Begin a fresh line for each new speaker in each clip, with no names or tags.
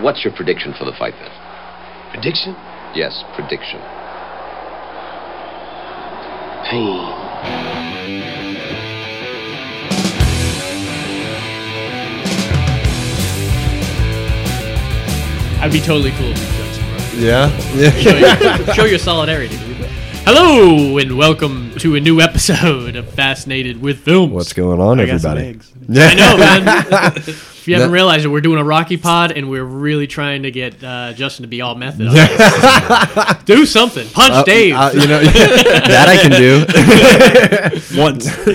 What's your prediction for the fight then?
Prediction?
Yes, prediction.
Pain.
I'd be totally cool if you joined some rock.
Yeah? Yeah.
Show your, show your solidarity. dude. Hello and welcome to a new episode of Fascinated with Films.
What's going on,
I got some
everybody?
eggs.
Yeah.
I know, man. if you haven't
That-
realized it, we're doing a Rocky Pod, and we're really trying to get uh, Justin to be all method. on us. Do something. Punch
Uh,
Dave.
uh, you know, that I can do
Once.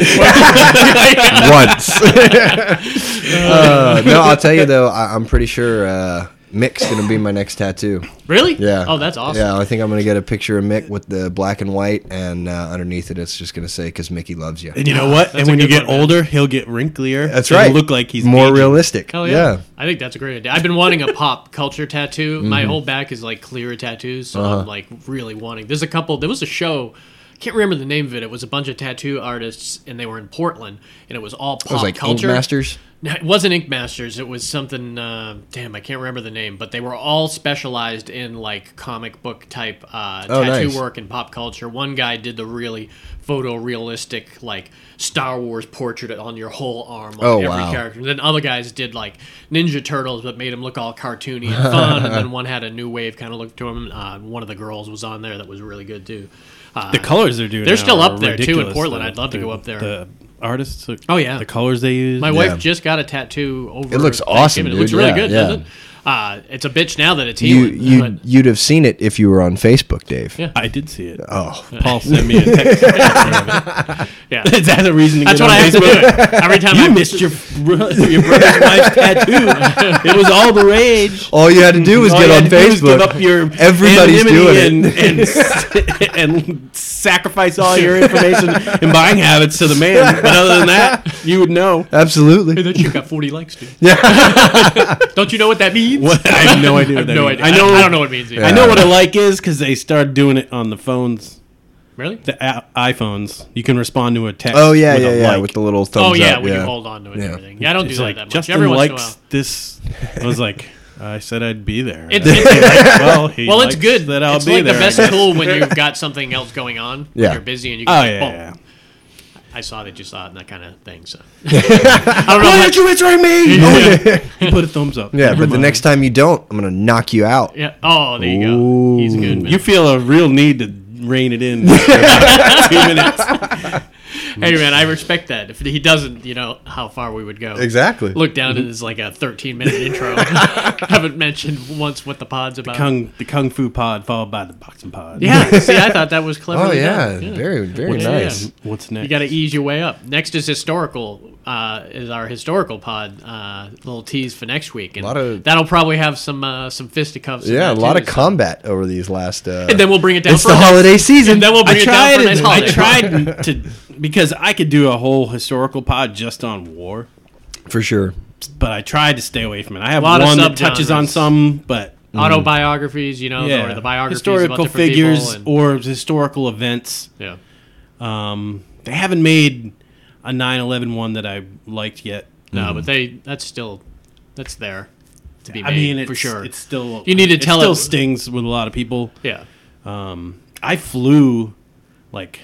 once. uh, no, I'll tell you though, I, I'm pretty sure uh, Mick's gonna be my next tattoo.
really?
Yeah.
Oh, that's awesome.
Yeah, I think I'm gonna get a picture of Mick with the black and white, and uh, underneath it, it's just gonna say "Cause Mickey loves you."
And you know what?
That's
and
a
when you
good
get
one, man.
older, he'll get wrinklier.
That's
It'll
right.
Look like he's
more
aging.
realistic.
Hell Oh, yeah. I think that's a great idea. I've been wanting a pop culture tattoo.
Mm-hmm.
My whole back is like clear tattoos, so
Uh-huh.
I'm like really wanting. There's a couple. There was a show. Can't remember the name of it. It was a bunch of tattoo artists, and they were in Portland, and it was all pop
It was like Ink
culture.
Masters.
No, it wasn't Ink Masters. It was something. Uh, damn, I can't remember the name. But they were all specialized in like comic book type uh,
Oh,
tattoo
nice.
work and pop culture. One guy did the really photorealistic like Star Wars portrait on your whole arm on
Oh,
every
wow.
character. then other guys did like Ninja Turtles, but made them look all cartoony and fun. and then one had a new wave kind of look to him. Uh, one of the girls was on there that was really good too. Uh,
The colors they're doing.
They're
now
still
are
up there, too, in
ridiculous,
Portland.
though.
I'd love to
The-
go up there.
The artists.
Oh, yeah.
The colors they use.
My
Yeah.
wife just got a tattoo over.
It looks
Thanksgiving.
awesome,
It
dude.
looks really
Yeah,
good,
yeah.
doesn't it? Uh, it's a bitch now that it's
You
healing. but-
you you'd have seen it if you were on Facebook, Dave.
Yeah.
I did see it.
Oh,
Paul sent me a text.
yeah.
Is that a reason to
That's
get
what
on
I have to
Facebook?
do. Every time I
You missed your, bro- your brother's wife's tattoo. It was all the rage.
all you had to do was
All
get
you
on
had to do was
Facebook.
Give up your
Everybody's doing it.
anonymity and, and, and sacrifice all your information and buying habits to the man. But other than that, you would know.
Hey,
Absolutely.
that chick got 40 likes, dude. Don't you know what that means?
What? I have no idea.
I have
what that
no
means.
idea.
I know.
I don't know what it means. Either.
I know what a like is because they started doing it on the phones,
Really?
the a- iPhones. You can respond to a text.
Oh yeah,
with
yeah,
a
yeah.
like.
With the little thumbs
Oh yeah,
up,
when
yeah.
you hold on to it and
Yeah.
everything. Yeah, I don't do
It's
that
like,
that much.
Justin
Every once in a
likes
while.
this. I was like, I said I'd be there.
It's,
And
it's,
well, he
well, it's
likes
good.
that I'll
it's
be
like
there.
the
I
best
guess.
tool when you've got something else going on. when
Yeah.
You're busy and you
Oh
can
yeah,
boom.
yeah.
I saw that you saw it and that kind of thing. So I don't know.
Why
how-
aren't you answering me? he put a thumbs up.
Yeah,
Never
but the
mind.
next time you don't, I'm gonna knock you out.
Yeah. Oh, there you go. He's good. Man.
you feel a real need to rein it in. for about two minutes.
hey man, I respect that. If he doesn't, you know how far we would go.
Exactly. Mm-hmm.
Look down at his like a 13 minute intro. Haven't mentioned once what the pod's about.
Kung, the kung fu pod followed by the boxing pod.
yeah. See, I thought that was clever.
Oh yeah, very very
Yeah.
nice.
What's next?
You got to ease your way up. Next is historical. Uh, is our historical pod uh, little tease for next week, and
Lot of-
that'll probably have some uh, some fisticuffs. in
Yeah, a
that,
lot
too,
of
so-
combat over these last. Uh,
And then we'll bring it down.
it's
for
the
a nice-
holiday season.
And then we'll bring
I
it down
tried.
for a nice
I
holiday.
tried to because I could do a whole historical pod just on war,
for sure.
but I tried to stay away from it. I have
Lot of
one that touches
subgenres.
on some, but
Autobiographies, you know,
yeah,
or the biographies
historical
about different
figures
people.
or historical events.
and- yeah.
Um, they haven't made a 9/11 one that I liked yet.
No, but they that's still that's there to be made
I mean, it's,
for sure.
it's still
You need to
it
tell
still
it-
stings with a lot of people.
yeah.
Um, I flew like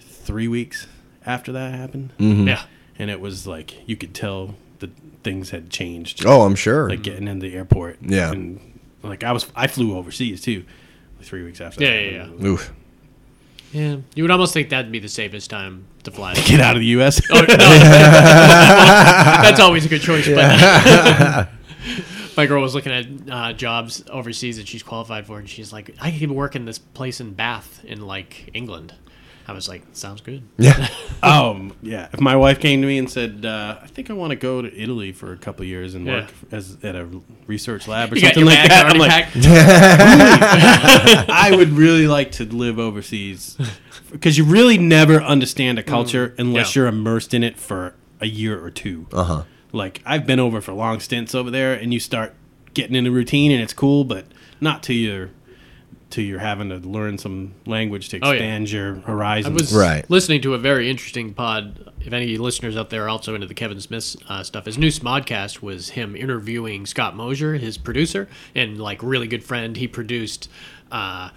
three weeks after that happened,
Yeah.
and it was like you could tell that things had changed.
Oh, I'm sure.
Mm-hmm.
like getting into the airport.
Yeah.
and like I was, I flew overseas too, like three weeks after.
Yeah,
that.
yeah, yeah.
Oof.
Yeah. You would almost think that'd be the safest time to fly.
Get out of the U.S.
Oh, no. that's always a good choice, but my girl was looking at uh, jobs overseas that she's qualified for and she's like, I could work in this place in Bath in like England. I was like, sounds good.
Yeah.
um, yeah. If my wife came to me and said, uh, "I think I want to go to Italy for a couple of years and
Yeah.
work as at a research lab or
You got
something
your
like
bags
that," I'm
already packed?
like, I would really like to live overseas because you really never understand a culture unless
Mm. Yeah.
you're immersed in it for a year or two. Uh huh. Like I've been over for long stints over there, and you start getting in a routine, and it's cool, but not till you're to you're having to learn some language to
Oh, yeah.
expand your
I
horizons.
was
Right.
listening to a very interesting pod. If any listeners out there are also into the Kevin Smith uh, stuff, his new Smodcast was him interviewing Scott Mosier, his producer and like really good friend. He produced, uh,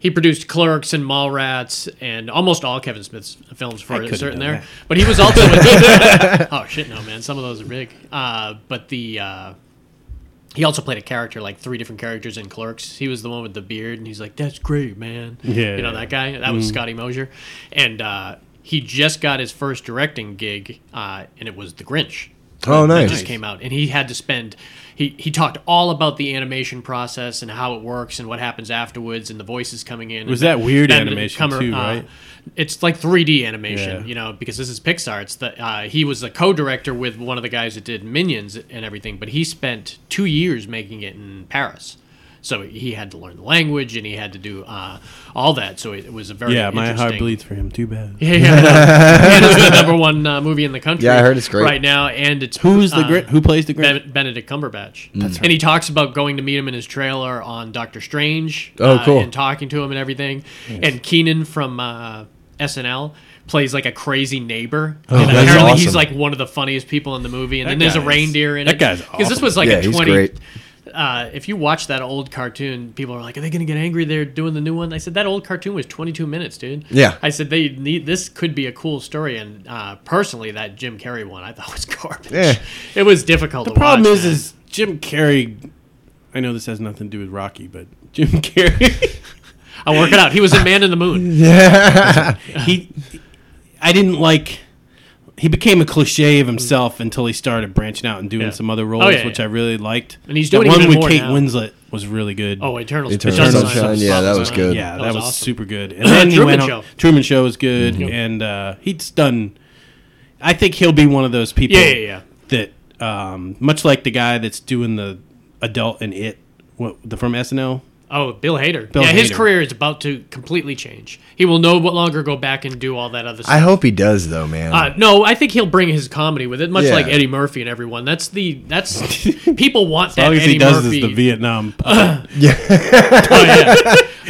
he produced Clerks and Mallrats and almost all Kevin Smith's films for a
couldn't
certain
know
there.
that.
But he was also oh shit no man, some of those are big. Uh, but the uh, he also played a character, like three different characters in Clerks. He was the one with the beard, and he's like, "That's great, man."
Yeah. Mm-hmm.
you know that guy. That was Scotty Mosier, and uh, he just got his first directing gig, uh, and it was The Grinch.
Oh,
That
nice.
just came out, and he had to spend. He he talked all about the animation process and how it works and what happens afterwards and the voices coming in.
Was
and
that weird animation too, right?
uh, It's like 3D animation,
Yeah.
you know, because this is Pixar. It's the uh, he was the co-director with one of the guys that did Minions and everything, but he spent two years making it in Paris. So he had to learn the language and he had to do uh, all that. So it was a very
yeah, my heart
interesting-
bleeds for him. Too bad.
Yeah, yeah, I know. and it's the number one uh, movie in the country.
Yeah, I heard it's great.
right now, and it's
Who's the
uh,
Grinch? Who plays the Grinch?
Ben- Benedict Cumberbatch. And he talks about going to meet him in his trailer on Doctor Strange.
Oh,
uh,
cool.
And talking to him and everything. And Keenan from uh, SNL plays like a crazy neighbor. and
that's
apparently he's
Oh, awesome.
like one of the funniest people in the movie. And then
That
there's a
guy is-
reindeer in
that
it.
guy's
this
awesome.
was like
Yeah,
a
he's
20.
great.
Uh, if you watch that old cartoon, people are like, "Are they going to get angry? They're doing the new one." I said that old cartoon was 22 minutes, dude.
Yeah.
I said they need this could be a cool story, and uh, personally, that Jim Carrey one I thought was garbage.
Yeah.
It was difficult.
The
to
problem
watch,
is,
man.
is Jim Carrey. I know this has nothing to do with Rocky, but Jim Carrey.
I'll work it out. He was in Man in the Moon.
he, I didn't like. He became a cliche of himself until he started branching out and doing
Yeah. Oh,
some other roles,
yeah,
which
yeah.
I really liked.
And he's
That
doing
one
even
with
more
Kate
now.
Winslet was really good.
Oh, Eternal,
Eternal
of
Sunshine,
the
yeah,
Spotless
that was
Mind.
good.
yeah, that, was,
awesome.
super good. And then he
Truman
went on,
Show. Mm-hmm.
Truman Show was good, and uh, he's done. I think he'll be one of those people.
Yeah, yeah,
That um, much like the guy that's doing the adult and it, what the from SNL.
Oh, Bill Hader.
Bill
yeah, his
Hader.
career is about to completely change. He will no longer go back and do all that other stuff.
I hope he does though, man.
Uh, no, I think he'll bring his comedy with it, much
Yeah.
like Eddie Murphy and everyone. That's the that's people want that
All
Eddie
he does
Murphy.
is the Vietnam.
Oh, yeah.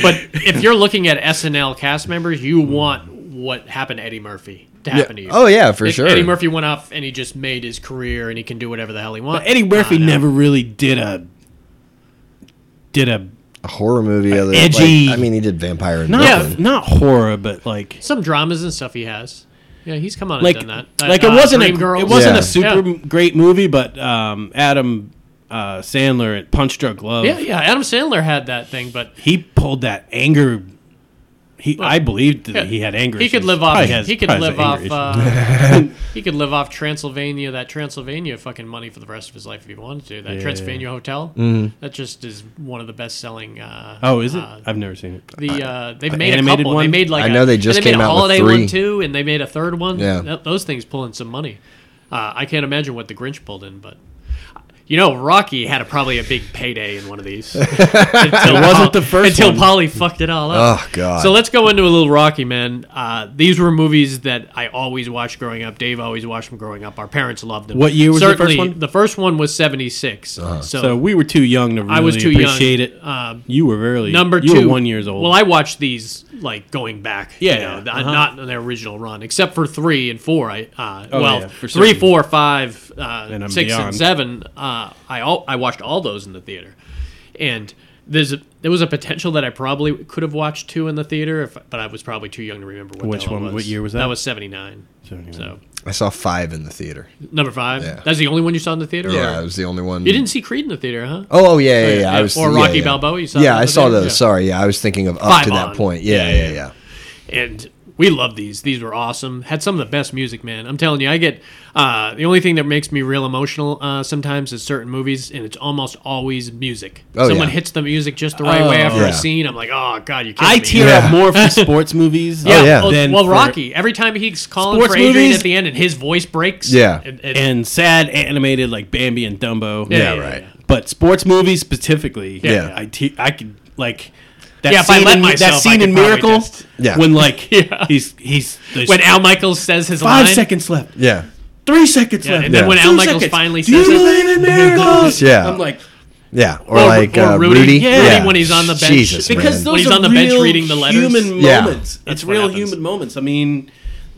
But if you're looking at SNL cast members, you want what happened to Eddie Murphy to happen to you.
Oh Mm. yeah, for
If
sure.
Eddie Murphy went off and he just made his career and he can do whatever the hell he wants.
Uh, Eddie Murphy
Nah, no.
never really did a did a
a horror movie. Other
edgy-
like, I mean, he did Vampire in
not
Brooklyn.
not horror, but like
some dramas and stuff he has. Yeah, he's come on and
like
done that. Uh,
like it wasn't a,
girl.
it wasn't
Yeah.
a super
Yeah.
m- great movie, but um, Adam uh, Sandler at Punch Drunk Love,
Yeah, yeah. Adam Sandler had that thing, but
he pulled that anger. He, I believed that
yeah.
he had anger.
he could
issues.
live off.
Probably has-
he could
probably
live
has anger
off.
issues.
Uh, he could live off Transylvania, that Transylvania fucking money for the rest of his life if he wanted to. That
Yeah.
Transylvania hotel.
Mm-hmm.
That just is one of the best selling. Uh,
oh, is it?
uh,
I've never seen it.
the uh, they've made a
animated
couple. They
one?
made like
I
a-
know they
and
just
made
came
a
out with
holiday
three.
one too, and they made a third one.
Yeah.
Th- those things pulling some money. Uh, I can't imagine what the Grinch pulled in, but you know, Rocky had a, probably a big payday in one of these. until it
wasn't the first
until
one.
Polly fucked it all up.
Oh, God.
So let's go into a little Rocky, man. Uh, these were movies that I always watched growing up. Dave always watched them growing up. Our parents loved them.
What year was the first
Certainly,
one?
The first one was seventy So,
Uh-huh.
So we were too young to really
I was too young.
appreciate it.
Uh,
you were really
Number
you
two,
were one years old.
Well, I watched these like going back. you
Yeah,
know, th-
uh-huh.
not in their original run, except for three and four. I uh, well,
Oh, yeah,
three,
for certain.
four, five, uh,
And I'm
six,
beyond.
and seven. Uh, I all I watched all those in the theater, and there's a, there was a potential that I probably could have watched two in the theater, if, but I was probably too young to remember what the
Which
hell it
one-
Was.
what year was that?
That was seventy nine.
79.
So
I saw five in the theater.
number five.
Yeah.
That's the only one you saw in the theater.
Yeah,
Or?
it was the only one.
You didn't see Creed in the theater, huh?
Oh, oh yeah, yeah, yeah.
Yeah,
I was
or
yeah,
Rocky
yeah.
Balboa, you saw
yeah,
that
I
in
saw
the theater?
those.
Yeah.
Sorry, yeah, I was thinking of up
Five
to that
on.
point. Yeah,
Yeah,
yeah,
yeah.
yeah.
and we love these. These were awesome. Had some of the best music, man. I'm telling you, I get uh, the only thing that makes me real emotional uh, sometimes is certain movies, and it's almost always music.
Oh,
Someone
yeah.
hits the music just the right way
Oh.
after
Yeah.
a scene. I'm like, oh god, you can't.
I tear
Yeah.
up more for sports movies.
Yeah,
Oh, yeah.
Well,
than
well,
for-
Rocky. Every time he's calling
Sports
for Adrian
movies?
at the end, and his voice breaks.
Yeah.
it- it-
and sad animated like Bambi and Dumbo.
Yeah, yeah, right.
But sports movies specifically,
Yeah.
I te- I could like that
Yeah, if I
scene
let
in,
myself, I
that scene
could
in
probably
Miracle,
just-
Yeah.
when like
Yeah.
he's he's there's
when Al Michaels says his
five
line,
seconds left,
yeah.
three seconds
Yeah,
left,
and then
Yeah.
when
two
Al Michaels
seconds,
finally
"Do you
says it,
believe in miracles?
Yeah.
I'm like
Yeah, or,
Or-
like
or
uh,
Rudy.
Rudy.
Yeah, when he's on the bench.
Jesus,
Because
because
When
those
he's
are
on the bench
real
reading the letters.
Human
Yeah.
moments.
That's
it's
what
real
happens.
human moments. I mean,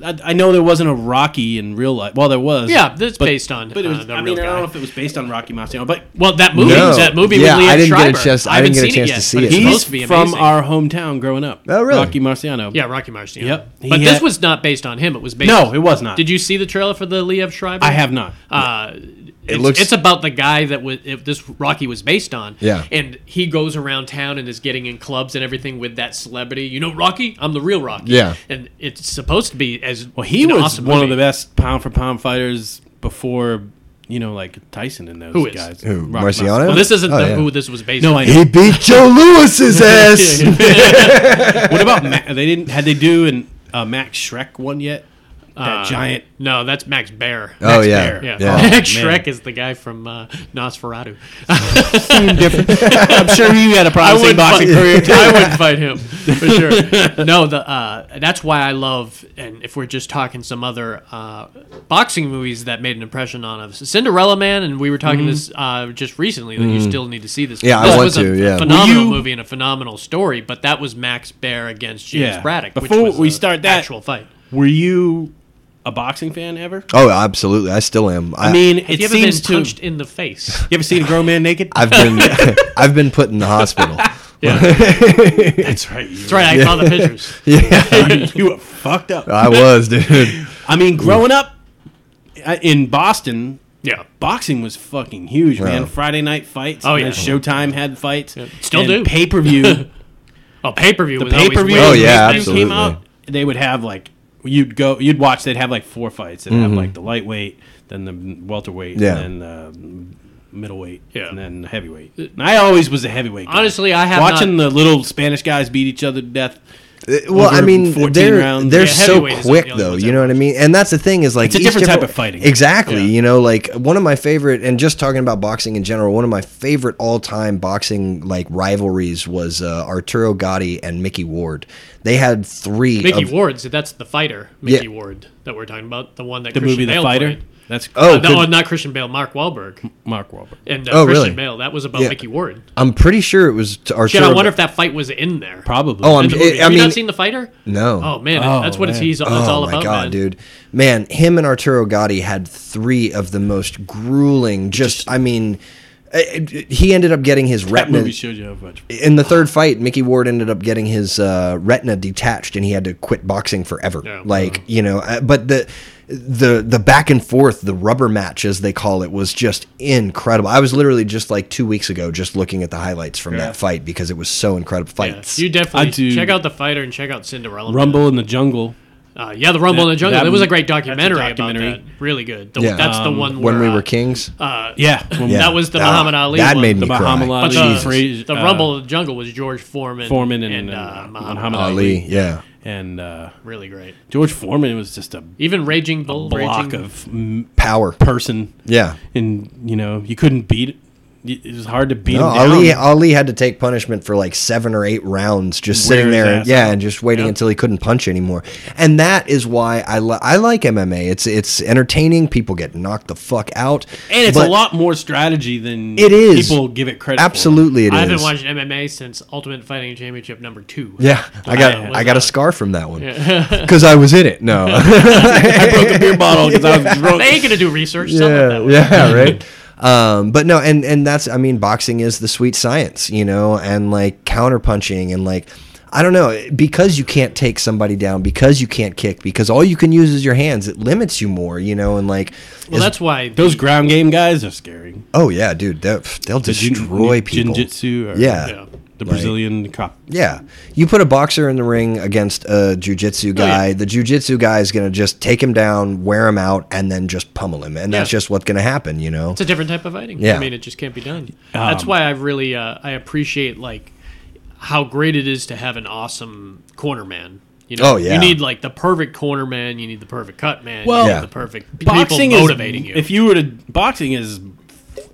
I, I know there wasn't a Rocky in real life. Well, there was.
Yeah, that's based on,
But it was,
uh, the
I
real
mean, I don't
guy.
know if it was based on Rocky Marciano, but
Well, that movie,
No.
that movie
Yeah,
with Liam
I didn't get a
Schreiber.
chance- I
haven't
didn't get a
seen
chance
yet,
to see
but
it.
It's
he's
supposed to be amazing.
from our hometown growing up.
Oh, really?
Rocky Marciano.
yeah, Rocky Marciano.
Yep. He
But this
had-
was not based on him. It was based.
No, it was not.
Did you see the trailer for the Liam Schreiber?
I have not.
Uh, it's,
looks-
it's about the guy that was if this Rocky was based on.
Yeah.
And he goes around town and is getting in clubs and everything with that celebrity. You know Rocky? I'm the real Rocky.
Yeah.
And it's supposed to be as
Well, he
an
was
awesome
one of
movie.
the best pound for pound fighters before, you know, like Tyson and those
Who is?
guys.
Who,
Rocky
Marciano?
Well, this isn't
Oh,
the,
yeah.
who this was based
No,
on.
I
he beat Joe Lewis's ass.
what about Matt? They didn't. Had they do an uh, Max Shrek one yet? That
Uh,
giant. Oh,
No, that's Max Bear.
oh
That's
yeah,
fair.
Yeah.
yeah.
Shrek is the guy from uh, Nosferatu.
I'm sure you had a promising boxing
fight,
career.
I would fight him for sure. No, the uh, that's why I love. And if we're just talking some other uh, boxing movies that made an impression on us, Cinderella Man, and we were talking this uh, just recently that you still need to see this.
Mm-hmm. Yeah, I
this
want
was a
to, yeah.
phenomenal
Were you-
movie and a phenomenal story. But that was Max Bear against James
Yeah.
Braddock.
Before
which was
we
a
start that-
actual fight,
Were you a boxing fan ever?
Oh, absolutely. I still am.
I mean,
have
it
you ever been
seems to.
punched in the face?
You ever seen a grown man naked?
I've been I've been put in the hospital.
That's right. You,
That's right. I saw the pictures.
you were fucked up.
I was, dude.
I mean, growing up I- in Boston,
Yeah.
boxing was fucking huge, man.
Yeah.
Friday night fights.
Oh,
and
yeah.
Showtime had fights.
Still do.
Pay per view.
Well, pay per view.
the pay per view.
Oh, yeah,
Came
absolutely.
out, they would have like you'd go, you'd watch. They'd have like four fights. They'd have like the lightweight, then the welterweight,
Mm-hmm. Yeah.
and then uh, middleweight,
Yeah.
and then heavyweight. And I always was a heavyweight. guy.
Honestly, I have
watching the little Spanish guys beat each other to death.
Well, I
Over
mean,
14
they're
rounds.
they're
Yeah,
so
heavyweight is
quick
the only
though.
ones
You
that
know what I mean? And that's the thing is like
It's a
each
different type of fighting.
Exactly.
Yeah.
You know, like one of my favorite, and just talking about boxing in general, one of my favorite all time boxing like rivalries was uh, Arturo Gotti and Mickey Ward. They had three.
Mickey
of-
Ward's that's the fighter, Mickey
Yeah.
Ward that we're talking about, the one that
The
Christian
movie The
Bale
Fighter.
played.
That's
Oh,
no,
good.
oh, not Christian Bale, Mark Wahlberg
Mark Wahlberg.
and uh,
Oh,
Christian
really?
Bale. That was about
Yeah.
Mickey Ward.
I'm pretty sure it was to
Shit,
Arturo.
I wonder
Go-
if that fight was in there.
Probably.
Oh, I'm-
In the movie.
I
Have you
mean-
not seen the fighter?
no.
Oh man,
Oh,
that's what it's,
man.
he's it's all about, man.
dude! Man, him and Arturo Gotti had three of the most grueling. Just, I mean, it, it- he ended up getting his
that
retina
movie showed you how much.
in the third fight. Mickey Ward ended up getting his uh, retina detached, and he had to quit boxing forever.
Yeah.
Like you know, uh, but the the the back and forth, the rubber match as they call it, was just incredible. I was literally just like two weeks ago just looking at the highlights from that fight because it was so incredible.
Yeah,
Fights.
you
I
definitely
do-
check out the fighter and check out Cinderella.
Rumble in the Jungle.
uh, yeah, the Rumble in the
That-
Jungle.
that-
That was a great
that's a
documentary,
documentary.
about that. Really good. The-
Yeah.
That's the
Um,
one
when we
where,
were
uh,
kings,
Uh,
Yeah, when
Yeah.
that was the
Ah,
Muhammad Ali.
That
one.
made me
The
cry.
Muhammad
But
Ali,
the,
Frazier-
the
uh,
Rumble in the Jungle was George Foreman,
Foreman and,
uh,
uh,
Muhammad,
Muhammad
Ali.
Ali. Yeah.
and uh,
Really great.
George Foreman was just a
Even Raging Bull,
block
Raging,
of m-
Power.
person.
Yeah.
and you know you couldn't beat it. It was hard to beat
No,
him down.
Ali Ali had to take punishment for like seven or eight rounds, just
Wear
sitting
his
there,
ass
and, yeah, and just waiting
Yeah.
until he couldn't punch anymore. And that is why I li- I like MMA. It's it's entertaining. People get knocked the fuck out,
and it's a
but
lot more strategy than
It is.
people give it credit. for.
Absolutely, it is.
I haven't watched MMA since Ultimate Fighting Championship number two.
Yeah, I got
I
I,
was,
got
uh,
a scar from that one because I was in it. No,
I broke a beer bottle because I was drunk.
They ain't gonna do research. Yeah,
yeah,
that
yeah, right. Um, but no, and and that's I mean, boxing is the sweet science, you know, and like counterpunching and like I don't know because you can't take somebody down because you can't kick because all you can use is your hands. It limits you more, you know, and like
Well, that's why the-
Those ground game guys are scary.
oh yeah, dude, they'll, they'll
The jin-
destroy
ninjutsu
people.
or
Yeah.
yeah.
the Brazilian cop.
Yeah, you put a boxer in the ring against a
Oh,
jujitsu guy. The jujitsu guy is gonna just take him down, wear him out, and then just pummel him, and that's
Yeah.
just what's gonna happen, you know.
It's a different type of fighting. I
Yeah. Um,
mean, it just can't be done. That's why I really uh, I appreciate like how great it is to have an awesome corner man. You know,
Oh, yeah.
you need like the perfect corner man. You need the perfect cut man.
Well,
you need
Yeah.
the perfect people
Boxing
motivating
is,
you.
If you were to boxing is,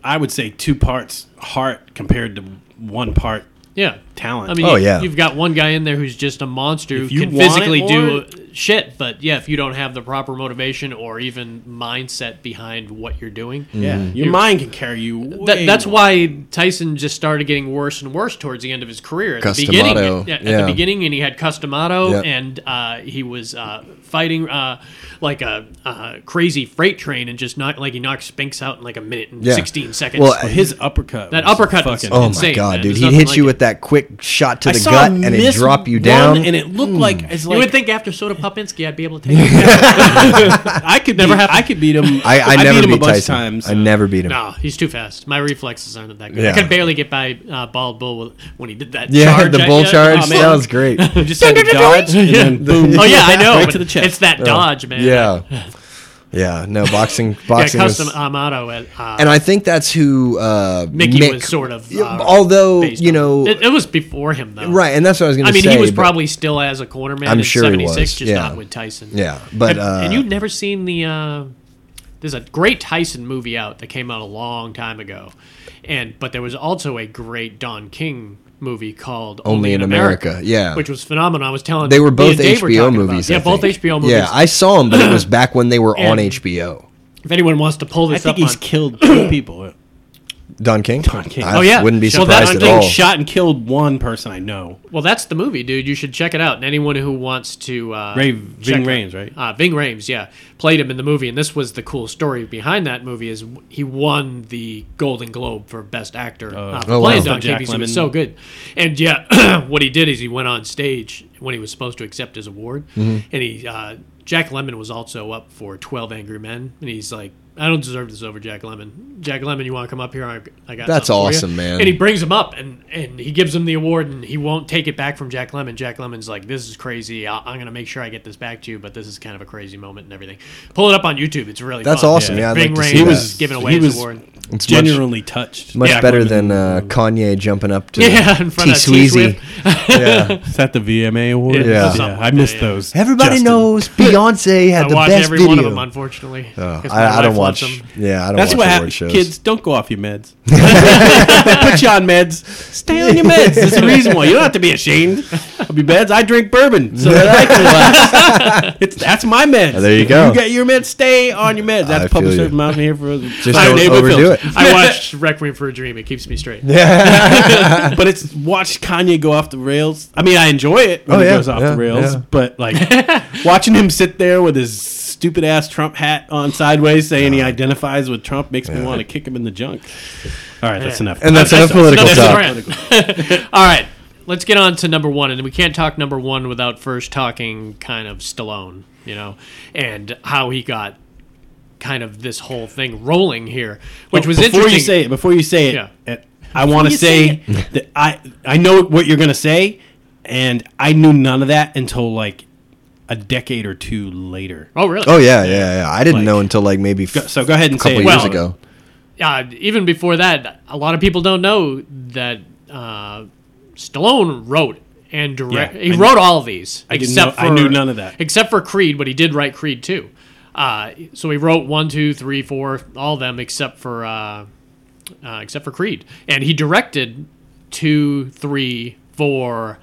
I would say two parts heart compared to one part
yeah,
talent.
I mean,
Oh,
you,
yeah.
you've got one guy in there who's just a monster who
you
can
want it
physically
more,
do shit. But yeah, if you don't have the proper motivation or even mindset behind what you're doing,
Mm.
Yeah, your mind can carry you.
that,
way
that's
more.
why Tyson just started getting worse and worse towards the end of his career. At the beginning,
Customato,
yeah, at
yeah.
the beginning, and he had Customato,
Yep.
and uh, he was uh, fighting uh, like a uh, crazy freight train, and just knock like he knocked Spinks out in like a minute and
Yeah.
sixteen seconds.
Well, I-
his uppercut.
That
was
uppercut was-
fucking.
Oh my
insane,
god,
man.
dude!
There's
He'd
nothing
hit
like
you
it.
with that quick shot to
I
the
saw
gut,
him
and it'd
miss
drop you
one,
down.
and it looked like it's
you
like
would think after Soda Popinski, I'd be able to take him down.
I could never have. I could beat him.
I, I, never
beat him
beat
a bunch of
Tyson.
times.
I never beat him.
No, he's too fast. My reflexes aren't that good.
Yeah.
I could barely get by uh, Bald Bull with- when he did that.
Yeah,
charge
the
at
bull
you.
charge.
Oh, man.
that was great.
You just had to dodge and then boom.
Oh yeah, I know.
Right
but
to the chest.
It's that dodge, man.
yeah, yeah. No boxing,
Yeah,
boxing. was-
custom Amato at uh,
and I think that's who uh,
Mickey
Mick-
was sort of.
Yeah,
Uh,
although
based
you
on-
know,
it, it was before him though.
right? And that's what I was going
I
to say.
mean, he was
but-
probably still as a cornerman.
I'm
in
sure he
76,
was,
just
yeah.
not with Tyson.
Yeah, but
and,
uh,
and you've never seen the. Uh, there's a great Tyson movie out that came out a long time ago, and but there was also a great Don King movie called
Only in America, yeah.
which was phenomenal. I was telling
they were
me
both
and Dave were
HBO
talking about
movies.
it.
I
yeah, both
think.
HBO movies.
Yeah, I saw them, but it was back when they were on
And-
HBO.
if anyone wants to pull
I
this
think
up,
he's
on,
killed two people.
Don King.
Don King.
I
Oh, yeah.
wouldn't be
Well, that-
surprised
Don
at all.
King shot and killed one person I know.
Well, that's the movie, dude. You should check it out. And anyone who wants to, uh,
Ray- Ving
check it-
Rhames, right?
Uh, Ving Rhames, yeah, played him in the movie, and this was the cool story behind that movie. Is he won the Golden Globe for Best Actor uh, for
Oh,
playing
wow.
Don King
Jack
because he was
Lemmon.
so good. And yeah, what he did is he went on stage when he was supposed to accept his award,
Mm-hmm.
and he uh, Jack Lemmon was also up for Twelve Angry Men, and he's like. I don't deserve this over Jack Lemon. Jack Lemon, you want to come up here? I, I got
That's
something for you."
awesome, man.
And he brings him up and and he gives him the award and he won't take it back from Jack Lemon. Jack Lemon's like, "This is crazy. I, I'm gonna make sure I get this back to you, but this is kind of a crazy moment and everything." Pull it up on YouTube. It's really
That's
fun.
awesome. Yeah, I'd
Ving
like to
Rhames
see that.
was giving away
He
his
was-
award.
It's much,
Genuinely touched.
much
Yeah,
better than uh, Kanye jumping up to
Yeah, in front of T-Swift.
yeah.
Is that the VMA award?
Yeah.
Yeah.
I missed
Yeah, yeah.
those.
Everybody
Justin.
knows Beyonce had
I
the
watch
best
every
video.
one of them, unfortunately.
Oh,
'cause my
I, I don't
wife loves
watch.
them.
Yeah, I don't
That's
watch
what
award
happens.
shows.
Kids, don't go off your meds. they put you on meds. Stay on your meds. There's a reason why. You don't have to be ashamed of your meds. I drink bourbon so that I can relax. It's, that's my meds.
There you
If
go.
You get your meds. Stay on your meds.
I
That's
feel
public
you.
service mountain here for us.
Just
Fire
don't
neighbor
overdo
Phillips.
it.
I watched Requiem for a Dream. It keeps me straight.
but it's watch Kanye go off the rails. I mean, I enjoy it when
Oh,
he
yeah,
goes off
yeah,
the rails,
yeah.
but like watching him sit there with his stupid ass Trump hat on sideways, saying he identifies with Trump, makes me want to kick him in the junk. All right, that's enough.
And that's enough political
That's
talk.
right. All right, let's get on to number one, and we can't talk number one without first talking kind of Stallone, you know, and how he got kind of this whole thing rolling here, which was
before
interesting.
You say it, before you say it,
Yeah.
uh, I want to
you say
say, that I I know what you're gonna say, and I knew none of that until like a decade or two later.
oh, really?
Oh yeah, yeah, yeah. I didn't
Like-
know until like maybe f-
Go- So go ahead and say
couple
it.
years
Well,
ago.
uh, even before that, a lot of people don't know that uh, Stallone wrote and direct.
Yeah,
he
I kn-
wrote all of these.
I didn't
except
know- I
for,
knew none of that.
except for Creed, but he did write Creed too. Uh, so he wrote one, two, three, four, all of them except for uh, uh, except for Creed, and he directed two, three, four.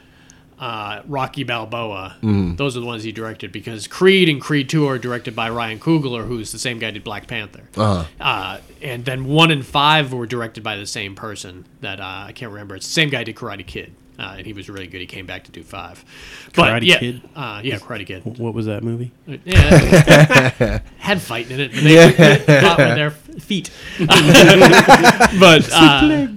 Uh, Rocky Balboa.
Mm-hmm.
Those are the ones he directed because Creed and Creed Two are directed by Ryan Coogler, who's the same guy who did Black Panther.
Oh,
Uh-huh.
Uh, and then one and five were directed by the same person that uh, I can't remember. It's the same guy who did Karate Kid, uh, and he was really good. He came back to do five. But,
Karate
yeah,
Kid?
uh, yeah, Karate Kid.
What was that movie?
Yeah, had fighting in it, but they fought with their feet. but uh,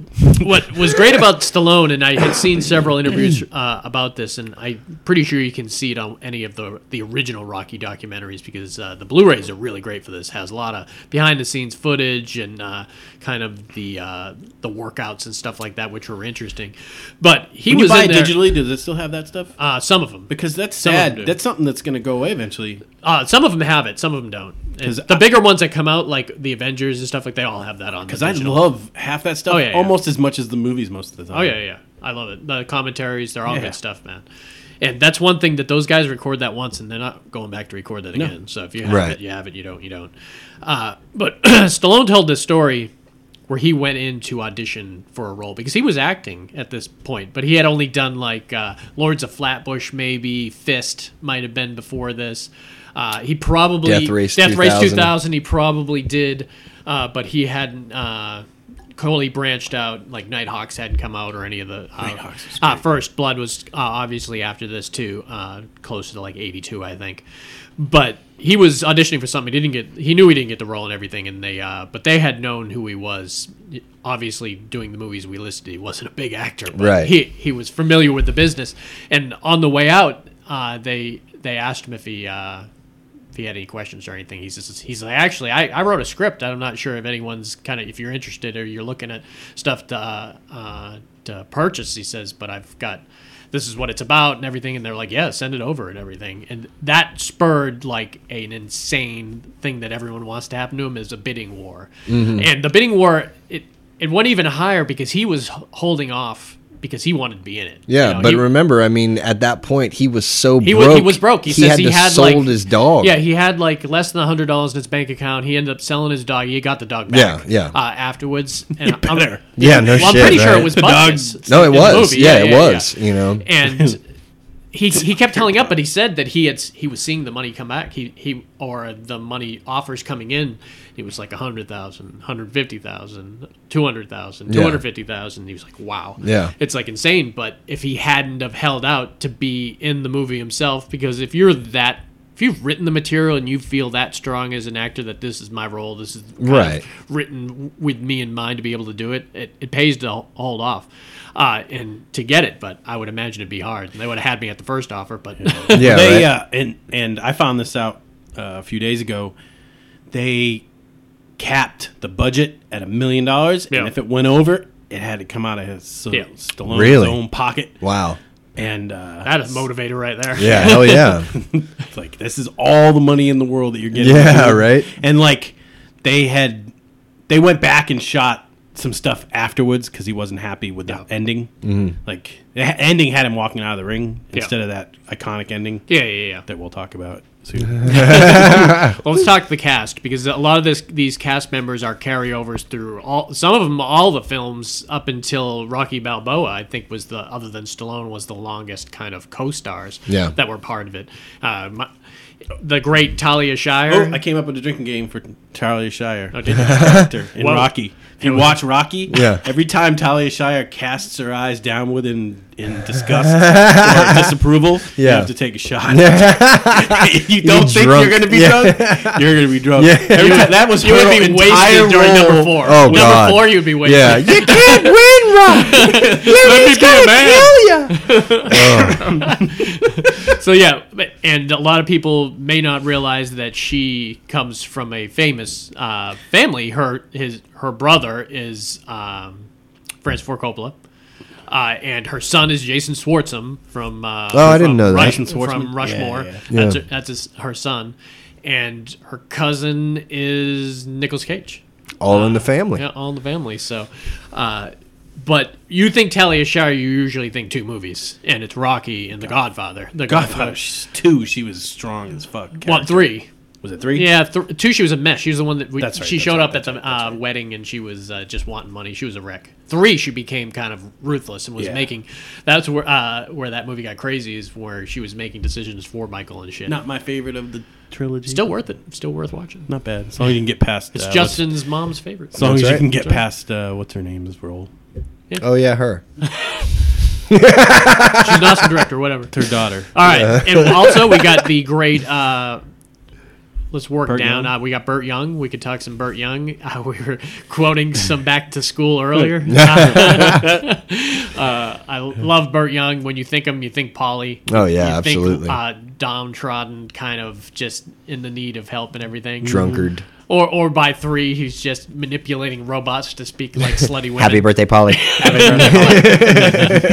what was great about Stallone, and I had seen several interviews
Mm.
uh, about this, and I'm pretty sure you can see it on any of the the original Rocky documentaries because uh, the Blu-rays are really great for this. Has a lot of behind the scenes footage and uh, kind of the uh, the workouts and stuff like that, which were interesting. But he
When you
was
buy
in
it
there,
digitally, does it still have that stuff?
Uh, some of them,
Because that's
Some of them
sad.
do.
That's something that's going to go away eventually.
Uh, some of them have it, some of them don't. And
'Cause
the bigger ones that come out, like the Avengers and stuff, like they all have that on.
Because I love half that stuff
Oh, yeah, yeah.
almost as much as the movies most of the time.
Oh yeah, yeah, yeah. I love it. The commentaries, they're all
Yeah.
good stuff, man. And that's one thing that those guys record that once, and they're not going back to record that again. So if you have
Right.
it, you have it. You don't, you don't. Uh, but Stallone told this story where he went in to audition for a role because he was acting at this point, but he had only done like uh, Lords of Flatbush, maybe Fist might have been before this. Uh, he probably
Death Race 2000.
2000. He probably did, uh, but he hadn't. Uh, Coley branched out like Nighthawks hadn't come out or any of the uh, uh, First Blood was uh, obviously after this too, uh, close to like '82, I think. But he was auditioning for something. He didn't get. He knew he didn't get the role and everything. And they, uh, but they had known who he was. Obviously, doing the movies we listed, he wasn't a big actor, but
Right.
he he was familiar with the business. And on the way out, uh, they they asked him if he. Uh, if he had any questions or anything. He's just, he's like, actually, I, I wrote a script. I'm not sure if anyone's kind of if you're interested or you're looking at stuff to uh, uh, to purchase. He says, but I've got this is what it's about and everything. And they're like, yeah, send it over and everything. And that spurred like an insane thing that everyone wants to happen to him is a bidding war.
Mm-hmm.
And the bidding war it it went even higher because he was h- holding off because he wanted to be in it.
Yeah,
You know,
but
he-
remember, I mean, at that point, he was so
he
broke.
was he was broke. He, says
had
he
to
had
sold
like,
his dog.
Yeah, he had like less than hundred dollars in his bank account. He ended up selling his dog. He got the dog back.
Yeah, yeah.
Uh, afterwards, and I'm,
better.
Yeah, no
well, I'm
shit,
pretty sure
right?
it was
The dog-
Buckus
no, it
in the
was.
movie.
Yeah, it was. You know,
And he he kept telling up, but he said that he had he was seeing the money come back. He he or the money offers coming in. It was like 100,000, 150,000, 200,000,
Yeah.
250,000. He was like, "Wow."
Yeah.
It's like insane, but if he hadn't have held out to be in the movie himself because if you're that if you've written the material and you feel that strong as an actor that this is my role, this is kind of
Right.
written w- with me in mind to be able to do it, it, it pays to h- hold off uh, and to get it. But I would imagine it'd be hard. They would have had me at the first offer, but
yeah,
they
right?
uh, and and I found this out uh, a few days ago. They capped the budget at a million dollars,
Yeah.
and if it went over, it had to come out of his so,
Yeah.
Stallone's
Really?
own pocket.
wow.
And uh,
that is a motivator right there.
Yeah, hell yeah.
it's like this is all the money in the world that you're getting.
Yeah, right.
And like they had, they went back and shot some stuff afterwards because he wasn't happy with the ending.
Mm-hmm.
Like the ha- ending had him walking out of the ring
Yeah.
instead of that iconic ending
Yeah, yeah, yeah.
that we'll talk about soon.
Well, let's talk the cast because a lot of this these cast members are carryovers through all some of them all the films up until Rocky Balboa. I think was the other than Stallone was the longest kind of co-stars
Yeah.
that were part of it. Uh, my, the great Talia Shire.
Oh, I came up with a drinking game for Talia Shire.
Oh, did you?
character in
Whoa.
Rocky. If you watch Rocky,
Yeah.
every time Talia Shire casts her eyes downward in, in disgust or disapproval, you
Yeah.
have to take a shot. If you don't think
drunk.
you're going to be
Yeah.
drunk, you're going to be drunk. Every
You
time-
would-
that was
you
her
would be
entire
wasted during number
role.
four.
Oh,
number
God.
four, you'd be wasted.
Yeah, you can't win, Rob.
Let me be a man.
Kill ya.
So yeah, but- and a lot of people may not realize that she comes from a famous uh, family. Her his her brother is um, Francis Ford Coppola, uh, and her son is Jason Swartzman from. Uh,
Oh, I
from
didn't know that.
Rush-
Jason Schwartzman?
from Rushmore.
Yeah, yeah,
That's,
Yeah.
her, that's his, her son, and her cousin is Nicolas Cage.
All in the family.
Yeah, all in the family. So, uh, but you think Talia Shire, you usually think two movies, and it's Rocky and The Godfather. The
Godfather two, she was strong as fuck.
Well,
character.
three.
Was it three?
Yeah, th- two. She was a mess. She was the one that we,
That's right,
she
that's
showed
right,
up at the uh, wedding and she was uh, just wanting money. She was a wreck. Three, she became kind of ruthless and was
Yeah.
making. That's where uh, where that movie got crazy is where she was making decisions for Michael and shit.
Not my favorite of the trilogy.
Still worth it. Still worth watching.
Not bad. As long as you can get past.
It's
uh, what's-
Justin's mom's favorite.
As long
That's
as you
right.
can get
That's right.
past uh, what's her name's role.
Oh yeah, her.
She's an awesome director. Whatever.
Her daughter.
All right, and also we got the great. Uh, let's work
Burt
down.
Young.
Uh, we got Burt Young. We could talk some Burt Young. Uh, we were quoting some back to school earlier. uh, I love Burt Young. When you think him, you think Polly.
Oh, yeah,
You think,
absolutely.
uh, downtrodden, kind of just in the need of help and everything.
Drunkard.
Or, or by three, he's just manipulating robots to speak like slutty women.
Happy birthday, Polly.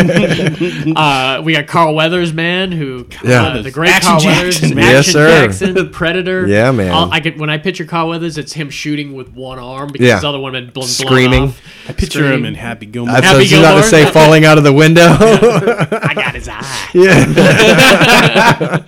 Uh, we got Carl Weathers, man, who uh,
Yeah.
the great
Action
Carl Weathers,
Jackson,
Action
man.
Yes, sir.
Jackson, Predator.
Yeah, man.
All- I could when I picture Carl Weathers, it's him shooting with one arm because
Yeah.
his other one had blown, blown
Screaming.
off.
I picture
Scream.
him in Happy Gilmore.
I
Happy
was about
Gilmore?
to say falling out of the window.
I got his eye.
yeah.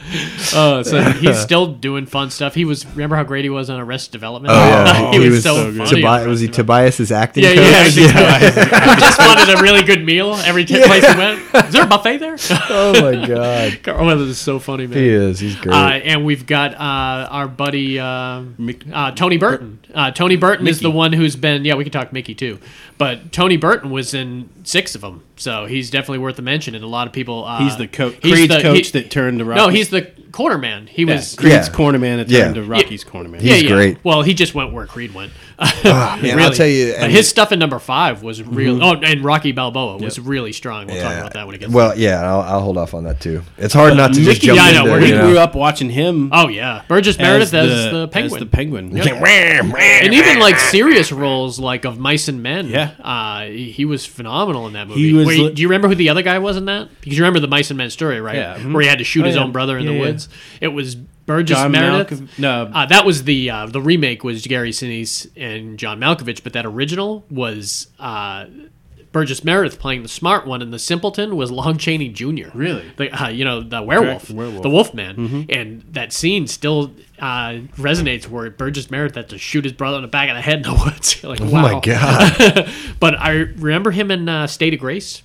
Uh, so he's still doing fun stuff. He was remember how great he was on Arrested Development.
Oh, yeah.
he, was, so, funny.
Tobi-
on
was he
Arrested
Tobias's acting
Yeah,
coach?
yeah, yeah. I just wanted a really good meal every t- place he went. Is there a buffet there?
Oh my god,
Carl Weathers is so funny, man.
he is. He's great.
Uh, and we've got uh, our buddy um uh, Tony Burton. Uh, Tony Burton is the one who's been. Yeah, we can talk Mickey too, but Tony Burton was in six of them, so he's definitely worth a mention. And a lot of people. Uh,
He's the coach.
he's
Creed's
the-
coach
he-
that turned the Rockies.
No, he's the corner man. He was.
Creed's
Yeah.
corner man that
Yeah.
turned to Rocky's corner man.
He's
yeah, yeah.
great. Oh,
Well, he just went where Creed went.
Ah,
man, I'll tell you,
But
and-
his stuff in number five was
Mm-hmm.
really. Oh, and Rocky Balboa was really strong. We'll talk
Yeah.
about that when it gets.
Well, yeah, I'll, I'll hold off on that too. It's hard not to just
Mickey,
jump
yeah, I
in
know,
there.
we're
we
you know?
grew up watching him.
oh yeah, Burgess Meredith as the, penguin.
As the penguin.
and even like serious roles like of mice and men
Yeah.
uh, he he was phenomenal in that movie
He was
Wait,
li-
do you remember who the other guy was in that because you remember the mice and men story right
Yeah.
where he had to shoot
Oh,
his
yeah.
own brother in the
Yeah, yeah.
woods it was Burgess
John
Meredith
Malkovich- no.
uh, that was the uh, the remake was Gary Sinise and John Malkovich but that original was uh, Burgess Meredith playing the smart one and the simpleton was Long Chaney Jr.
Really?
the, uh, you know the werewolf,
the werewolf.
the wolf man,
Mm-hmm.
and that scene still uh, resonates where Burgess Meredith had to shoot his brother in the back of the head in the woods. You're like,
Oh my
wow.
god!
But I remember him in uh, State of Grace,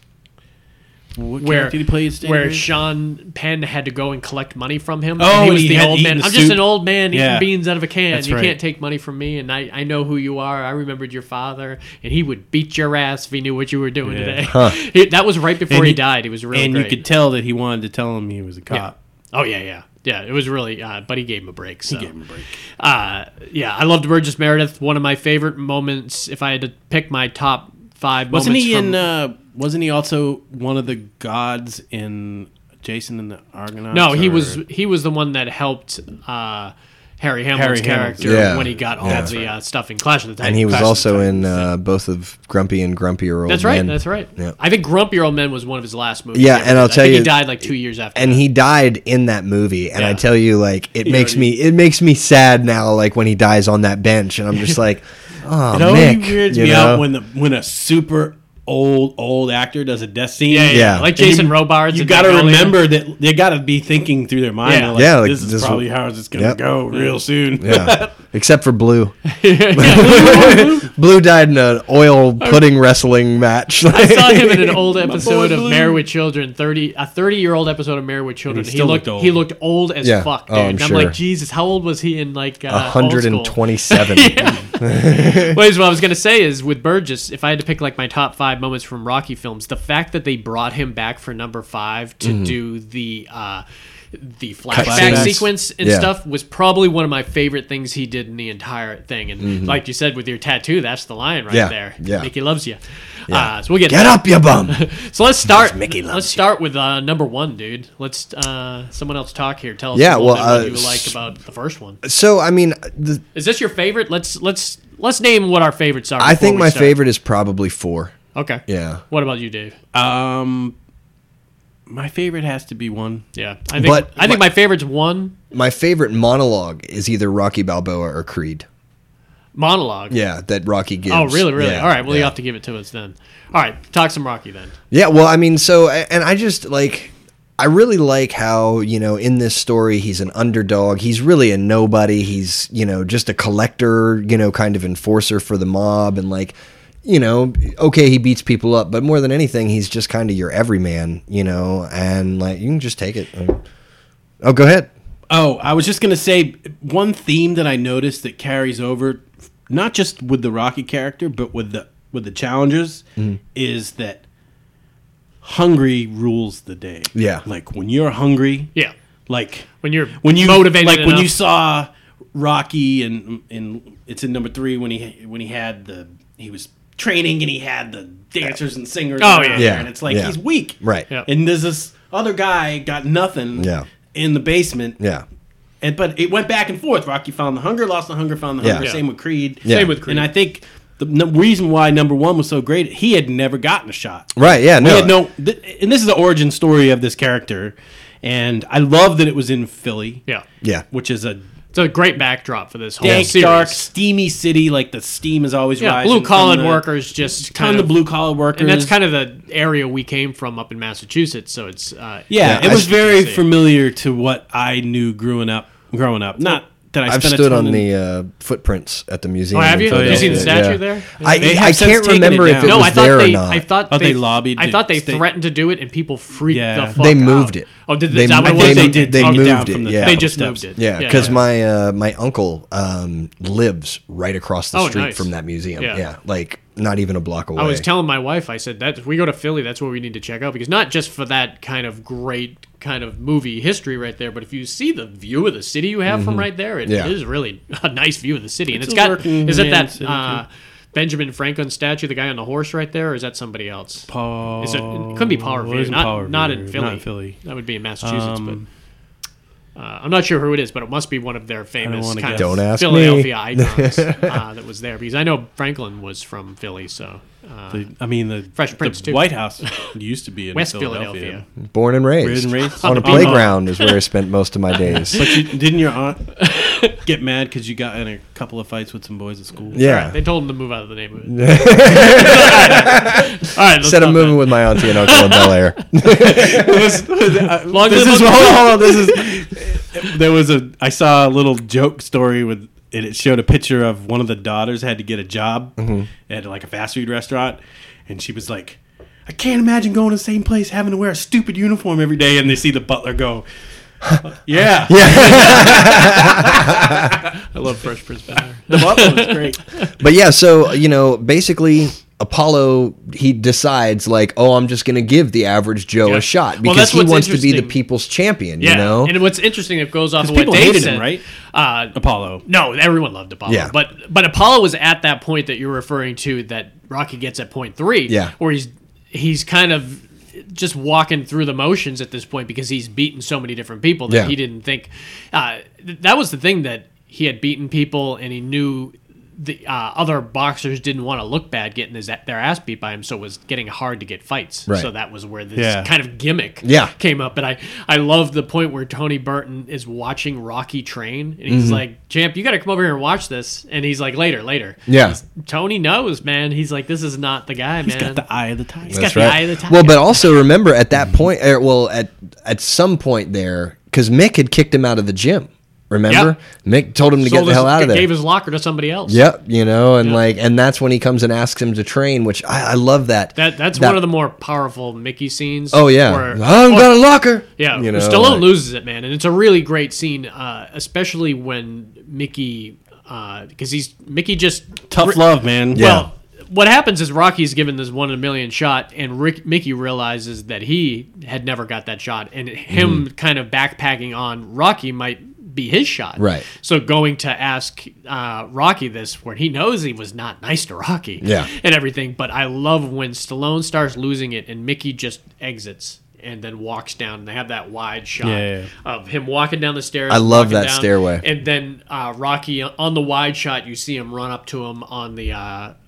What
where
character did he play? in State
where
Agents?
Sean Penn had to go and collect money from him.
Oh,
and he was
he
the
had
old
eaten
man.
the
I'm just
soup.
an old man
Yeah.
eating beans out of a can.
That's
you
right.
can't take money from me, and I, I know who you are. I remembered your father, and he would beat your ass if he knew what you were doing
Yeah.
today. He- that was right before
And
he,
you-
died. It was really
and
great.
you could tell that he wanted to tell him he was a cop.
Oh yeah, yeah, yeah. It was really, uh, but he gave him a break. So. He gave him a break. Uh, yeah, I loved Burgess Meredith. One of my favorite moments. If I had to pick my top five,
Wasn't
moments
he
from-
in? Uh, wasn't he also one of the gods in Jason and the Argonauts?
no, he
or-
was he was the one that helped uh, Harry Hamlin's
Harry Hamlin.
character
Yeah.
when he got all
Yeah.
the uh, stuff in Clash of the Titans.
And he was
Clash of
also
the Titans.
in uh, both of Grumpy and Grumpier Old
That's right.
Men.
That's right.
Yeah.
I think Grumpy Old Men was one of his last movies.
Yeah,
he ever
and I'll
did. I
tell
think
you-
he died like two years after.
and
that.
he died in that movie and i
Yeah.
tell you like it makes me it makes me sad now like when he dies on that bench and i'm just like oh
It only
Mick,
weirds
you
me
know?
out when the when a super old old actor does a death scene.
yeah, yeah, yeah.
Yeah.
like
And
Jason
you,
Robards.
You
and
got to
Magnolia.
remember that they got to be thinking through their mind.
Yeah.
They're like,
Yeah, like,
this is
this
probably
will-
how it's going to
Yep.
go real soon.
yeah except for blue blue died in an oil pudding wrestling match
I saw him in an old episode
boy
of
Blue.
Married with Children, thirty a thirty year old episode of Married with Children.
he
He,
still
looked
looked
he
old.
looked old as
Yeah.
fuck, dude.
Oh, I'm
and I'm
sure.
like, Jesus, how old was he in like uh, hundred and twenty?
127
Well, here's what I was gonna say is with Burgess, if I had to pick like my top five moments from Rocky films, the fact that they brought him back for number five to
Mm-hmm.
do the uh, the flashback
Cutscenes.
sequence and
Yeah.
stuff was probably one of my favorite things he did in the entire thing. And like you said, with your tattoo, that's the line right
Mm-hmm. Yeah.
there.
Yeah.
Mickey loves you. Uh, so we'll get
get up you bum
So let's start.
Mickey loves
let's start with uh, number one, dude. Let's uh, someone else talk here. Tell us a
Yeah,
little
well,
bit what
uh,
you like about the first one.
so i mean the,
Is this your favorite? Let's let's let's name what our favorites are.
i
before
think
we
my
start.
favorite is probably four
Okay.
yeah
What about you, Dave?
Um, my favorite has to be one.
Yeah, I think
But-
I think my favorite's one
my favorite monologue is either rocky balboa or creed
monologue.
yeah that rocky gives
Oh, really? Really?
Yeah,
All right. Well, you
yeah.
have to give it to us then. All right. Talk some Rocky then.
Yeah, well, I mean, so and I just like I really like how, you know, in this story he's an underdog. He's really a nobody. He's, you know, just a collector, you know, kind of enforcer for the mob and like you know, okay, he beats people up, but more than anything, he's just kind of your everyman, you know, and like you can just take it. Oh, go ahead.
Oh, I was just gonna say one theme that I noticed that carries over, not just with the Rocky character, but with the with the challengers,
Mm-hmm.
is that hungry rules the day.
Yeah.
like when you're hungry,
Yeah.
like
When you're
when you
motivated,
like when
enough-
you saw Rocky and and it's in number three when he when he had the he was training and he had the dancers and singers.
Oh,
around
yeah.
there,
Yeah,
and it's like
yeah.
he's weak,
Right.
Yeah.
And there's this other guy got nothing.
Yeah.
In the basement,
Yeah.
and but it went back and forth. Rocky found the hunger, lost the hunger, found the hunger.
Yeah.
Same with Creed.
Yeah. Same
with Creed.
And I think the n- reason why number one was so great, he had never gotten a shot.
Right, yeah,
We
no.
had no. Th- and this is the origin story of this character, and I love that it was in Philly.
yeah.
Yeah.
Which is a
It's a great backdrop for this whole
dank,
series.
dark, steamy city. Like the steam is always
yeah,
rising.
blue collar
from the-
workers just
Ton
kind
of
of
blue collar workers.
and that's kind of the area we came from up in Massachusetts. So it's uh,
yeah.
Yeah,
it
I
was
see-
very familiar to what I knew growing up. Growing up, not that I
I've
spent a
stood on
ton in-
the uh, footprints at the museum.
Oh, have
in
you? Have you seen the
Philadelphia,
statue
yeah.
there?
I,
They have
I
since
can't
taken it
remember if
down.
it
No,
was
I thought
there
they,
or not.
I thought
Oh, they lobbied
I
to
thought they
stay-
threatened to do it, and people freaked
Yeah.
the fuck.
They moved
out.
it.
Oh, did Oh,
They
is that what
moved-
it
I
was?
think
they
they did.
They
knock it down
moved
from
it,
the
yeah.
top
They just
steps.
moved it.
Yeah, because my uh, my uncle um, lives right across the
Oh,
street
nice.
from that museum.
Yeah.
Yeah. like not even a block away.
I was telling my wife, I said that if we go to Philly, that's where we need to check out because not just for that kind of great kind of movie history right there, but if you see the view of the city you have from right there, it is
Mm-hmm. Yeah.
really a nice view of the city, and
It's
it's
a
got
working
is it
man
that
city,
uh, Benjamin Franklin statue, the guy on the horse right there, or is that somebody else?
Paul.
Is it, it could be Power
Well,
View,
isn't
not,
Oh, Power
not
View,
in Philly.
Not in Philly.
That would be in Massachusetts,
Um,
but uh, I'm not sure who it is, but it must be one of their famous
wanna
kind
guess.
of
Don't ask me.
Philadelphia icons uh, that was there because I know Franklin was from Philly, so uh,
The- I mean, the
Fresh
the
Prince, too.
White House used to be in
West
Philadelphia.
Philadelphia.
born and raised,
Born and raised.
on a
On the-
playground is where I spent most of my days.
But you, didn't your aunt get mad because you got in a couple of fights with some boys at school?
yeah,
They told him to move out of the neighborhood. All right, All right let's
said I'm
stop
moving with my auntie and uncle in Bel Air.
that. Long
This
live
is
Uncle
hold on,
Phil.
hold on. This is there was a I saw a little joke story with and it showed a picture of one of the daughters had to get a job at like a fast food restaurant, and she was like, "I can't imagine going to the same place having to wear a stupid uniform every day." And they see the butler go, "Yeah,
I love Fresh Prince better.
the butler was great."
but yeah, so you know, basically Apollo he decides like, oh, I'm just gonna give the average Joe
Yeah.
a shot
Well,
because
that's
he
what's
wants to be the
interesting.
people's champion.
Yeah,
You know,
and what's interesting, it goes off of
'Cause
what
people
Dave
hated
said,
him, right?
Uh,
Apollo.
No, everyone loved Apollo.
Yeah.
But but Apollo was at that point that you're referring to that Rocky gets at point three.
Yeah.
Where he's he's kind of just walking through the motions at this point because he's beaten so many different people that
Yeah.
he didn't think. Uh, th- that was the thing that he had beaten people and he knew the uh, other boxers didn't want to look bad getting his their ass beat by him, so it was getting hard to get fights.
Right.
So that was where this
Yeah.
kind of gimmick
Yeah.
came up and I I love the point where Tony Burton is watching Rocky train and
Mm-hmm.
he's like, "Champ, you got to come over here and watch this." And he's like, "Later, later."
Yeah.
He's- Tony knows, man. He's like, "This is not the guy,
He's
man."
got the eye of the tiger.
got
That's
the
right.
eye of the
Well,
tiger.
but also remember at that point, er, well, at at some point there, because Mick had kicked him out of the gym. Remember, Mick told him to get
Sold
the hell
his-
out of there.
Gave his locker to somebody else.
yep, you know, and like, and that's when he comes and asks him to train, which I, I love that.
That that's
That-
one of the more powerful Mickey scenes.
Oh yeah,
where-
I don't got a locker.
Yeah,
you know,
Stallone
like-
loses it, man, and it's a really great scene, uh, especially when Mickey, because he's Mickey just
Tough love, man.
Well, what happens is Rocky's given this one in a million shot, and Rick, Mickey realizes that he had never got that shot, and him
Mm-hmm.
kind of backpacking on Rocky might be his shot.
Right.
So going to ask uh, Rocky this, where he knows he was not nice to Rocky.
Yeah.
And everything, but I love when Stallone starts losing it, and Mickey just exits. And then walks down, and they have that wide shot
Yeah, yeah, yeah.
of him walking down the stairs.
I love
walking
that stairway.
and then uh, Rocky on the wide shot, you see him run up to him on the uh,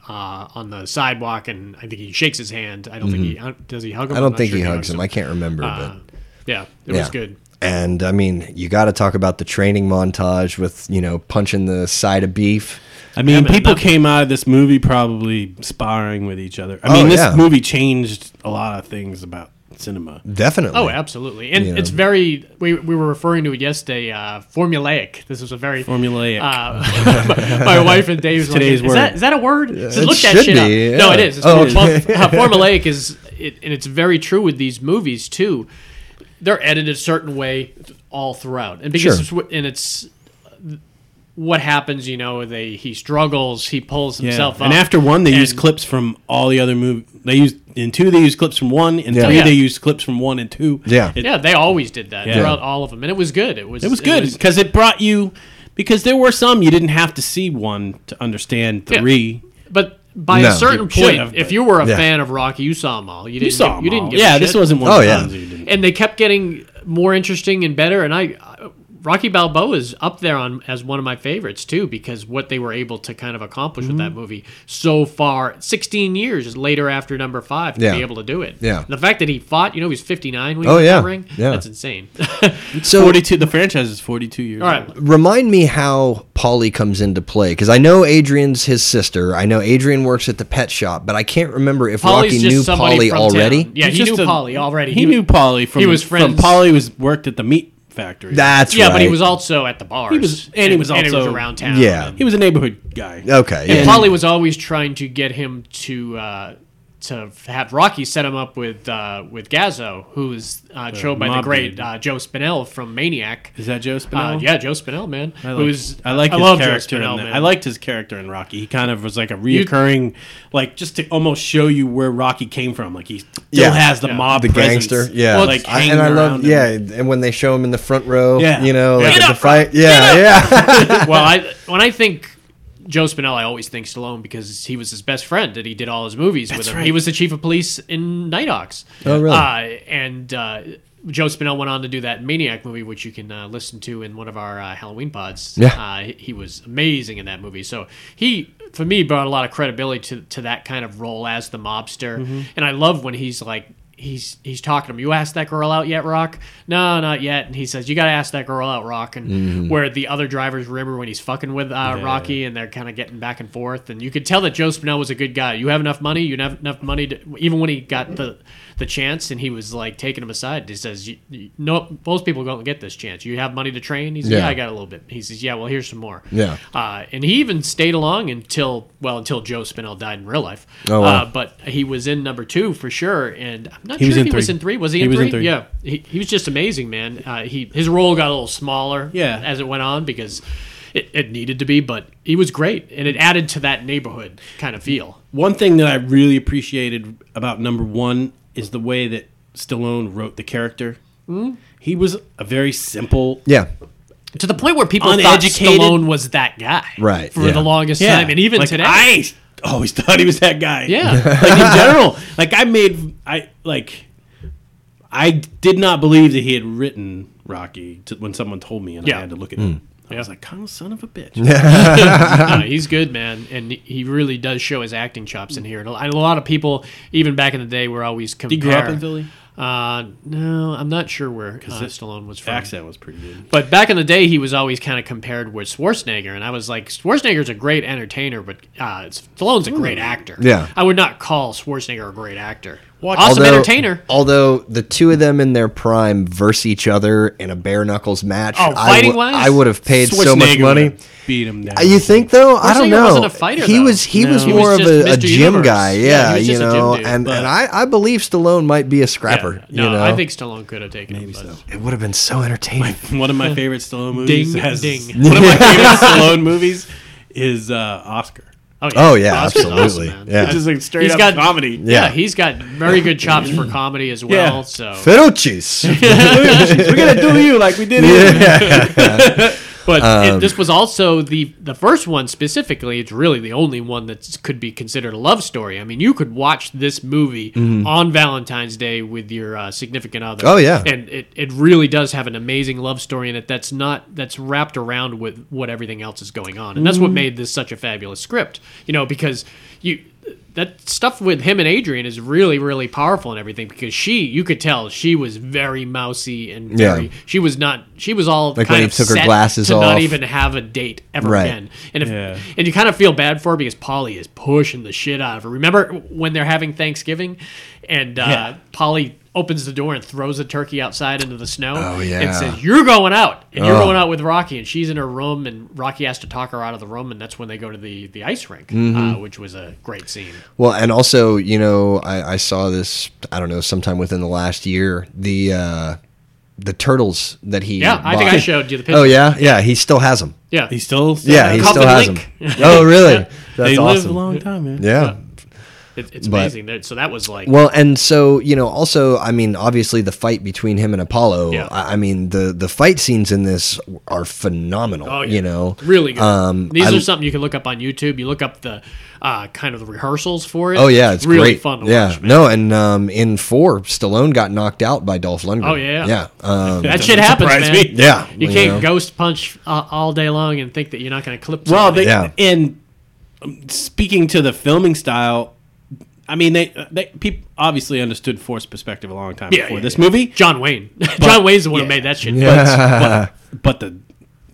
uh, on the sidewalk, and I think he shakes his hand. I don't think he does. He hug him.
Mm-hmm. I
I'm
don't
not
think
sure
he
if
hugs him. I can't remember,
Uh,
but
yeah, it
yeah.
was good.
And I mean, you got to talk about the training montage with you know punching the side of beef.
I mean,
but
people
enough.
came out of this movie probably sparring with each other. I mean, this
Oh, yeah.
movie changed a lot of things about cinema.
Definitely.
Oh, absolutely, and
Yeah.
it's very. We, we were referring to it yesterday. Uh, formulaic. This was a very
Formulaic.
Uh, my, my wife and Dave's like,
today's
is That,
word.
is that a word? Says,
it
Look that
should
shit up.
be,
No,
yeah.
it is. It's
Oh,
form- well, uh, formulaic is, it, and it's very true with these movies too. They're edited a certain way all throughout, and because
Sure.
it's wh- and it's what happens. You know, they he struggles, he pulls himself up,
And after one, they
and-
used clips from all the other movies. They used in two, they used clips from one. In
Yeah.
three,
Yeah.
they used clips from one and two.
Yeah.
it,
Yeah, they always did that
Yeah.
throughout all of them, and it was good. It was
it was good because it brought you. Because there were some you didn't have to see one to understand
Yeah.
three.
But by
No.
a certain
You should
point,
have,
if
but-
you were a
Yeah.
fan of Rocky, you saw them all. You didn't.
You saw
give-
them
You didn't.
all.
Give
yeah,
a
this
shit.
wasn't one
Oh,
of the
yeah.
times that you didn't.
and they kept getting more interesting and better. And I, Rocky Balboa is up there on as one of my favorites too because what they were able to kind of accomplish with
Mm-hmm.
that movie so far, 16 years later after number five, to
Yeah.
be able to do it.
Yeah.
the fact that he fought, you know, he was 59 when he
Oh,
was in
yeah.
that ring.
Yeah.
that's insane.
So
Forty-two. The franchise is forty-two years.
All right,
remind me how Polly comes into play because I know Adrian's his sister. I know Adrian works at the pet shop, but I can't remember if
Polly's
Rocky
just
knew
somebody
Polly
from
already.
town. Yeah,
He's
he
just
knew
a-
Polly already.
He knew Polly from.
he was
From
friends-
Polly was worked at the meat factory.
That's
Yeah,
right.
but he was also at the bars.
He was- and he was also-
around town.
Yeah.
He was a neighborhood guy.
okay.
And
Yeah.
Polly was always trying to get him to uh, to have Rocky set him up with uh, with Gazzo, who was uh, showed by the
mob
great
dude.
uh, Joe Spinell from Maniac.
Is that Joe Spinell?
Uh, yeah, Joe Spinell, man.
I like,
Who's
I like his
love Joe
character.
Spinell,
in that.
man.
I liked his character in Rocky. He kind of was like a reoccurring, like just to almost show you where Rocky came from. Like he still
Yeah.
has the mob,
the
presence.
gangster. Yeah,
Well, like
I-
hanging
and I love.
around
Yeah,
him.
and when they show him in the front row,
Yeah.
you know,
Yeah.
like
Get
at the
up,
fight. Yeah, yeah.
well, I when I think Joe Spinell, I always think Stallone because he was his best friend and he did all his movies with him.
right.
He was the chief of police in Night Ox.
Oh, really?
Uh, and uh, Joe Spinell went on to do that Maniac movie, which you can uh, listen to in one of our uh, Halloween pods.
Yeah.
Uh, he- he was amazing in that movie. So he, for me, brought a lot of credibility to, to that kind of role as the mobster. And I love when he's like, he's he's talking to him. You asked that girl out yet, Rock? No, not yet. And he says, you got to ask that girl out, Rock. And where the other drivers remember when he's fucking with uh, Rocky and they're kind of getting back and forth. And you could tell that Joe Spinell was a good guy. You have enough money. You have enough money to, even when he got the the chance and he was like taking him aside. He says, "You- you- "No, most people don't get this chance. You have money to train." He's yeah.
Yeah.
"Yeah, I got a little bit." He says, "Yeah, well, here's some more."
Yeah.
Uh, and he even stayed along until well until Joe Spinell died in real life.
Oh, wow.
uh, but he was in number two for sure, and I'm not
He
sure
was
if
in
he was
three.
in three. Was he,
He
in,
was
three?
in three.
Yeah, he, he was just amazing, man. Uh, he his role got a little smaller
Yeah.
as it went on because it, it needed to be, but he was great, and it added to that neighborhood kind of feel.
One thing that I really appreciated about number one is the way that Stallone wrote the character.
Hmm?
He was a very simple
yeah.
to the point where people
Uneducated.
thought Stallone was that guy,
Right,
For
yeah.
the longest time, and even
Like,
today,
I always thought he was that guy.
Yeah.
like in general, like I made, I like, I did not believe that he had written Rocky to, when someone told me, and I
Yeah.
had to look at
Hmm.
it. I was like, "Oh, son of a bitch!"
No, he's good, man, and he really does show his acting chops in here. And a and a lot of people, even back in the day, were always
He
comparing.
grew up in Philly.
Uh, no, I'm not sure where uh,
that-
Stallone was from.
Accent was pretty good.
But back in the day, he was always kind of compared with Schwarzenegger, and I was like, Schwarzenegger's a great entertainer, but uh, Stallone's a great actor.
Yeah.
I would not call Schwarzenegger a great actor.
Watch-
awesome
Although-
entertainer.
Although the two of them in their prime verse each other in a bare knuckles match,
Oh,
I
fighting
wou-
wise?
I would have paid so much
Schwarzenegger
money.
would've Beat him down.
Uh, You think though? I
Schwarzenegger
don't know.
wasn't a fighter,
he
though.
was he was
No. He
more
was
of
just
a, a
Mr.
gym
Universe.
guy,
Yeah, he
yeah,
was
you
just a gym
know.
dude,
and
but-
and I, I believe Stallone might be a
Yeah.
scrapper.
No,
you know?
I think Stallone could have taken him. but-
it would have been so entertaining.
One of my favorite Stallone movies
Ding,
has
ding.
one of my favorite Stallone movies is uh, Oscar.
Oh yeah,
Oh, yeah,
Oscar's awesome,
absolutely.
man.
Yeah.
Just like straight
He's
up
got-
comedy.
Yeah.
Yeah.
he's got very good chops for comedy as well.
Yeah.
So,
Ferrucci's.
We're gonna do you like we did. him.
but
Um,
it, this was also the the first one specifically. It's really the only one that could be considered a love story. I mean, you could watch this movie on Valentine's Day with your uh, significant other.
Mm-hmm. Oh, yeah.
and it, it really does have an amazing love story in it. That's not that's wrapped around with what everything else is going on, and that's
Mm-hmm.
what made this such a fabulous script. You know, because you that stuff with him and Adrian is really really powerful and everything because she you could tell she was very mousy and
Yeah.
very she was not she was all
Like
kind
when
of
he took her
set
glasses
to
off.
not even have a date ever
Right.
again. And if,
Yeah.
and you kind of feel bad for her because Polly is pushing the shit out of her. Remember when they're having Thanksgiving and uh,
Yeah.
Polly opens the door and throws the turkey outside into the snow
Oh, yeah.
and says, You're going out. And you're
Oh.
going out with Rocky. And she's in her room, and Rocky has to talk her out of the room. And that's when they go to the, the ice rink,
Mm-hmm.
uh, which was a great scene.
Well, and also, you know, I, I saw this. I don't know, sometime within the last year, the uh, the turtles that he.
Yeah, I think I
bought.
showed you the picture.
Oh yeah, yeah. He still has them.
Yeah.
He still,
Yeah, he
Cup
still
and
has
Link.
them. Oh really? That's
they
awesome.
live a long time, man.
yeah.
It, it's
But-
amazing. That, so that was like
Well, and so you know, also, I mean, obviously, the fight between him and Apollo.
Yeah.
I, I mean, the the fight scenes in this are phenomenal.
Oh, yeah.
You know,
really good.
Um,
These
I-
are something you can look up on YouTube. You look up the uh, kind of the rehearsals for it.
Oh yeah, it's
really
great.
fun to
yeah,
watch. man.
no, and um, in four, Stallone got knocked out by Dolph Lundgren.
Oh, yeah.
yeah, um,
That shit happens,
surprise
man.
me.
yeah.
You can't
know.
ghost punch uh, all day long and think that you're not going to clip.
Well,
somebody.
they,
Yeah.
and um, speaking to the filming style, I mean they uh, they people obviously understood Force perspective a long time
Yeah,
before
yeah,
this
yeah.
movie,
John Wayne. John Wayne's the one
yeah.
who made that shit.
Yeah.
but the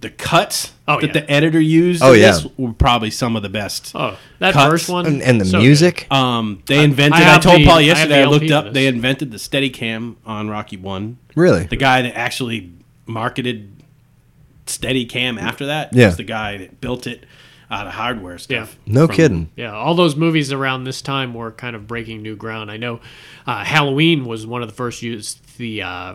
the cuts
Oh,
that
yeah.
the editor used,
Oh,
in
yeah.
this were probably some of the best.
Oh, that
Cuts
first one
and, and the
so good. Uh,
music.
Um, they invented. I,
have
told
the- I
Paul
have the
yesterday. I,
LP
looked
for
up.
this.
They invented the Steadicam on Rocky One.
Really?
The guy that actually marketed Steadicam
Mm.
after that
Yeah.
was the guy that built it out of hardware stuff.
Yeah.
No kidding.
Yeah, all those movies around this time were kind of breaking new ground. I know uh, Halloween was one of the first used the. Uh,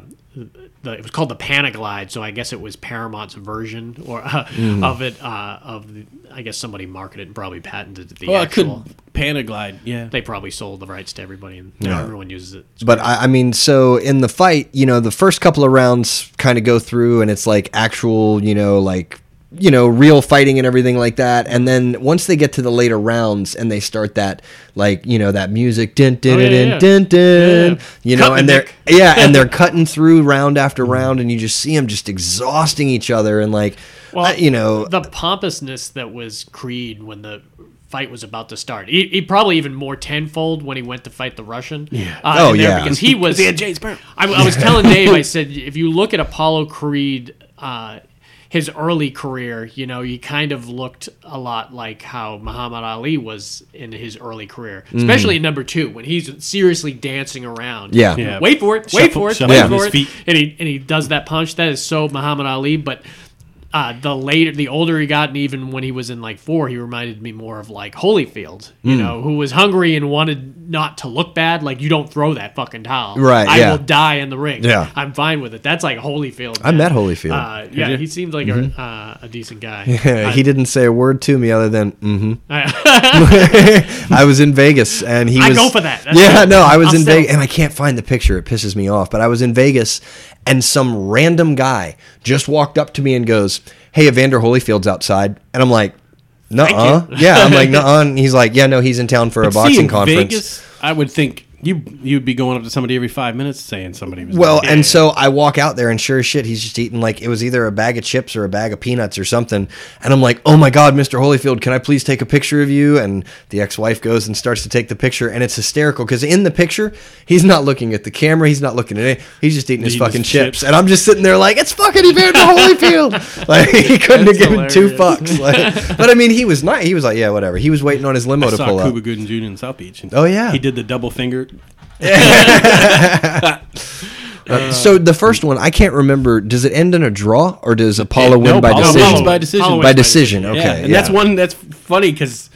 the, it was called the Panaglide, so I guess it was Paramount's version or uh, of it. Uh, of the, I guess somebody marketed and probably patented the
Well,
actual.
I could Panaglide. Yeah.
They probably sold the rights to everybody, and now everyone uses it. It's
But I, I mean, so in the fight, you know, the first couple of rounds kind of go through, and it's like actual, you know, like you know, real fighting and everything like that. And then once they get to the later rounds, and they start that, like you know, that music, din din
Oh, yeah,
din
yeah.
din din,
Yeah.
you know,
Cut the
and they're
dick.
yeah, and they're cutting through round after round, and you just see them just exhausting each other, and like,
Well,
I- you know,
the pompousness that was Creed when the fight was about to start. He, he probably even more tenfold when he went to fight the Russian. Yeah. Uh,
Oh,
in there
yeah.
Because he was.
They had Jay's burn.
I, I was telling Dave, I said, if you look at Apollo Creed, uh, his early career, you know, he kind of looked a lot like how Muhammad Ali was in his early career,
Mm.
especially in number two when he's seriously dancing around.
Yeah.
Yeah.
Wait for it. Wait
Shuffle-
for it.
shuffling
Wait
his
for it.
feet.
And he and he does that punch. That is so Muhammad Ali. But uh, the later, the older he got, and even when he was in like four, he reminded me more of like Holyfield,
Mm.
you know, who was hungry and wanted not to look bad. Like you don't throw that fucking towel.
Right,
I
yeah.
will die in the ring.
Yeah.
I'm fine with it. That's like Holyfield.
I
man.
met Holyfield.
Uh, yeah, he seemed like
Mm-hmm.
a, uh, a decent guy.
he didn't say a word to me other than mm-hmm.
I-
I was in Vegas and he
I
was
go for that. That's
yeah,
it.
no, I was
I'll
in
settle.
Vegas and I can't find the picture. It pisses me off. But I was in Vegas and some random guy just walked up to me and goes, "Hey, Evander Holyfield's outside," and I'm like, "No, uh, yeah." I'm like, "No," and he's like, "Yeah, no, he's in town for a
See,
boxing
in
conference."
Vegas, I would think you you'd be going up to somebody every five minutes saying somebody was
Well, and so I walk out there, and sure as shit, he's just eating like it was either a bag of chips or a bag of peanuts or something. And I'm like, oh my God, Mr. Holyfield, can I please take a picture of you? And the ex wife goes and starts to take the picture, and it's hysterical because in the picture, he's not looking at the camera, he's not looking at it, he's just eating his
Eating his
fucking
chips.
chips. And I'm just sitting there like, it's fucking Evander Holyfield. Like, he couldn't have given two fucks. Like, but I mean, he was not, he was like, yeah, whatever. He was waiting on his limo
I
to
saw
pull
Cuba
up.
Gooden Jr. in South Beach. and
Oh, yeah.
he did the double finger.
Uh, so the first
Uh,
one, I can't remember. Does it end in a draw or does Apollo win
No,
by
Apollo
decision?
wins by decision.
Apollo wins
by decision. Okay,
yeah, and that's one that's funny because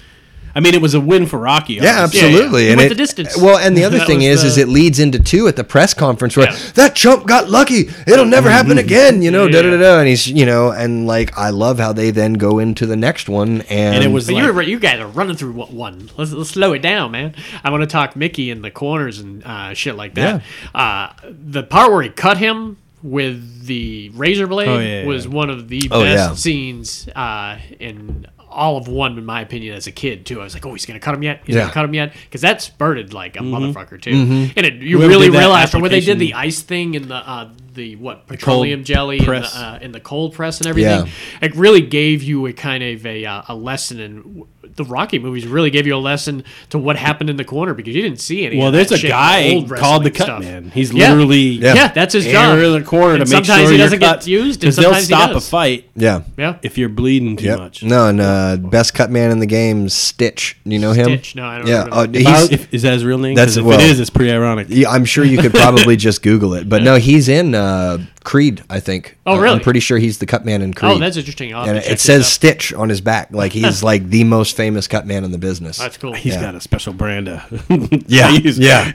I mean it was a win for Rocky.
Yeah,
obviously.
absolutely.
He
And
went the
it-
distance.
Well, and the other
That
thing
was
is, is
the-
it leads into two at the press conference where
Yeah. Mm-hmm.
that chump got lucky. It'll never happen again. You know,
Yeah.
da da da da. And he's, you know, and like I love how they then go into the next one and,
And it was
But
like,
you were, you guys are running through what one. Let's, let's slow it down, man. I want to talk Mickey in the corners and uh, shit like that. Uh, the part where he cut him with the razor blade
Oh, yeah, yeah,
was
yeah.
one of the
Oh,
best
yeah.
scenes uh, in all of one, in my opinion, as a kid too. I was like, oh, he's gonna cut him yet? He's
Yeah.
gonna cut him yet? Because that spurted like a motherfucker too. And it, you
Mm-hmm. Whoever
really
did that
realized when they
application-
did the ice thing and the uh, the what petroleum jelly
press.
and the, uh, in the cold press and everything. It really gave you a kind of a, uh, a lesson, and the Rocky movies really gave you a lesson to what happened in the corner because you didn't see any.
well,
of
there's
that
a
shit in
guy
old
called the
wrestling
cut
stuff.
man. He's
Yeah.
literally
yeah. that's his job.
in the corner to
And
make
sometimes
sure
he
you're
doesn't
cut,
get used, and
'cause they'll
sometimes he
stop a
does.
fight
yeah.
Yeah,
if you're bleeding too
Yep.
much.
No, and uh, best cut man in the game, Stitch. You know him?
Stitch? No, I don't
Yeah,
remember.
uh, he's-
Bow- if- is that his real name? 'Cause
That's-
if
well-
it is, it's pretty ironic.
Yeah, I'm sure you could probably just Google it, but no, he's in uh, Creed. I think.
Oh,
Uh, I'm
really?
pretty sure he's the cut man in Creed.
Oh, that's interesting. I'll have
And
to
it,
check
it
this
says
out.
Stitch on his back, like he's like the most famous cut man in the business.
that's cool.
He's
Yeah.
got a special brand of
Yeah,
they use
yeah.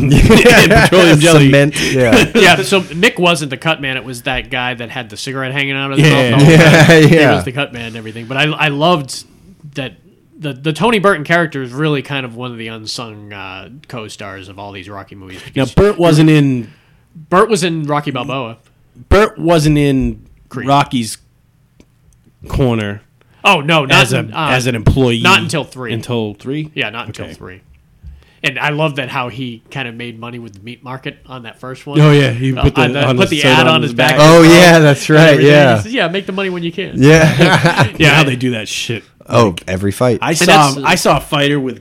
and, and petroleum jelly.
Cement, yeah.
yeah, so Mick wasn't the cut man. It was that guy that had the cigarette hanging out of his
Yeah.
mouth. the whole time.
Yeah,
He
yeah.
was the cut man and everything. But I, I loved that the the Tony Burton character is really kind of one of the unsung uh, co-stars of all these Rocky movies.
Now
because
Bert wasn't in
Burt was in Rocky Balboa.
Bert wasn't in Rocky's corner
Oh no, not
as a
in, uh,
as an employee.
not until three.
Until three.
yeah, not until
Okay.
three. And I love that how he kind of made money with the meat market on that first one.
Oh, yeah, he put the-
I- I
on
put
the
the
soda
ad on his back.
Oh yeah, that's right.
Everything. He
Yeah.
says, yeah, make the money when you can.
Yeah.
Yeah, Oh, how they do that shit.
oh, every fight.
I
that's-
saw I saw a fighter with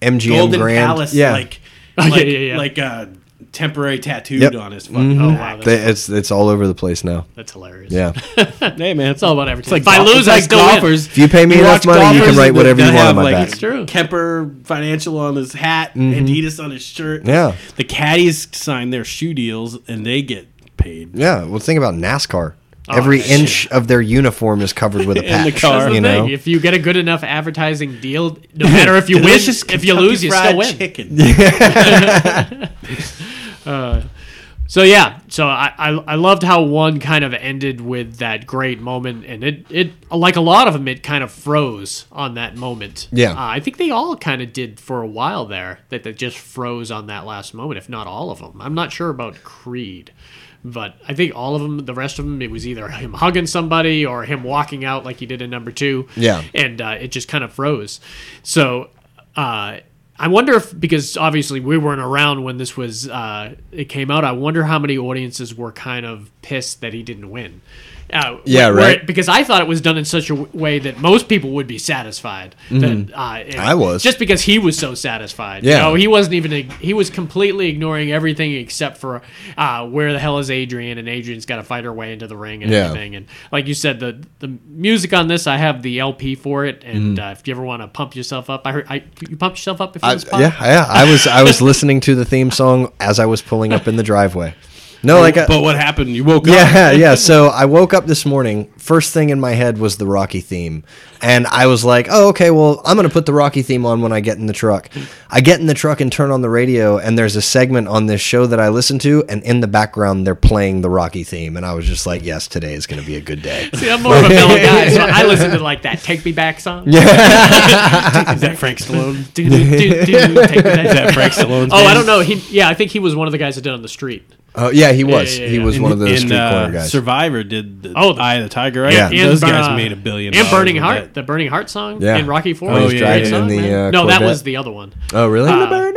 MGM
Golden
Grand.
Palace
yeah.
like
Oh, yeah,
like
yeah, yeah.
like uh, temporary tattooed
Yep. Mm-hmm.
on his fucking
Oh wow,
back.
that's,
They- it's it's all over the place now.
that's hilarious.
Yeah.
Hey man,
it's all about everything.
like
if I
golf-
lose,
it's
I
like
still win.
golfers.
If you pay me enough
watch
money, you
golfers
can write
that-
whatever
that
you want
have,
on my
like,
back. Mm-hmm.
It's true.
Kemper Financial on his hat, Adidas on his shirt.
Yeah.
the caddies sign their shoe deals and they get paid.
Yeah. Well, think about NASCAR. every
Oh, shit.
inch of their uniform is covered with a
In the
patch.
car.
That's the
you know.
thing. If you get a good enough advertising deal, no matter if you win,
Delicious
if you
Kentucky
lose, you
Fried
still win.
Chicken.
So yeah, so I, I I loved how one kind of ended with that great moment, and it it like a lot of them, it kind of froze on that moment.
Yeah.
uh, I think they all kind of did for a while there that they just froze on that last moment, if not all of them. I'm not sure about Creed, but I think all of them, the rest of them, it was either him hugging somebody or him walking out like he did in number two.
Yeah.
and uh, it just kind of froze. So. Uh, I wonder if because obviously we weren't around when this was uh, it came out. I wonder how many audiences were kind of pissed that he didn't win. Uh,
Yeah,
where- where
right.
it- because I thought it was done in such a w- way that most people would be satisfied. That, uh, and
Mm-hmm. I was.
just because he was so satisfied.
Yeah.
you know, he wasn't even ig- he was completely ignoring everything except for uh, where the hell is Adrian and Adrian's got to fight her way into the ring and
Yeah.
everything. And like you said, the the music on this, I have the LP for it. And uh, if you ever want to pump yourself up, I heard I you pumped yourself up before
Mm. I,
this pod?
yeah, yeah. I was I was listening to the theme song as I was pulling up in the driveway. No, like uh, I,
but what happened? You woke up.
yeah, yeah. So I woke up this morning. First thing in my head was the Rocky theme, and I was like, "Oh, okay. Well, I'm gonna put the Rocky theme on when I get in the truck." I get in the truck and turn on the radio, and there's a segment on this show that I listen to, and in the background they're playing the Rocky theme, and I was just like, "Yes, today is gonna be a good day."
See, I'm more of a mellow guy, so I listen to like that "Take Me Back" song. Yeah,
Is that Frank Stallone?
do, do, do, do, take me back.
Is that Frank Stallone's
Oh,
name?
I don't know. He, yeah, I think he was one of the guys that did on the street.
Oh yeah, he was.
yeah,
He
yeah.
was one of those
And,
street
uh,
corner guys.
Survivor did the
Oh, the-
Eye of the Tiger, right?
Yeah.
Those
And,
guys
uh,
made a billion.
And
dollars
Burning
with
Heart,
that.
the Burning Heart song
Yeah.
in Rocky Four.
When he's
Oh, yeah,
driving
yeah.
in the,
man.
uh,
no, that
Corvette.
was the other one.
Oh really?
uh,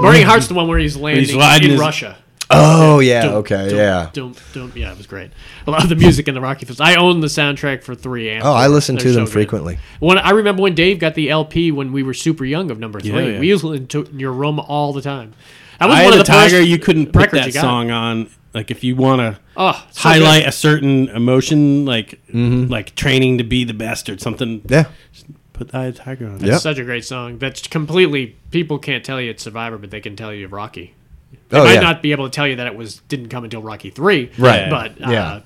Burning Heart's the one where he's landing
riding
in
his-
Russia.
oh yeah.
Don't-
Okay.
don't-
yeah.
Don't don't. Yeah, it was great. I love the music in the Rocky films. I own the soundtrack for three. And
Oh, I listen
They're
to them
so good.
frequently.
When I remember when Dave got the LP when we were super young of number three,
yeah.
we used to listen to it in your room all the time. That
Eye of the,
first
Tiger, you couldn't put
records
that
you got.
song on. Like if you want to
Oh, so
highlight a certain emotion, like like training to be the best or something,
Mm-hmm. Yeah.
put Eye of the Tiger on.
It's
Yep.
such a great song. That's completely people can't tell you it's Survivor, but they can tell you Rocky. They
Oh
might
yeah.
not be able to tell you that it was didn't come until Rocky three,
Right.
But uh,
Yeah.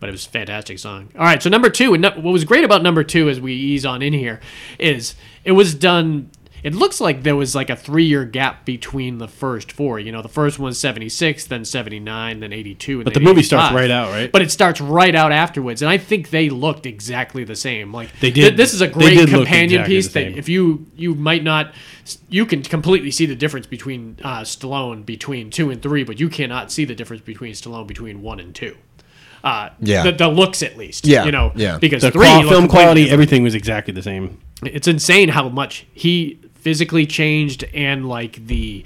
but it was a fantastic song. All right, so number two, and no- what was great about number two as we ease on in here is it was done. It looks like there was like a three year gap between the first four. You know, the first one's seventy six, then seventy nine, then eighty two. But
the movie starts right out, right?
But it starts right out afterwards, and I think they looked exactly the same. Like
They
th-
did-
this is a
they
great
did look
companion
exactly
piece
the
that
same.
if you you might not you can completely see the difference between uh, Stallone between two and three, but you cannot see the difference between Stallone between one and two. Uh,
Yeah.
the, the looks at least.
Yeah,
you know,
yeah.
because
The
three
qual-
looked
film
completely
quality,
different.
everything was exactly the same.
It's insane how much he physically changed and like the.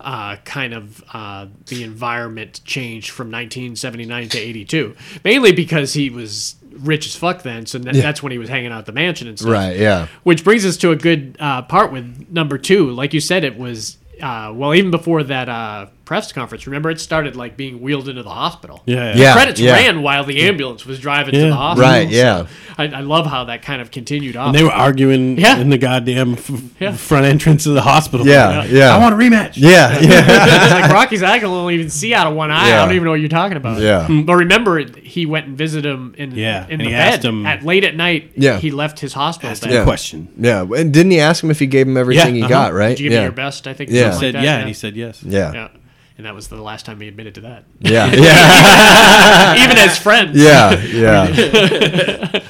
Uh, kind of uh, the environment changed from 1979 to 82, mainly because he was rich as fuck then, so that- that's when he was hanging out at the mansion and stuff.
Right. Yeah.
Which brings us to a good uh, part with number two. Like you said, it was uh, well even before that uh, press conference. Remember, it started like being wheeled into the hospital.
Yeah,
Yeah.
Credits ran while the ambulance was driving to
Yeah.
the hospital.
Right. Yeah.
I, I love how that kind of continued on.
And they were arguing
Yeah.
in the goddamn f-
Yeah.
front entrance of the hospital.
Yeah, yeah.
I want a rematch.
Yeah. Yeah.
like Rocky's eye can only even see out of one eye. I
Yeah.
don't even know what you're talking about.
Yeah.
But remember, he went and visited him in
Hmm. Yeah,
in
and
the
he
bed
asked him-
at late at night.
Yeah.
He left his hospital
Asked
bed.
him a
Yeah.
question.
Yeah, and didn't he ask him if he gave him everything he
uh-huh.
got? Right?
Did you give
yeah.
me your best? I think.
Yeah.
something
He said
like that,
yeah, and he said yes.
Yeah. Yeah.
Yeah. And that was the last time he admitted to that.
Yeah. Yeah.
Even as friends.
Yeah. Yeah.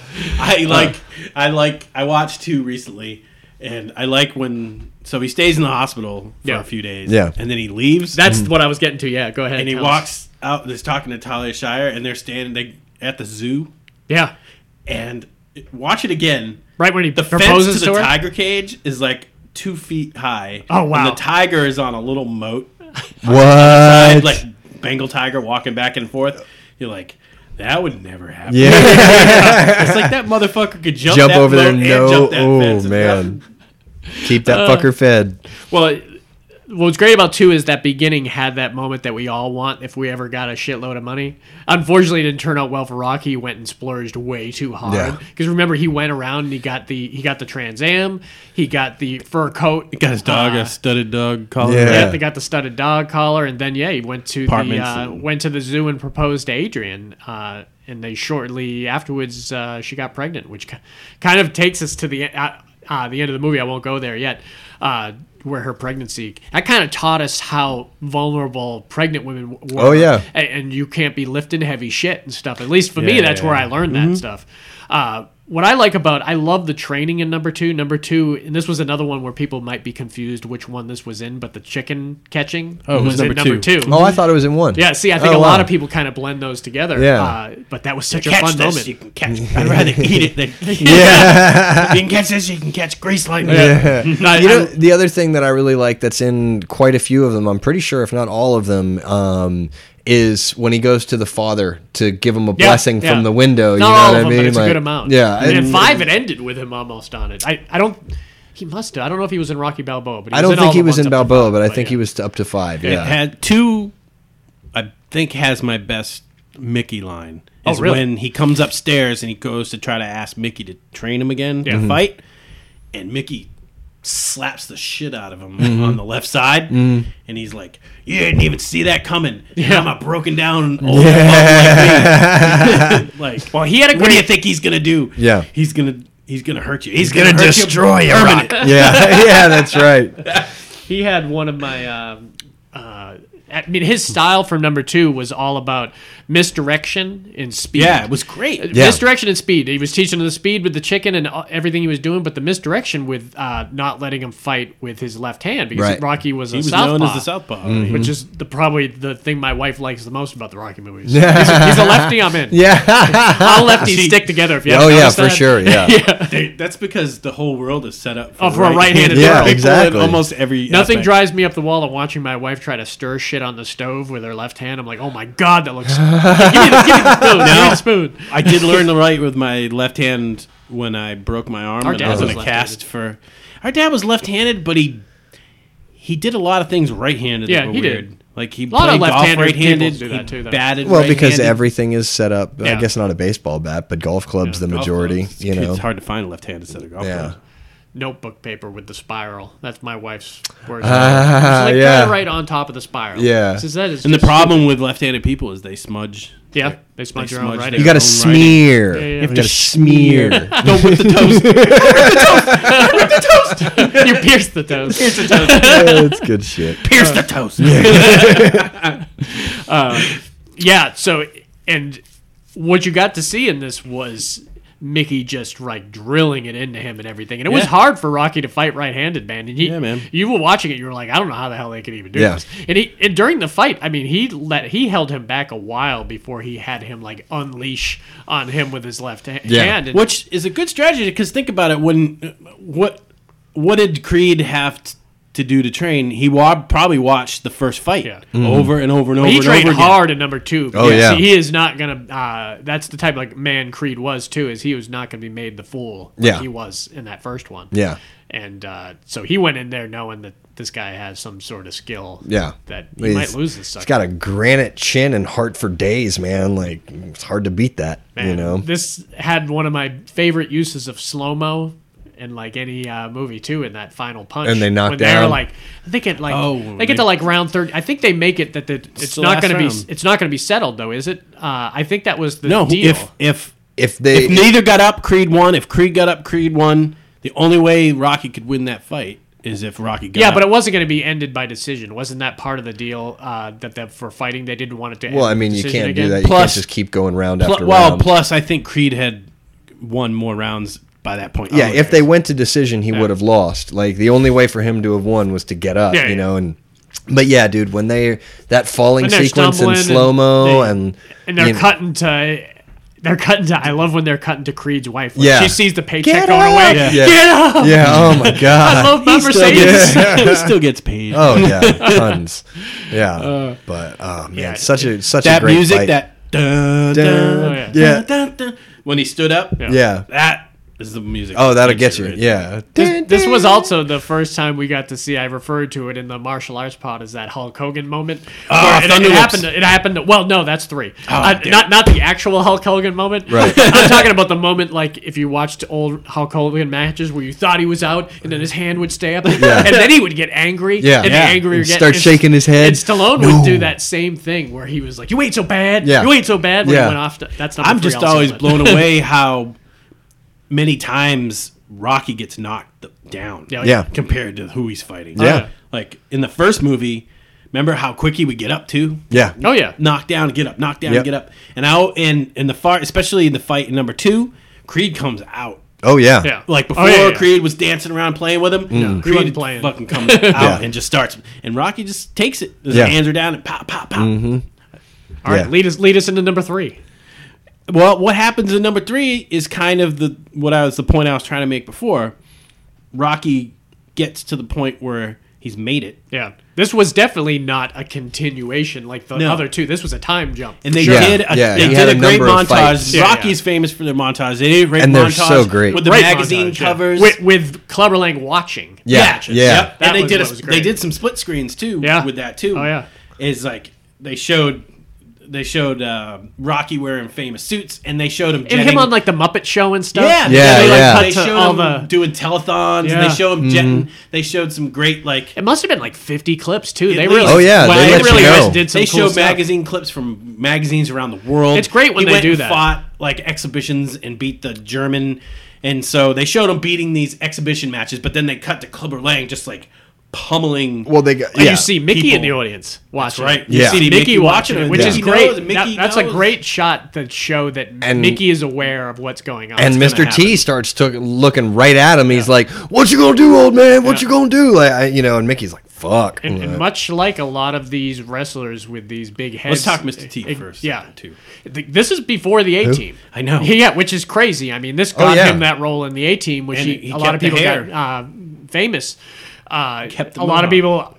I like, I like, I watched two recently, And I like when so he stays in the hospital for
Yeah.
a few days.
Yeah.
And then he leaves.
That's what I was getting to. Yeah, go ahead.
Mm. and he
Thomas.
walks out. He's talking to Talia Shire, and they're standing they, at the zoo.
Yeah,
And watch it again.
right when he
The fence
proposes
to
to,
the
her.
tiger cage is like two feet high.
Oh,
and
wow.
the tiger is on a little moat
What?
side, like Bengal tiger walking back and forth. You're like, that would never happen.
yeah.
it's like that motherfucker could jump,
Jump
that
over there.
moat and
No.
jump that
Oh
fence.
man. Keep
uh,
that fucker fed.
Well, it- what's great about two is that beginning had that moment that we all want if we ever got a shitload of money. Unfortunately, it didn't turn out well for Rocky. He went and splurged way too
Yeah.
hard. Because remember, he went around and he got the he got the Trans Am, he got the fur coat,
Got his dog,
Uh,
a studded dog collar.
Yeah.
yeah, they got the studded dog collar, and then yeah, he went to the
Apartments
uh,
and-
went to the zoo and proposed to Adrian, uh, and they shortly afterwards uh, she got pregnant, which ki- kind of takes us to the uh, uh, the end of the movie. I won't go there yet, uh, where her pregnancy that kind of taught us how vulnerable pregnant women w- were.
Oh, yeah.
A- and, you can't be lifting heavy shit and stuff. At least for me,
Yeah,
that's
yeah,
where
yeah. Mm-hmm.
I learned that stuff. Uh, what I like about I love the training in number two. Number two, and this was another one where people might be confused which one this was in, but the chicken catching
Oh, it was
was in
number
number two.
two.
Oh, I thought it was in one.
Yeah, see, I think
Oh,
a lot
wow.
of people kind of blend those together.
Yeah.
Uh, but that was such a
Catch
fun
this,
moment.
you can catch. I'd rather eat it than
Yeah.
you can catch this, you can catch grease lightning.
Yeah.
I-
you know,
I-
the other thing that I really like that's in quite a few of them, I'm pretty sure, if not all of them, um, is when he goes to the father to give him a
Yeah,
blessing
yeah.
from the window. You
Not
know
all
what
of
I
them,
mean?
but it's
Like,
a good amount.
Yeah.
and, in
and-
five, it ended with him almost on it. I, I don't. He must have. I don't know if he was in Rocky Balboa, but he
I
was
don't
in all
think he
the
was
ones
in
up to
Balboa,
five,
but I think
yeah.
he was up to five.
It
Yeah.
had two. I think has my best Mickey line.
Oh,
Is
really?
When he comes upstairs and he goes to try to ask Mickey to train him again to fight, and Mickey slaps the shit out of him on the left side, and he's like, "You didn't even see that coming. I'm a broken down old fuck like me." like, well,
he had a
What do you
great-
think he's gonna do?
Yeah.
he's gonna he's gonna hurt you. He's, gonna, destroy you. permanent.
yeah. Yeah, that's right.
he had one of my um, uh, i mean his style from number two was all about misdirection and speed
Yeah, it was great.
Yeah.
misdirection and speed he was teaching the speed with the chicken and uh, everything he was doing but the misdirection with uh, not letting him fight with his left hand because
Right. Mm-hmm.
rocky was a
He was
southpaw
known as the Southpaw.
which is the probably the thing my wife likes the most about the rocky movies he's, a, he's a lefty i'm in
Yeah.
all lefties stick together if you
oh,
haven't
yeah,
noticed
for
that.
sure. Yeah.
They, that's because the whole world is set up
Oh, for a right-handed
people
world.
in
Exactly.
Almost every
Nothing
aspect.
drives me up the wall of watching my wife try to stir shit on the stove with her left hand. I'm like, oh my god, that looks. give, me the, give me the spoon. Give me the spoon.
I did learn to write with my left hand when I broke my arm.
Our
and
dad
I was,
was
in a
left-handed.
cast for. Our dad was left-handed, but he he did a lot of things right-handed.
Yeah,
that were
he did.
weird. Like he
lot
played
of
golf
left-handed
right-handed.
people do that
he
too, though.
batted
Well, because
right-handed.
everything is set up,
Yeah.
I guess not a baseball bat, but golf clubs, the
Golf
majority,
clubs,
you know.
it's hard to find a left-handed set of golf
Yeah.
clubs.
Notebook paper with the spiral. That's my wife's word. She's like,
Ah, yeah.
try to write on top of the spiral.
Yeah.
She says, that is
And the
just-
problem with left-handed people is they smudge.
Yeah, they smudge
They
your own
smudge
writing.
their
You got to
own writing.
smear.
yeah,
You
yeah.
have to smear.
Don't whip the toast.
you pierce the toast.
That's good shit.
Pierce the toast.
Yeah. So, and what you got to see in this was Mickey just like drilling it into him and everything, and it was
Yeah.
hard for Rocky to fight right-handed, man. And he,
Yeah, man.
you were watching it, you were like, I don't know how the hell they could even do
Yeah.
this. And he, and during the fight, I mean, he let he held him back a while before he had him like unleash on him with his left ha-
Yeah.
hand. And
which is a good strategy because think about it when what what did creed have t- to do to train he wa- probably watched the first fight
Yeah.
over and over and over
he
and
trained
over again.
hard in number two.
Oh,
because
yeah.
he is not gonna. Uh, that's the type like man Creed was too. Is he was not gonna be made the fool. Like
Yeah.
he was in that first one.
Yeah.
and uh, so he went in there knowing that this guy has some sort of skill.
Yeah.
that he might
He's-
lose this
He's
sucker.
got a granite chin and heart for days, man. Like it's hard to beat that, you
Man,
know.
this had one of my favorite uses of slow mo. In like any uh, movie too, in that final punch,
And they knock
when they're
down.
like, I think it like
Oh,
they get to like round thirty. I think they make it that the, it's,
the
not
last
going to be
round.
it's not going to be settled though, is it? Uh, I think that was the
no
deal.
if if
If they
if neither got up creed won if creed got up creed won the only way rocky could win that fight is if rocky got
Yeah,
up.
but it wasn't going to be ended by decision. Wasn't that part of the deal uh, that the, for fighting they didn't want it to? end
well, I
with
mean, you
decision
can't
again?
do that. You
Plus-
can't just keep going round
Pl-
after
well
round.
plus i think creed had won more rounds by that point.
Yeah,
Oh,
if they went to decision, he would have lost. Like the only way for him to have won was to get up,
Yeah,
you
yeah.
know. And but yeah, dude, when they that falling
When they're
sequence in
stumbling and
slow mo
they-
and
and they're
you know,
cutting to they're cutting to I love when they're cutting to Creed's wife. Like,
Yeah.
she sees the paycheck
Get
going
up!
away.
Yeah.
Get up!
yeah, oh my
I
god,
love my
he still,
Mercedes.
gets, he still gets paid.
oh yeah, tons, yeah. but
Uh,
oh man,
yeah,
such a such a
that
great
music,
fight.
that dun, dun,
Dun,
yeah.
yeah.
dun, dun, dun. when he stood up,
yeah.
that is the music.
Oh, that'll
that
get
gets
you.
right
Yeah.
This, this was also the first time we got to see. I referred to it in the martial arts pod as that Hulk Hogan moment.
Ah,
where it,
Thunder
it
Lips.
happened. To, it happened. To, well, no, that's three. uh,
damn.
not not the actual Hulk Hogan moment.
Ah, Right.
I'm talking about the moment like if you watched old Hulk Hogan matches where you thought he was out and then his hand would stay up and then he would get angry.
Yeah.
And
Yeah.
the angrier
And
get-
start
and-
shaking his head.
And Stallone
No.
would do that same thing where he was like, "You ain't so bad.
Yeah.
You ain't so bad." When
Yeah.
he went off. To, that's not.
I'm just always blown away how many times Rocky gets knocked th- down.
Yeah.
Compared to who he's fighting.
Yeah.
Like in the first movie, remember how quick he would get up to?
Yeah.
Oh yeah.
Knock down, get up, knock down,
Yep.
get up. And out in in the far especially in the fight in number two, Creed comes out.
Oh yeah.
Yeah.
Like
Oh,
before
yeah, yeah.
Creed was dancing around playing with him. No, Creed
wasn't playing.
fucking comes out and just starts and Rocky just takes it. His
Yeah. Mm-hmm.
hands are down and pop, pop, pop.
All right.
Yeah.
Lead us. Lead us into number three.
Well, what happens in number three is kind of the what I was the point I was trying to make before. Rocky gets to the point where he's made it,
Yeah. This was definitely not a continuation like the
No.
other two. This was a time jump.
and they
Yeah,
did a,
yeah,
they
he
did
had
a,
a
great
number of
montage.
fights.
Yeah,
Rocky's
yeah.
famous for their montage. They did a great
And they're
montage
so great.
with the
Great
magazine
montage, yeah.
covers.
With, with Clubber Lang watching.
Yeah,
matches.
yeah.
Yep.
That
and they
was
did
what
a,
was
they
great.
did some split screens too
Yeah.
with that too.
Oh, yeah.
Is like they showed they showed uh, Rocky wearing famous suits and they showed him
and him
jetting-
on like the Muppet Show and stuff.
Yeah,
Yeah,
They, like,
yeah. Mm-hmm.
cut
They
to
showed
all
him
the doing telethons, and
Yeah.
they show him jetting. They showed some great like.
It must have been like 50 clips too. They
at
really
least-
Oh, yeah,
Well,
they let you
really
know.
guys did some
they
cool
show
stuff.
magazine clips from magazines around the world.
It's great when
He
they
went
do
and
that.
Fought like exhibitions and beat the German, and so they showed him beating these exhibition matches. But then they cut to Clubber Lang just like pummeling.
Well, they got
And
yeah.
you see Mickey in the
People.
audience watching.
right.
it. You
Yeah.
see Mickey, watching it,
and
which is
Mickey
great.
knows, and
That-
Mickey
that's a
knows.
great shot to show that
And-
Mickey is aware of what's going on.
and
It's gonna
Mr. T starts took, looking right at him. He's like, "What you gonna do, old man? What you gonna do?" Like, I, you know, and Mickey's like, "Fuck."
And, and much like a lot of these wrestlers with these big
Let's
heads.
talk Mr. T
it-
first.
Yeah.
too.
Th- This is before the A team.
I know.
Yeah, which is crazy. I mean, this got
yeah.
him that role in the A team, which
And
he,
he
a lot of
kept
people
the hair.
got uh, famous. Uh,
Kept the
a lot of
mohawk.
people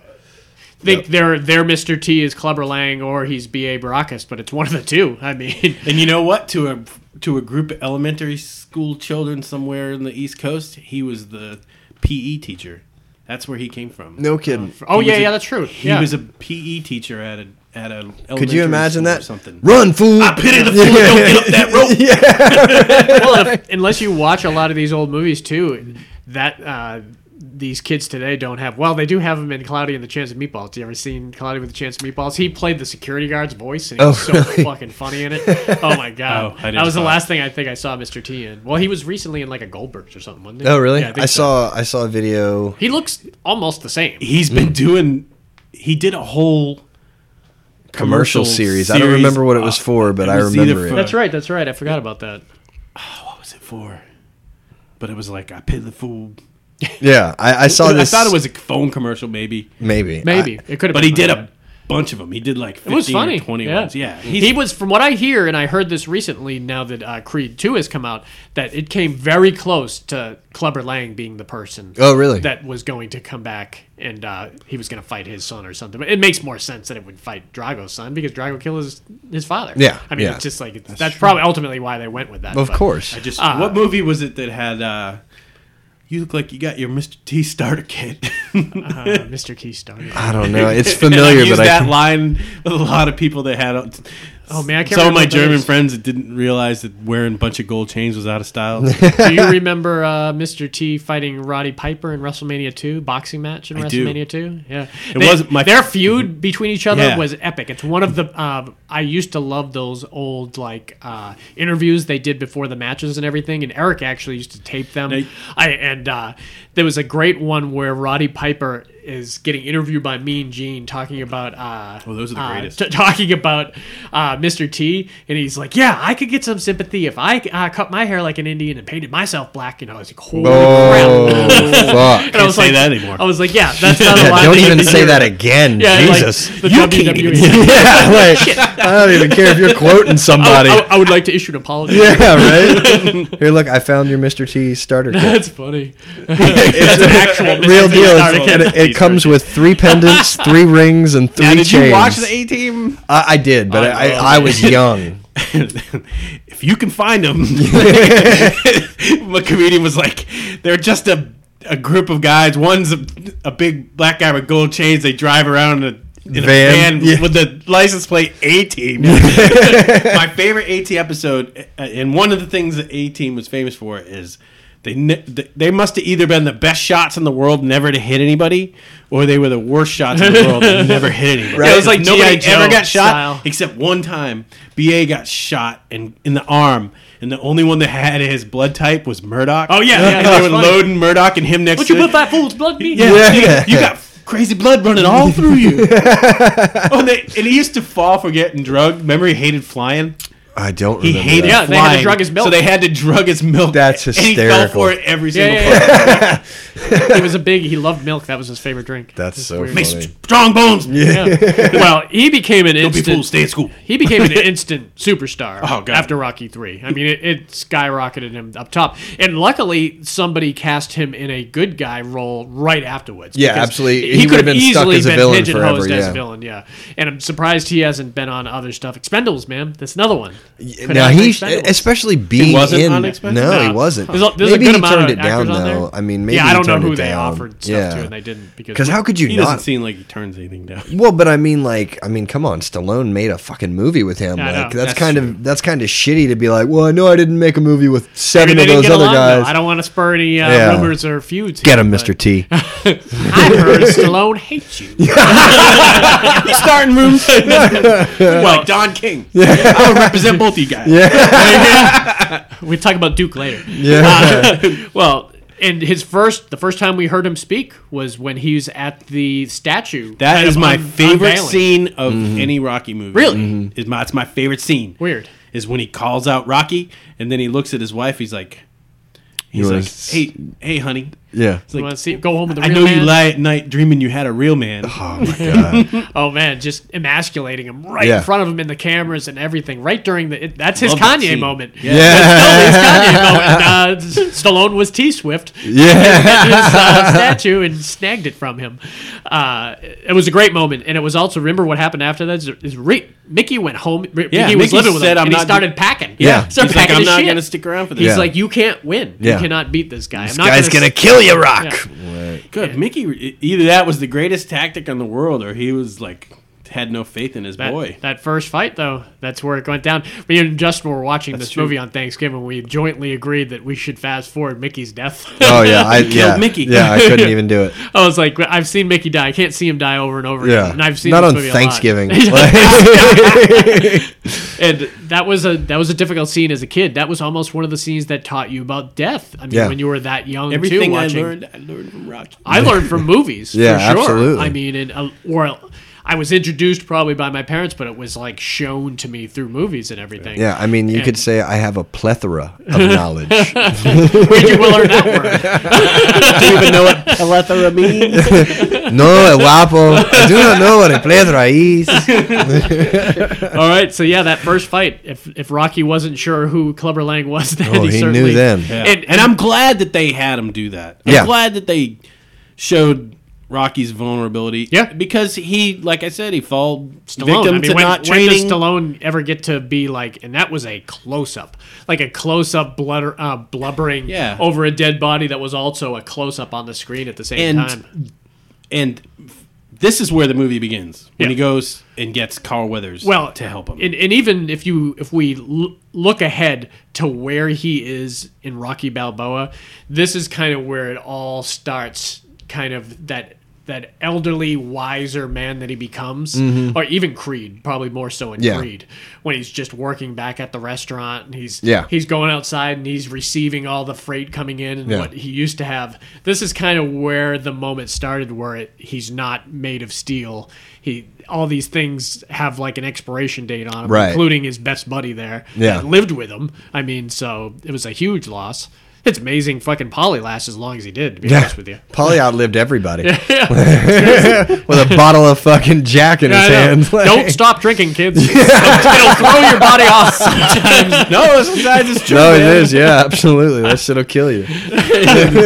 think their their Mr. T is Clubber Lang or he's B.A. Baracus, but it's one of the two. I mean,
And you know what? To a to a group of elementary school children somewhere in the East Coast, he was the PE teacher. That's where he came from.
No
Uh,
kidding.
oh, yeah,
was a-
yeah, that's true.
he
yeah.
was a PE teacher at a at a.
Could
elementary
you imagine
school
that?
Or something.
Run, fool! I
Pity the fool who don't get up that rope.
well, if, unless you watch a lot of these old movies too, that uh, these kids today don't have. Well, they do have him in Cloudy and the Chance of Meatballs. You ever seen Cloudy with the Chance of Meatballs? He played the security guard's voice, and he was so fucking funny in it. Oh my god,
Oh, I didn't
that was the
saw
last thing I think I saw Mr. T in. Well, he was recently in like a Goldbergs or something, wasn't he?
Oh, really?
Yeah,
I,
think so.
saw I saw a video.
He looks almost the same.
He's
Mm.
been doing. He did a whole
Commercial series. I don't remember
Uh,
what it was for, but I
was
remember
either
it.
for-
That's right. That's right. I forgot about that.
What was it for? But it was like I pity the fool.
Yeah, I, I saw
I
Oh, this.
thought it was a phone commercial, maybe.
maybe,
Maybe
I-
it could have.
But
been
he did
like
a
that.
bunch of them. He did like
It
15
was funny.
or 20
yeah.
ones. Yeah. he's-
he was from what I hear, and I heard this recently. Now that uh, Creed Two has come out, that it came very close to Clubber Lang being the person.
oh, really?
That was going to come back, and uh, he was going to fight his son or something. But it makes more sense that it would fight Drago's son because Drago killed his his father.
Yeah,
I mean,
yeah.
it's just like that's, probably ultimately why they went with that.
of
but-
course.
I just what movie was it that had uh you look like you got your Mr. T starter kit.
uh, Mr. Keystone.
I don't know. It's
and I
familiar,
used
but I
that line with a lot of people that had. Oh
man, I can't
Some of
remember
my
what that
German
is.
friends that didn't realize that wearing a bunch of gold chains was out of style.
Do you remember uh, Mr. T fighking Roddy Piper in WrestleMania 2 boxing match in
I do.
WrestleMania 2? Yeah,
It
They-
wasn't my-
their feud between each other
Yeah.
was epic. It's one of the um, I used to love those old like uh, interviews they did before the matches and everything. And Eric actually used to tape them.
They-
I and uh, there was a great one where Roddy Piper is getting interviewed by Mean Gene talking about uh,
Oh, those are the
uh,
greatest.
t- talking about uh, Mr. T, and he's like, "Yeah, I could get some sympathy if I uh, cut my hair like an Indian and painted myself black." And I was like, "Holy crap!"
Oh, fuck.
And I was
say
like,
that anymore.
I was like, "Yeah, that's not a
Yeah,
line."
don't
that you
even
can
say
hear."
that again.
Yeah, like,
Jesus.
the E.
you
WWE.
can't- Yeah, like, I don't even care if you're
Oh,
quoting
I,
somebody.
I- I would like to issue an apology.
yeah, right? Here, look, I found your Mr. T starter kit.
That's funny.
it's an
actual
real
Mr. T
deal.
starter
It's-
kit.
and it, it comes with three pendants, three rings, and three
Now, did
chains.
you watch the A Team?
I, I did, but I, I,
love
I, was young.
if you can find them, my comedian was like, they're just a, a group of guys. One's a, a big black guy with gold chains. They drive around in a,
Van.
in a van
Yeah.
with the license plate A Team. my favorite A Team episode, uh, and one of the things that A Team was famous for is. They, ne- th- they must have either been the best shots in the world never to hit anybody, or they were the worst shots in the world and never hit anybody.
Right. It was like
nobody
G.I.
ever
Joe
got shot
style.
except one time ba got shot in, in the arm and the only one that had his blood type was murdoch
Oh, yeah, yeah,
and
that's
they were
funny.
loading murdoch and him next
Would
to
you put that fool's blood in me?
yeah,
Yeah.
nigga, you got crazy blood running all through you oh, and, they, and he used to fall for getting drugged remember he hated flying
I don't
he
remember.
hated
that.
Yeah, they had to
flying,
drug his milk.
so they had to drug his milk
That's
and he fell
hysterical.
for it every
Yeah,
single
yeah,
time
yeah, yeah. he was a big. He loved milk. That was his favorite drink.
That's so
weird.
Makes
funny.
strong bones
Yeah. well, he became an
don't be fools
instant.
stay at school
He became an instant superstar
Oh, God.
after Rocky Three. I mean, it, it skyrocketed him up top, and luckily somebody cast him in a good guy role right afterwards.
Yeah,
because
absolutely. He would have
could've
been stuck
easily
as a
been
villain
pigeonholed
forever,
As
yeah.
a villain, yeah. And I'm surprised he hasn't been on other stuff. Expendables, man, that's another one. Could
Now
have been
he,
Expendables.
especially being
wasn't
in.
on Expendables?
No, he
No.
wasn't.
There's a, there's
maybe
a good
he
amount of
turned it down
actors on
though.
there.
I mean, maybe
yeah,
he
I don't know
turned
who
it
they
down.
offered stuff
yeah.
to, and they didn't because
Because how could you
he doesn't
not?
seem like he turns anything down
well, but I mean, like, I mean, come on, Stallone made a fucking movie with him.
I know,
like, that's,
that's
kind of that's kind of shitty to be like, well, I know I didn't make a movie with seven
Maybe
of
they didn't
those
get
other
along, though.
guys.
I don't want to spur any uh,
Yeah.
rumors or feuds.
Get
here,
him,
but
Mr. T.
I heard Stallone hates you.
starting rooms. like Don King. I would represent both of you guys.
we talk about Duke later.
Yeah.
Well, and his first, the first time we heard him speak was when he was at the statue.
That
kind
is
of
my
un-
favorite
unveiling.
scene of any Rocky movie. Mm-hmm.
Really?
Is my it's my favorite scene.
Weird.
Is when he calls out Rocky and then he looks at his wife, he's like
You
He's
wanna
like,
s-
Hey hey honey.
yeah.
It's
You
like,
want to see? Go home with the
I
real
know
man.
you lie at night dreaming you had a real man.
Oh my god.
Oh man, just emasculating him right
Yeah.
in front of him in the cameras and everything. Right during the it, that's his
Love that
Kanye
scene.
moment.
Yeah.
That's totally his Kanye moment. Uh, Stallone was T Swift.
Yeah.
his uh, statue and snagged it from him. Uh, it was a great moment, and it was also remember what happened after that is, is Rick, Mickey went home. Rick,
Yeah,
Mickey was
Mickey
living with
said,
him,
"I'm
and he
not
started
do-
packing.
Yeah.
started
He's like,
packing
I'm
his
not
shit.
gonna stick around for this.
He's
Yeah.
like, you can't win.
Yeah.
You cannot beat this guy. This
Guy's gonna kill you, Rock.
Good. Mickey e, either that was the greatest tactic in the world or he was like had no faith in his
That,
boy.
that first fight, though, that's where it went down. Me and Justin were watching this
true.
movie on Thanksgiving. We jointly agreed that we should fast forward Mickey's death.
Oh yeah. I yeah.
Mickey.
Yeah. I couldn't even do it.
I was like, I've seen Mickey die. I can't see him die over and over
Yeah.
again. And I've seen
not
this
on
movie a lot.
Thanksgiving.
and that was a that was a difficult scene as a kid. That was almost one of the scenes that taught you about death. I mean,
Yeah.
when you were that young,
Everything
too,
I
watching.
learned, I learned from Rocky.
I learned from movies.
Yeah,
for sure.
absolutely.
I mean, and uh, or I was introduced probably by my parents, but it was like shown to me through movies and everything.
yeah. I mean, you could say I have a plethora of knowledge.
Where'd you learn that word?
Plethora means
No, el guapo. I do not know what a plethora is.
All right, so yeah, that first fight. If if Rocky wasn't sure who Clubber Lang was, then
Oh,
he,
he
certainly
knew then.
Yeah.
And-
And, I'm glad that they had him do that. I'm
Yeah.
glad that they showed Rocky's vulnerability.
Yeah.
Because he, like I said, he fall
Stallone.
victim
I mean,
to
when,
not
when does
training.
Stallone ever get to be like? And that was a close up, like a close up blubber, uh, blubbering
Yeah.
over a dead body that was also a close up on the screen at the same
And-
time.
and this is where the movie begins. When
Yeah.
he goes and gets Carl Weathers
Well,
to help him.
and, and even if you if we l- look ahead to where he is in Rocky Balboa, this is kind of where it all starts. Kind of that that elderly, wiser man that he becomes,
Mm-hmm.
or even Creed, probably more so in
Yeah.
Creed, when he's just working back at the restaurant and he's
Yeah.
he's going outside and he's receiving all the freight coming in and
Yeah.
what he used to have. This is kind of where the moment started, where it, he's not made of steel. He all these things have like an expiration date on them,
Right.
including his best buddy there
Yeah.
that lived with him. I mean, so it was a huge loss. It's amazing fucking Polly lasted as long as he did, to be honest with you.
Polly outlived everybody with a bottle of fucking Jack in
Yeah, I
his
know.
hand. Like-
Don't stop drinking, kids. It'll throw your body off sometimes.
No, sometimes it's true.
No, it
man.
is. Yeah, absolutely. That shit'll kill you.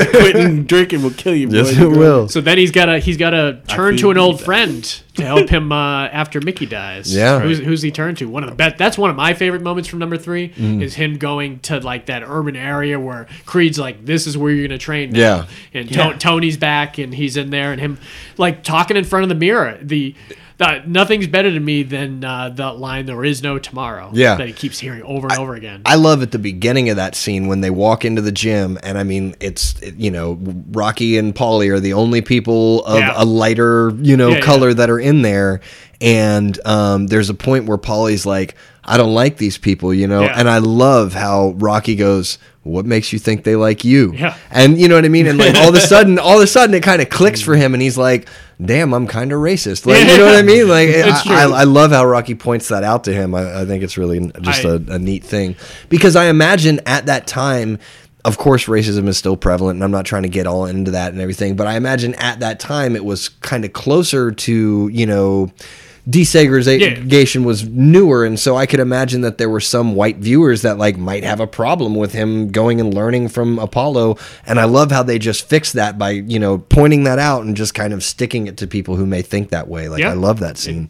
Quitting drinking will kill you.
Yes,
boys
it
and girls.
will.
So then he's got to he's got to turn
feel
to an old
that.
friend to help him uh, after Mickey dies.
Yeah.
who's, who's he turned to? One of the best. That's one of my favorite moments from number three
Mm.
is him going to like that urban area where Creed's like, "This is where you're gonna train." now."
Yeah.
and To- Tony's back and he's in there and him like talking in front of the mirror. The, the nothing's better to me than uh, that line. There is no tomorrow.
Yeah.
that he keeps hearing over and over again.
I love at the beginning of that scene when they walk into the gym, and I mean, it's you know, Rocky and Polly are the only people of
Yeah.
a lighter you know
Yeah, yeah.
color that are in there, and um, there's a point where Polly's like, "I don't like these people," you know,
Yeah.
and I love how Rocky goes. What makes you think they like you?
Yeah.
And you know what I mean? And like all of a sudden, all of a sudden it kind of clicks for him and he's like, damn, I'm kind of racist. Like, you know what I mean? Like,
It's
I, I,
true.
I love how Rocky points that out to him. I, I think it's really just
I-
a a neat thing because I imagine at that time, of course, racism is still prevalent, and I'm not trying to get all into that and everything, but I imagine at that time it was kind of closer to you know. Desegregation was newer, and so I could imagine that there were some white viewers that like might have a problem with him going and learning from Apollo. And I love how they just fix that by you know pointing that out and just kind of sticking it to people who may think that way. Like
Yeah.
I love that scene.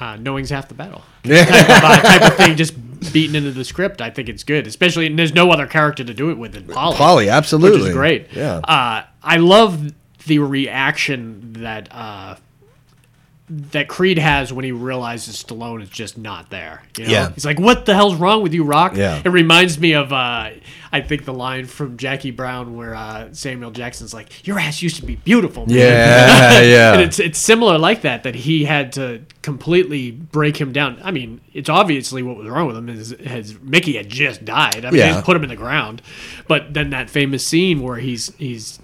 uh, knowing's half the battle. type, of, uh, type of thing just beaten into the script. I think it's good, especially and there's no other character to do it with than Polly.
Uh, Polly, absolutely,
which is great.
Yeah,
uh, I love the reaction that uh, that Creed has when he realizes Stallone is just not there. You know?
Yeah.
he's like, "What the hell's wrong with you, Rock?"
Yeah.
it reminds me of uh, I think the line from Jackie Brown where uh, Samuel Jackson's like, "Your ass used to be beautiful." Man.
Yeah, yeah.
and it's it's similar like that that he had to completely break him down. I mean, it's obviously what was wrong with him is has Mickey had just died. I mean,
Yeah.
they put him in the ground. But then that famous scene where he's he's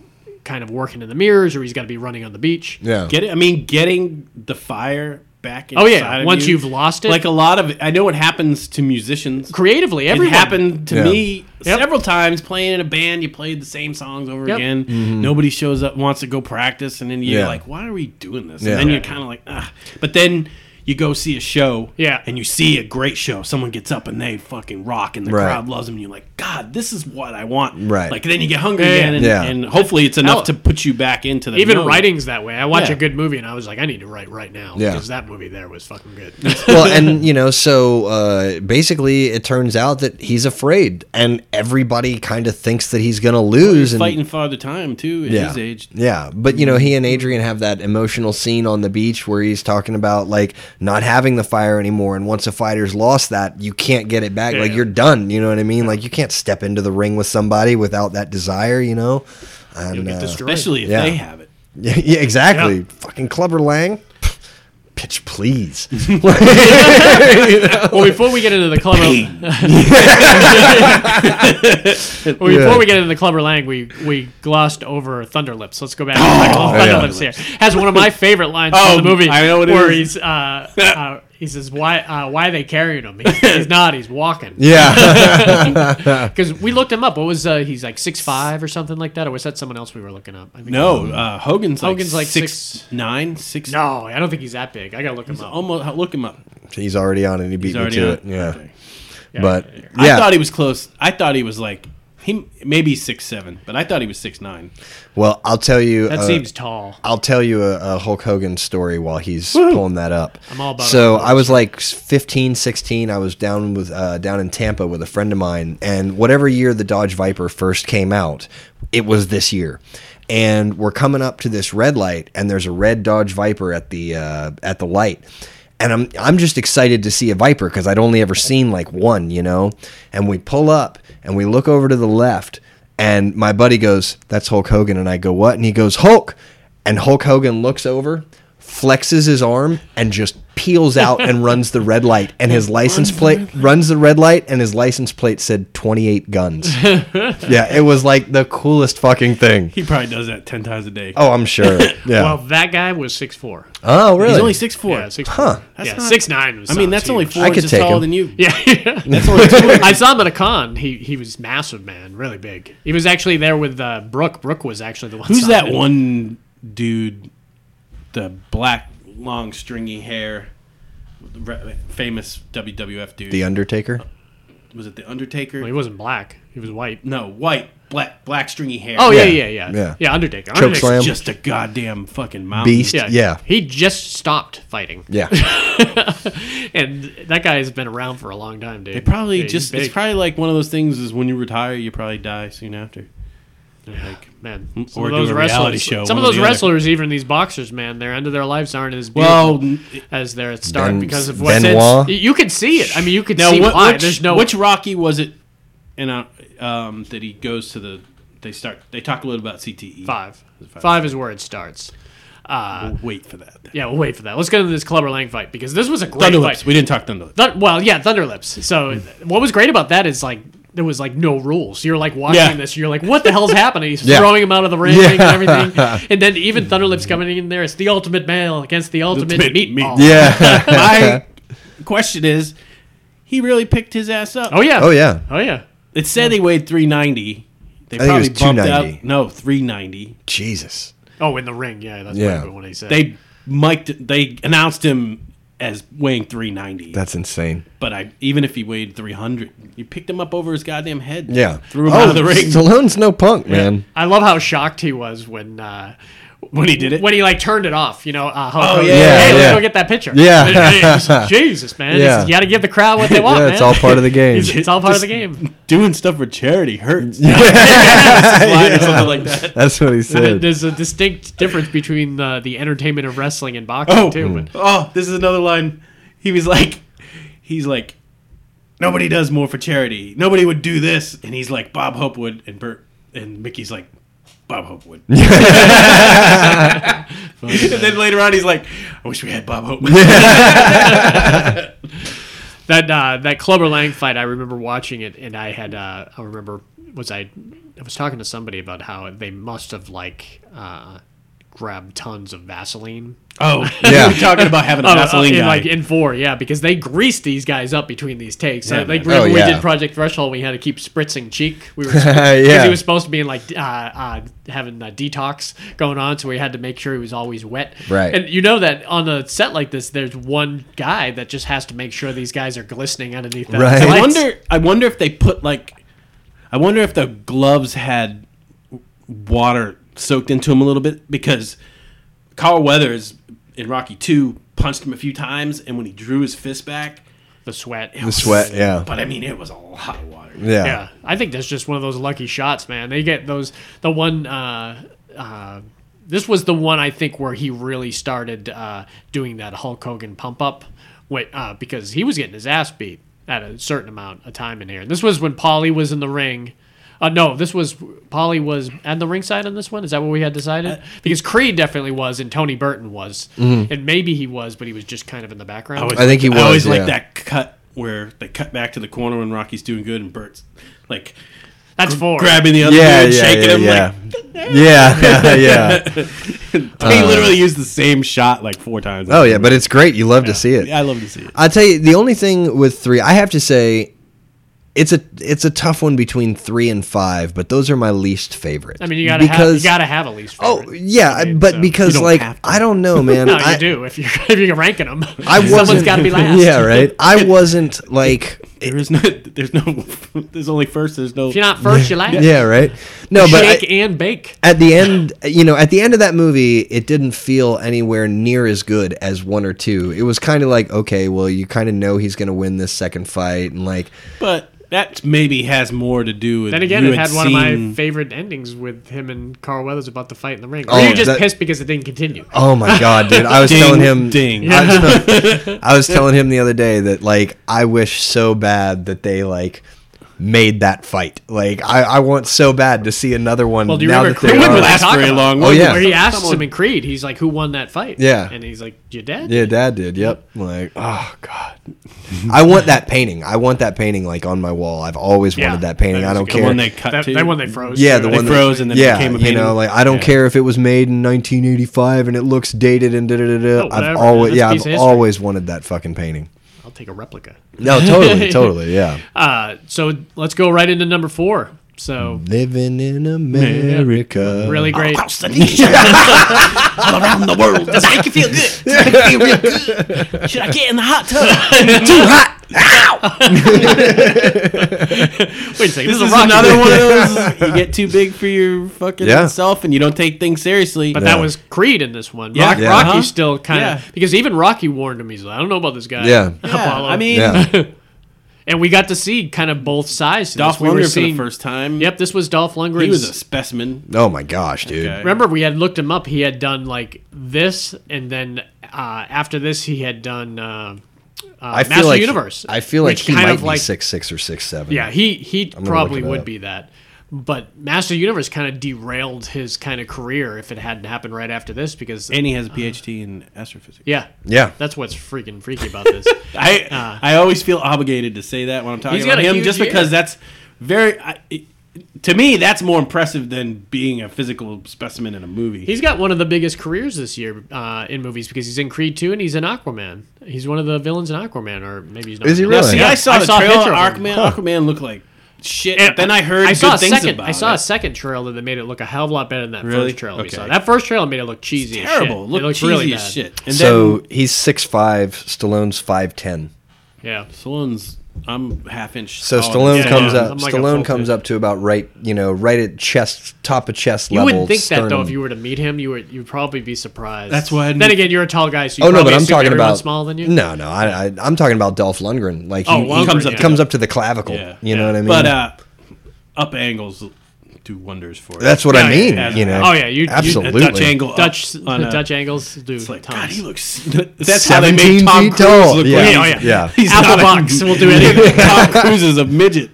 kind of working in the mirrors or he's got to be running on the beach.
yeah.
Get it? I mean, getting the fire back.
Oh, yeah.
inside of
Once
you.
you've lost it.
like a lot of. I know it happens to musicians.
Creatively, everyone.
It happened to
Yeah.
me
Yep.
several times playing in a band. You played the same songs over
Yep.
again. Nobody shows up, wants to go practice, and then
Mm-hmm.
you're
Yeah.
like, "Why are we doing this?"
Yeah.
And then you're kind of like, "Ah." But then you go see a show,
Yeah.
and you see a great show. Someone gets up and they fucking rock, and the
Right.
crowd loves them. And you're like, "God, this is what I want."
Right.
Like then you get hungry
Yeah, yeah.
again, and,
Yeah.
and hopefully it's enough
Hell.
to put you back into the
Even
mode.
writing's that way. I watch
Yeah.
a good movie and I was like, I need to write right now
Yeah.
because that movie there was fucking good.
well, and you know, so uh, basically, it turns out that he's afraid, and everybody kind of thinks that he's going to lose. and
fighting Father Time too at
yeah,
his age.
yeah. But you know, he and Adrian have that emotional scene on the beach where he's talking about like not having the fire anymore, and once a fighter's lost that, you can't get it back. Like
Yeah.
you're done. You know what I mean? Like you can't step into the ring with somebody without that desire. You know? And,
You'll get
uh,
destroyed.
Especially if
Yeah.
they have it.
Yeah, yeah, exactly.
Yeah.
Fucking Clubber Lang. Pitch, please.
Well, before we get into the club, well, before we get into the clubber lang, we we glossed over Thunderlips. Let's go back. to Thunderlips here has one of my favorite lines
Oh,
from the movie.
I know what it
where
is.
he's uh, uh, he says why uh, why are they carrying him? He's, he's not. He's walking.
Yeah.
Because we looked him up. What was uh, he's like six five or something like that? Or was that someone else we were looking up? I think-
No, uh, Hogan's like
Hogan's like
six,
six-
nine, six.
no, I don't think he's that big. I gotta look him up.
almost. Look him up.
He's already on it. He beat
He's
me
already
to
on
it. Yeah.
Okay.
Yeah.
But yeah.
I thought he was close. I thought he was like he maybe six seven, but I thought he was six nine.
well, I'll tell you.
that
uh,
seems tall.
I'll tell you a, a Hulk Hogan story while he's pulling that up.
I'm all about
So
Hulk Hogan.
I was like 15, 16. I was down with uh, down in Tampa with a friend of mine, and whatever year the Dodge Viper first came out, it was this year. And we're coming up to this red light, and there's a red Dodge Viper at the uh, at the light. And I'm I'm just excited to see a Viper because I'd only ever seen like one, you know. And we pull up and we look over to the left, and my buddy goes, "That's Hulk Hogan," and I go, "What?" And he goes, "Hulk." And Hulk Hogan looks over, flexes his arm, and just peels out and runs the red light. And his license plate runs the red light, and his license plate said 28 guns. yeah, it was like the coolest fucking thing.
He probably does that ten times a day.
Oh, I'm sure. Yeah.
Well, that guy was six four.
oh, really?
He's only six four.
Yeah, six. Huh.
That's
yeah,
not-
six nine. Was
I mean, that's only four
I could
inches
take
taller
him.
than you.
Yeah, that's only two. I saw him at a con. He he was massive, man, really big. He was actually there with uh, Brooke. Brooke was actually the one.
Who's
signing
that
it.
one dude? The black, long, stringy hair, the re- famous WWF dude.
the Undertaker.
was it the Undertaker?
Well, he wasn't black. He was white.
no, white, black, black, stringy hair.
Oh yeah,
Yeah.
yeah, yeah,
Yeah.
yeah. Undertaker.
Choke
Undertaker's
slam.
just a goddamn fucking mountain.
Beast.
Yeah.
Yeah.
He just stopped fighting.
Yeah.
And that guy has been around for a long time, dude.
It probably
Yeah, he's
just it's
big.
probably like one of those things is when you retire you probably die soon after. Like
man. Some
or
of
do
those
a reality
wrestlers,
show,
some
one
of
or
those
the other.
wrestlers, even these boxers, man, their end of their lives aren't as
well,
beautiful as their at start
Ben-
because of what's
Benoit?
in. You could see it. I mean, you could
now
see
what,
why.
which,
There's no
which Rocky was it? And uh, um, that he goes to the they start they talk a little about CTE.
five.
Five.
Five is where it starts.
We'll wait for that.
Yeah, we'll wait for that. Let's go to this Clubber Lang fight because this was a great
Thunderlips.
fight.
We didn't talk Thunderlips.
Thun- well, yeah, Thunderlips. So what was great about that is like there was like no rules. You're like watching
Yeah.
this, you're like, what the hell's happening? He's throwing him out of the ring and everything. And then even Thunderlips coming in there, it's the ultimate male against the ultimate,
Ultimate
meatball.
meat-
Yeah.
My question is, he really picked his ass up.
Oh yeah.
Oh, yeah.
Oh yeah.
It said he weighed three ninety. They
think it
probably
was
bumped out.
290.
No, three ninety.
Jesus.
Oh, in the ring. Yeah, that's
Yeah.
yeah. what he said.
They mic'd. They announced him as weighing three ninety.
That's insane.
But I, even if he weighed 300, you picked him up over his goddamn head.
Yeah. Oh,
Threw him out of the ring.
Stallone's no punk, man.
I love how shocked he was when uh,
When he did it?
When he like turned it off, you know. Uh, Hulk Hogan,
Oh, yeah,
Hey,
yeah.
let's go get that picture.
Yeah.
Hey, it's- Jesus, man.
Yeah.
It's- You got to give the crowd what they want.
Yeah, it's
man.
all part of the game.
it's, it's all part of the game.
Doing stuff for charity hurts. Slide or something like that.
That's what he
Th-
said.
There's a distinct difference between the, the entertainment of wrestling and boxing
Oh.
too.
Mm.
But
Oh, this is another line. He was like, he's like, nobody does more for charity. Nobody would do this. And he's like, Bob Hope would. And Bert and Mickey's like, Bob Hope would. and then later on, he's like, I wish we had Bob Hope.
that uh, that Clubber Lang fight, I remember watching it, and I had uh, I remember was I I was talking to somebody about how they must have like uh, grabbed tons of Vaseline.
oh,
Yeah.
yeah. We're talking about having a
Oh,
Vaseline
in,
guy.
like in four, yeah, because they greased these guys up between these takes.
Yeah,
Uh, like
man.
remember
Oh,
we
yeah.
did Project Threshold, we had to keep spritzing cheek. We were because
Yeah.
he was supposed to be in like uh, uh, having a detox going on, so we had to make sure he was always wet.
Right.
And you know that on a set like this, there's one guy that just has to make sure these guys are glistening underneath. That
Right.
I
lights.
wonder. I wonder if they put like. I wonder if the gloves had water soaked into them a little bit because Carl Weathers in Rocky Two punched him a few times, and when he drew his fist back,
the sweat.
the
sweat, yeah.
But I mean, it was a lot of water.
yeah.
Yeah, I think that's just one of those lucky shots, man. They get those. The one. Uh, uh, this was the one I think where he really started uh, doing that Hulk Hogan pump up, wait, uh, because he was getting his ass beat at a certain amount of time in here. And this was when Polly was in the ring. Uh, no, this was Polly was at the ringside on this one. Is that what we had
Uh,
decided? Because Creed definitely was, and Tony Burton was, and maybe he was, but he was just kind of in the background.
always
Mm-hmm. I think he
liked-
was,
I always
yeah.
like that cut where they cut back to the corner when Rocky's doing good, and Bert's like
that's four.
grabbing the other
Yeah,
dude,
yeah,
shaking
yeah,
him.
yeah.
Like
yeah, yeah.
they literally used the same shot like four times.
Uh, Oh yeah, but it's great. You love to see it.
I love to see it.
I tell you, the only thing with three, I have to say, it's a it's a tough one between three and five, but those are my least favorite.
I mean, you gotta have you gotta have at least. Four.
oh yeah,
mean,
but
so-
because
don't
like
have to.
I don't know, man.
No, you
I,
do. If you're if you're ranking them,
I
someone's
wasn't-
got to be last.
Yeah, right. I wasn't like.
There is no, there's no, there's only first. There's no.
If you're not first, you're last.
Yeah, right. No, but I-
Shake and bake.
at the end, you know, at the end of that movie, it didn't feel anywhere near as good as one or two. It was kind of like, okay, well, you kind of know he's going to win this second fight, and like,
But that maybe has more to do with.
Then again,
you
it had one of my
seen-
favorite endings with him and Carl Weathers about the fight in the ring.
Oh,
Or you just
that-
pissed because it didn't continue.
oh my god, dude, I was
Ding,
telling him,
ding.
I was, telling, I was telling him the other day that like I wish so bad that they like made that fight. Like I, I want so bad to see another one.
Well, do you
now
remember
that they
Creed?
are.
They
last
talk
very
about
long.
it.
Oh, yeah.
Where he asks him in Creed, he's like, "Who won that fight?"
Yeah.
and he's like, "Your dad."
Yeah, dad did. Yep. Like, oh god. I want that painting. I want that painting like on my wall. I've always
Yeah.
wanted that painting.
That
I
was a good
don't care.
The one they cut
That,
to.
that one they froze.
yeah,
too,
the
right?
one that-
froze and then became a
you know,
painting.
like I don't
Yeah.
care if it was made in 1985 and it looks dated and da da da da.
Oh,
I've
whatever,
always
man. That's
yeah,
a piece
I've
of history.
always wanted that fucking painting.
I'll take a replica.
No, totally, totally, yeah.
Uh, so let's go right into number four. So
Living in America.
really great.
All around the world. Does I can feel good.
Should I get in the hot tub?
Wait a second. This,
this is
a Rocky
another
movie.
one of those. You get too big for your fucking
Yeah.
self, and you don't take things seriously.
But that was Creed in this one.
Yeah.
Rock,
Yeah.
Rocky
Uh-huh.
still kind of
Yeah.
because even Rocky warned him. He's like, I don't know about this guy.
Yeah.
Yeah,
Apollo.
I mean,
Yeah.
and we got to see kind of both sides. to
Dolph
this. we were
Lundgren for the
seeing-
first time.
Yep, this was Dolph Lundgren.
he was a specimen.
Oh my gosh, dude.
Okay.
Remember, we had looked him up. He had done like this, and then uh, after this, he had done uh, uh,
I feel
Master
like
Universe.
I feel like
which
he might be six six or six seven.
Yeah, he he probably
look it
would
up.
be that. But Master Universe kind of derailed his kind of career if it hadn't happened right after this because
and he has a PhD in astrophysics.
yeah
Yeah.
that's what's freaking freaky about this.
I I always feel obligated to say that when I'm talking
Ah. He's
about
got a
him,
huge
just
year.
because that's very. I, it, to me, that's more impressive than being a physical specimen in a movie.
he's got one of the biggest careers this year uh, in movies because he's in Creed 2 and he's in Aquaman. He's one of the villains in Aquaman, or maybe he's not.
Is he
a
Now,
villain.
see,
Yeah.
I saw
I
the
saw a
trailer.
picture of him.
Aquaman, Aquaman looked like shit. but then I heard
I
good
saw a
things
second.
about
I saw a
it.
second trailer that made it look a hell of a lot better than that
Really?
first trailer we
Okay.
saw. That first trailer made it look cheesy. as shit.
terrible.
It
Looked,
looked
cheesy
really
as
bad.
shit. And
so he's six five. Stallone's five ten.
Yeah.
then Stallone's, I'm half inch.
So
taller
Stallone
than
Oh, yeah,
comes
yeah.
up.
I'm like a full
Stallone comes
pitch.
up to about right, you know, right at chest, top of chest
You
level.
wouldn't think that though
sternum.
if you were to meet him, you would you'd probably be surprised.
That's why I
Then
didn't-
again, you're a tall guy, so you
Oh no, but
probably
I'm
assume
talking
everyone's
about
smaller than you.
No, no, I, I, I'm talking about Dolph Lundgren. Like he,
Oh,
he
Lundgren,
comes up,
yeah.
comes up to the clavicle.
Yeah.
You know
Yeah.
what I mean?
But uh, up angles do wonders for it.
that's what
yeah,
I mean.
yeah, yeah.
You know?
Oh, yeah, you- you-
absolutely.
Dutch angle. up
Dutch
on a-
Dutch angles do
It's like,
tons.
God, he looks. That's how they make
17
Tom
feet
Cruise
tall.
look
Yeah.
like
Yeah, oh,
he's-
Yeah.
He's
Apple
not a-
box will do anything.
Tom Cruise is a midget.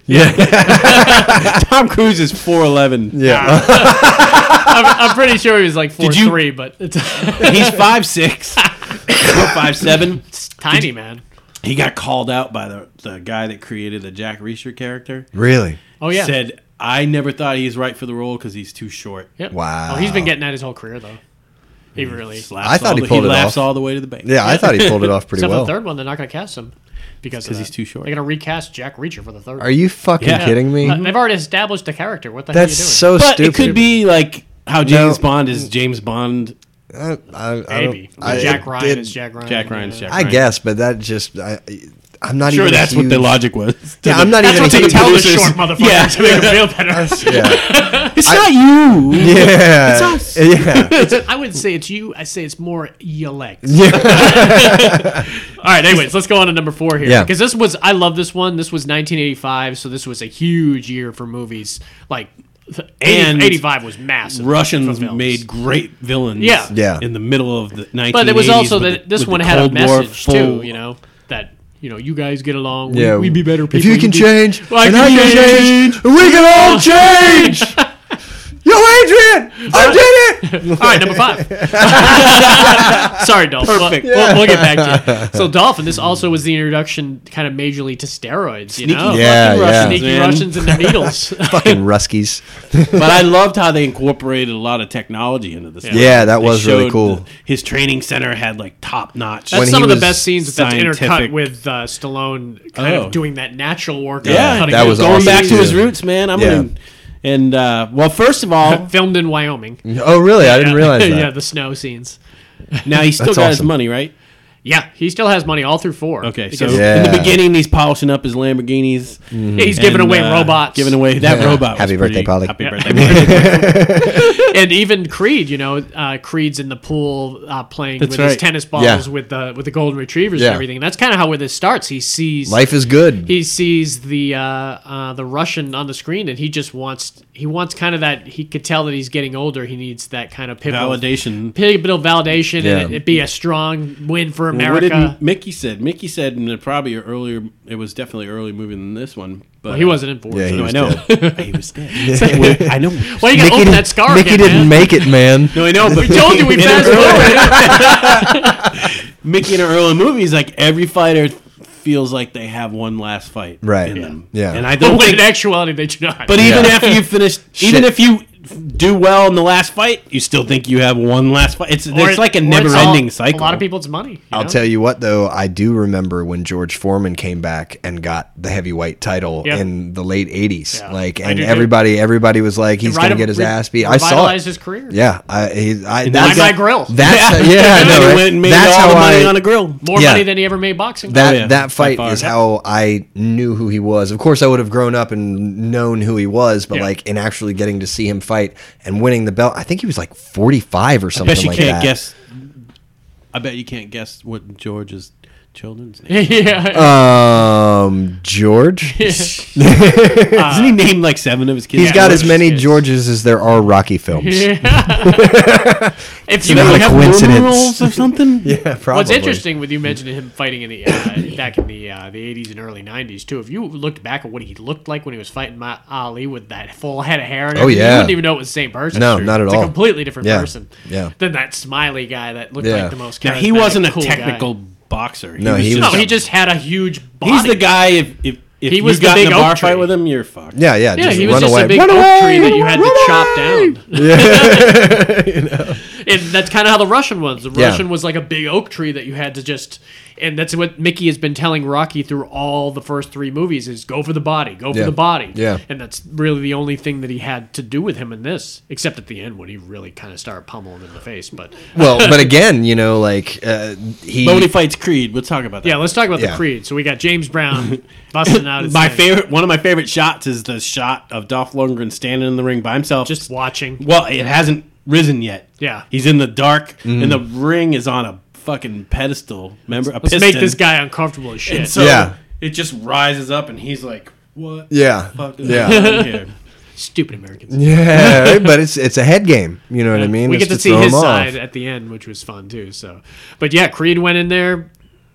Tom Cruise is four eleven.
yeah.
I'm, I'm pretty sure he was like four
Did you-
three, but it's
He's five six. five seven.
tiny man.
He got called out by the the guy that created the Jack Reacher character.
really?
Oh yeah.
Said I never thought he was right for the role because he's too short.
Yep.
Wow.
Oh, he's been getting that his whole career though. He really.
Laughs
I thought
all
he
the,
pulled it
laughs
off.
all the way to the bank.
Yeah, I thought he pulled it off pretty
Except for the
well.
third one, they're not going to cast him because of
'cause he's
that.
too short.
They're going to recast Jack Reacher for the third.
Are you fucking
Yeah.
kidding me?
Uh, they've already established the character. What the
That's
hell
so
But
stupid.
it could be like how James Bond is James Bond.
I, I,
are
I
you
don't-
doing? Maybe
I-
Jack
it-
Ryan
it-
is Jack Ryan.
Jack Ryan's Jack.
I
Ryan.
guess, but that just I. I'm not
Sure,
even. a
that's what the
huge-
logic was.
Yeah, I'm not
That's
even.
what
a
they
huge-
tell the
producers-
short motherfucker
Yeah.
to make him feel better.
Yeah.
It's not you.
Yeah.
us.
Yeah.
I would say it's you. I say it's more Yelect. All right. Anyways, let's go on to number four here.
Yeah.
Because this was, I love this one. This was 1985, so this was a huge year for movies. Like, th- 80
And
85 was massive.
Russians
for films.
made great villains.
Yeah.
Yeah.
In the middle of the 1980s.
But it was also
with
that
the-
this
with
one
the
had a
Cold War
message
full-
too. You know that you know you guys get along.
Yeah.
we, we be better people.
If you can
do-
change,
Well, I
and
can
I can change, we can all change. Yo, Adrian, I did it.
All right, number five. Sorry, Dolph. Perfect. We'll, we'll, we'll get back to you. So, Dolphin, this also was the introduction, kind of majorly, to steroids. You know,
Yeah, yeah.
sneaky
man.
Russians and the needles.
Fucking Ruskies.
but I loved how they incorporated a lot of technology into this.
Yeah, that
They
was really
showed
cool.
the- his training center had like top notch.
That's
When
some
he
of the
was
best scenes that's intercut
scientific-
with uh, Stallone kind
Oh.
of doing that natural work.
yeah,
of
that was
going
awesome,
back to
too.
his roots, man. I'm
Yeah.
gonna and uh, well, first of all,
filmed in Wyoming.
Oh, really? I didn't realize that.
yeah, the snow scenes.
now he still
That's
got his
awesome.
money, right?
Yeah, he still has money all through four.
Okay, so
Because-
in
Yeah. Mm-hmm.
the beginning, he's polishing up his Lamborghinis.
Yeah, he's giving
and,
away
uh,
robots.
Giving away that robot.
Happy
was
birthday,
pretty-
Polly.
Happy
Yeah.
birthday, Polly.
and even Creed, you know, uh, Creed's in the pool uh, playing
That's
with his
right.
tennis balls
Yeah.
with the with the golden retrievers
Yeah.
and everything. And that's kind of how where this starts. He sees
Life is good.
he sees the uh, uh, the Russian on the screen, and he just wants he wants kind of that. He could tell that he's getting older. He needs that kind of pivotal
Validation.
pivotal validation,
Yeah.
and it, would be a strong win for America.
did Mickey said? Mickey said, and probably earlier, it was definitely early movie than this one. But
Well, he wasn't in Bourne.
Yeah, he
No, I
was
know. he was dead. I know.
Why you gotta
Mickey
open
didn't-
that scar
Mickey
again, man?
didn't make it, man.
No, I know.
We
But
told you we
Mickey-
fast forward.
Mickey in an early movie is like every fighter feels like they have one last fight,
Right.
In
Yeah.
them.
Yeah.
and I don't
But when
think.
in actuality, they do not.
But even after you finish, even
Shit.
if you do well in the last fight, you still think you have one last fight. It's
Or-
it's like
or
a never-ending
all-
cycle.
A lot of people, it's money.
I'll tell you what, though, I do remember when George Foreman came back and got the heavyweight title
Yeah.
in the late '80s.
Yeah.
Like,
I
and
do too.
everybody, everybody was like, "He's
Right
gonna
of-
get his
re-
ass beat." I saw it.
revitalized his career.
Yeah, I, he, I
Buy
that's
my grill.
That's yeah, I know.
He
right?
went and made
that's
all
how
the money
I
on a grill.
More
Yeah.
money than he ever made boxing.
that
Oh, yeah. By
that fight
far.
is how I knew who he was. Of course, I would have grown up and known who he was, but
Yeah.
like in actually getting to see him fight and winning the belt, I think he was like 45 or something
bet you
like
can't
that.
guess. I bet you can't guess what George's children's name.
yeah.
Um, George.
Isn't he named like seven of his kids?
He's got as
George's
many
kids.
Georges as there are Rocky films.
if you
not
know,
a
Have
coincidence.
numerals or something.
Yeah, probably.
what's interesting with you mentioning him fighting in the uh, back in the uh, the eighties and early nineties too. If you looked back at what he looked like when he was fighting my Ali with that full head of hair, and
Oh,
everything, you
yeah.
wouldn't even know it was the same person.
No, not at
it's
all.
A completely different
Yeah.
person.
Yeah.
Than that smiley guy that looked
Yeah.
like the most.
Now he
charismatic,
wasn't a
cool guy.
technical boxer.
No, he
No,
was-
he just had a huge. Body.
He's the guy. If if, if
He
you
was the
got in a
big
bar
oak tree.
fight with him, you're fucked.
Yeah, yeah.
Yeah,
just
he was
run
just
away.
a big
Run
oak
away!
tree that you had to chop down. And that's kind of how the Russian was. The
Yeah.
Russian was like a big oak tree that you had to just. And that's what Mickey has been telling Rocky through all the first three movies: is go for the body, go for
Yeah.
the body.
Yeah.
And that's really the only thing that he had to do with him in this, except at the end when he really kind of started pummeling him in the face. But
Well, but again, you know, like uh, he.
But when he fights Creed, we'll talk about that.
yeah, let's talk about
Yeah.
the Creed. So we got James Brown busting out. His
my
thing,
favorite, one of my favorite shots is the shot of Dolph Lundgren standing in the ring by himself.
just watching.
well, it hasn't risen yet.
Yeah.
he's in the dark,
Mm.
and the ring is on a fucking pedestal. Remember, a
Let's
piston.
make this guy uncomfortable as shit.
And so
Yeah.
it just rises up, and he's like, "What?
yeah,
the fuck is
yeah.
going on here?"
Stupid Americans.
Yeah, right? but it's it's a head game. You know what I mean?
we
It's
get to see
throw
his
him off.
side at the end, which was fun too. So, but yeah, Creed went in there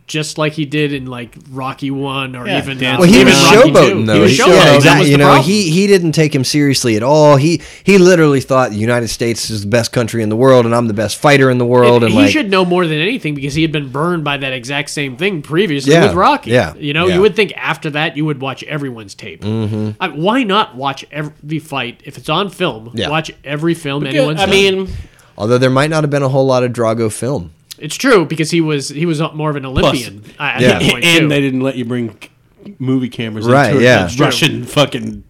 just like he did in like Rocky One or
Yeah,
even
Dan-
uh,
Well, he
even
was
Rocky
showboating
II.
though.
He was
He-
showboating.
yeah,
That
exactly.
was
you
the
know,
problem.
he he didn't take him seriously at all. He he literally thought the United States is the best country in the world, and I'm the best fighter in the world. And
he
like,
should know more than anything because he had been burned by that exact same thing previously
Yeah,
with Rocky.
yeah,
you know,
yeah. Mm-hmm.
you would think after that you would watch everyone's tape. I, why not watch every fight if it's on film?
Yeah.
Watch every film anyone's.
I
done.
mean,
although there might not have been a whole lot of Drago film.
it's true because he was he was more of an Olympian at at
Yeah.
that point too.
and they didn't let you bring c- movie cameras
Right,
into
yeah.
it. The Russian fucking.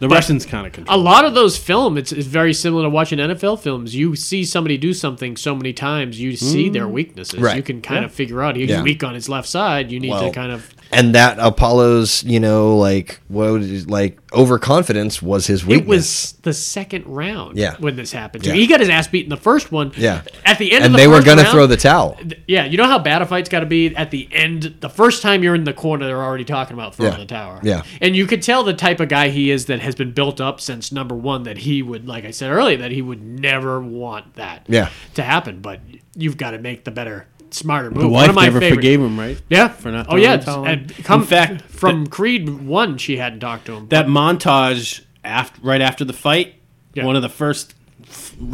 The Russians kind of
a
control.
lot of those film it's, it's very similar to watching NFL films. You see somebody do something so many times, you see their weaknesses.
Mm. Right.
You can kind of figure out he's
Yeah.
weak on his left side. You need to
Well,
kind of
And that Apollo's, you know, like what would it- like overconfidence was his weakness.
It was the second round
Yeah.
when this happened. to
Yeah.
him. He got his ass beat in the first one.
yeah.
At the end
and
of the
they were
first
gonna
round-
throw the towel.
th- yeah, you know how bad a fight's got to be at the end. The first time you're in the corner, they're already talking about throwing
Yeah.
the tower.
Yeah.
and you could tell the type of guy he is that has been built up since number one. That he would, like I said earlier, that he would never want that.
Yeah.
to happen. But you've got to make the better, smarter move.
The
uh, One
wife
of my
never
favorite-
forgave him, right?
Yeah,
for not
Oh
throwing
yeah,
the towel in.
and come
In fact,
from Creed one, she hadn't talked to him.
that montage after right after the fight
Yeah.
one of the first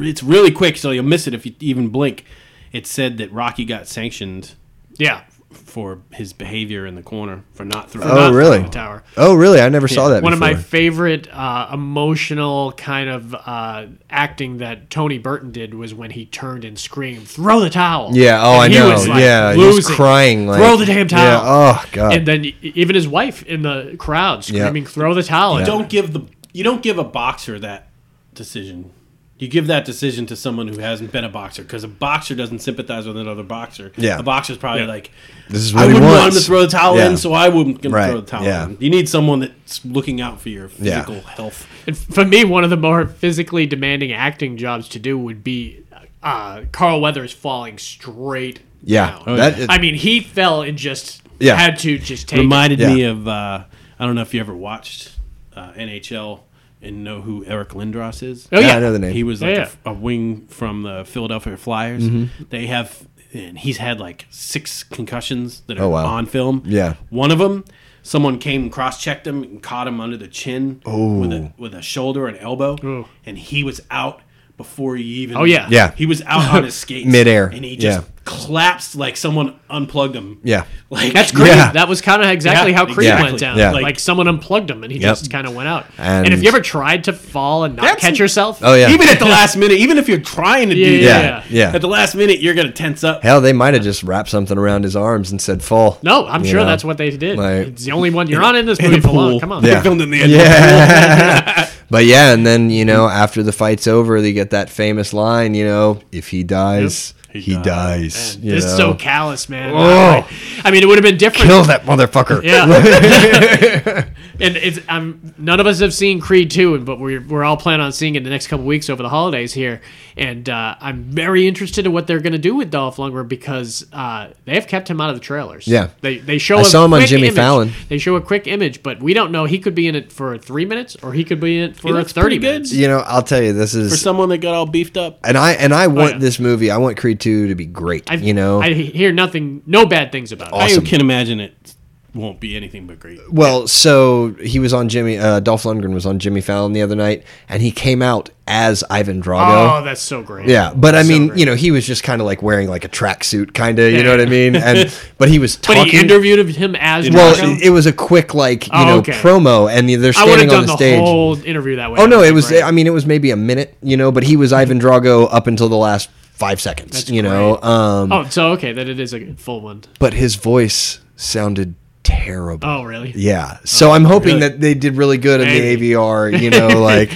it's really quick so you'll miss it if you even blink it said that rocky got sanctioned
yeah,
for his behavior in the corner for not throwing
Oh,
not
really?
throwing the tower.
Oh, really? I never saw that.
one of my
before.
favorite uh, emotional kind of uh, acting that Tony Burton did was when he turned and screamed, "Throw the towel!"
Yeah.
And
Oh, I
he
know.
was, like,
yeah. He was
losing.
crying. Like,
Throw the damn towel!
Yeah. Oh god.
And then e- even his wife in the crowd
Yeah.
screaming, "Throw the towel!"
you
at him.
don't give the you don't give a boxer that decision you give that decision to someone who hasn't been a boxer because a boxer doesn't sympathize with another boxer
Yeah.
a boxer's probably like
this is
I
what he
wouldn't
wants.
want him to throw the towel
Yeah.
in, so I wouldn't gonna
Right,
throw the towel
yeah.
in. You need someone that's looking out for your
Yeah.
physical health.
And for me, one of the more physically demanding acting jobs to do would be uh, Carl Weathers falling straight.
Yeah,
down.
Oh, that yeah. is-
I mean, he fell and just
Yeah.
had to just take. it.
reminded
Yeah.
me of uh, I don't know if you ever watched uh, NHL and know who Eric Lindros is.
Oh yeah,
I know the name.
He was like
Yeah,
Mm-hmm.
a- a, wing from the Philadelphia Flyers. They have and he's had like six concussions that are
Oh, wow.
on film.
Yeah.
One of them, someone came cross checked him and caught him under the chin with
Oh.
a with a shoulder and elbow,
Ooh.
and he was out before he even.
Oh, yeah.
Yeah.
He was out on his skates
Midair.
and he just
Yeah.
collapsed like someone unplugged him.
Yeah.
Like
That's Creed.
Yeah.
That was kind of exactly
Yeah,
how Creed
exactly.
went down.
Yeah.
Like, someone unplugged him and he
Yep.
just kind of went out.
And-
And, if you ever tried to fall and not catch yourself,
Oh, yeah.
Even at the last minute, even if you're trying to do
Yeah,
that,
yeah, yeah.
at the last minute you're gonna tense up.
Hell, they might have just wrapped something around his arms and said, "Fall."
No, I'm
You
sure
know?
that's what they did.
like-
it's the only one you're on in this movie for long. Come on.
They
Yeah.
filmed in the end.
Yeah. but yeah, and then, you know, after the fight's over, they get that famous line, you know, if he dies, he, dies. you
It's
know.
so callous, man.
Oh.
I mean, it would have been different.
Kill that motherfucker.
Yeah. and it's I'm none of us have seen Creed 2 and but we're we're all planning on seeing it the next couple weeks over the holidays here. And uh, I'm very interested in what they're going to do with Dolph Lundgren because uh, they've kept him out of the trailers.
Yeah.
They they show
I
a
saw him on
quick
Jimmy
image.
Fallon.
They show a quick image, but we don't know he could be in it for 3 minutes or he could be in it for
looks
30
pretty good.
minutes.
You know, I'll tell you, this
For
is.
someone that got all beefed up.
and I and I want
Oh, yeah.
this movie. I want Creed two to be great.
I've-
you know,
I hear nothing no bad things about it.
Awesome.
I can imagine it won't be anything but great.
Well, so he was on Jimmy. Uh, Dolph Lundgren was on Jimmy Fallon the other night, and he came out as Ivan Drago.
Oh, that's so great.
yeah, but I
So
mean,
great.
you know, he was just kind of like wearing like a tracksuit, kind of. You
Yeah.
know what I mean? And but he was
But
talking.
he interviewed him as
well,
Drago?
it was a quick like you
Oh,
know
okay.
promo, and they're
I would have
standing on
done
the
the
stage.
whole interview that way.
oh
I
no,
would
it
be
was.
great.
I mean, it was maybe a minute, you know, but he was Ivan Drago up until the last five seconds. you know, um,
Oh, so okay, then it is a full one.
but his voice sounded terrible.
Oh, really?
Yeah, so I'm hoping that they did really good in
Maybe.
the AVR. You know, like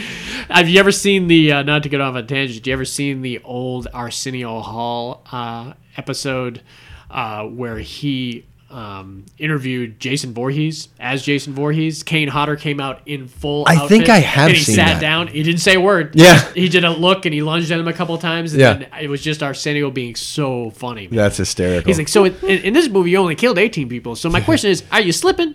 Have you ever seen the? Uh, not to get off on a tangent. You ever seen the old Arsenio Hall uh, episode uh, where he um, interviewed Jason Voorhees as Jason Voorhees? Kane Hodder came out in full.
I think
outfit,
I have
and he
seen
sat
that.
down. He didn't say a word.
Yeah.
He did a look and he lunged at him a couple times. And
Yeah.
Then it was just Arsenio being so funny. man.
that's hysterical.
He's like, so in, in, in this movie, you only killed 18 people. So my question is, are you slipping?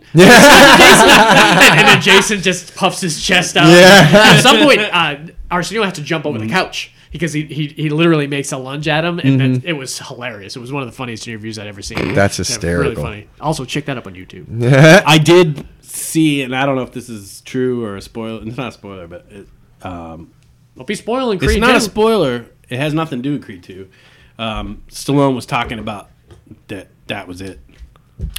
and, and then Jason just puffs his chest out.
Yeah. Mm.
At some point, uh, Arsenio has to jump over the couch because he, he, he literally makes a lunge at him. And then it was hilarious. It was one of the funniest interviews I'd ever seen.
Mm-hmm. That's
Yeah,
hysterical.
Really funny. Also, check that up on YouTube.
I did see, and I don't know if this is true or a spoiler. It's not a spoiler, but it,
Don't be spoiling Creed.
it's not a
2.
spoiler. It has nothing to do with Creed Two. Um, Stallone was talking about that. That was it.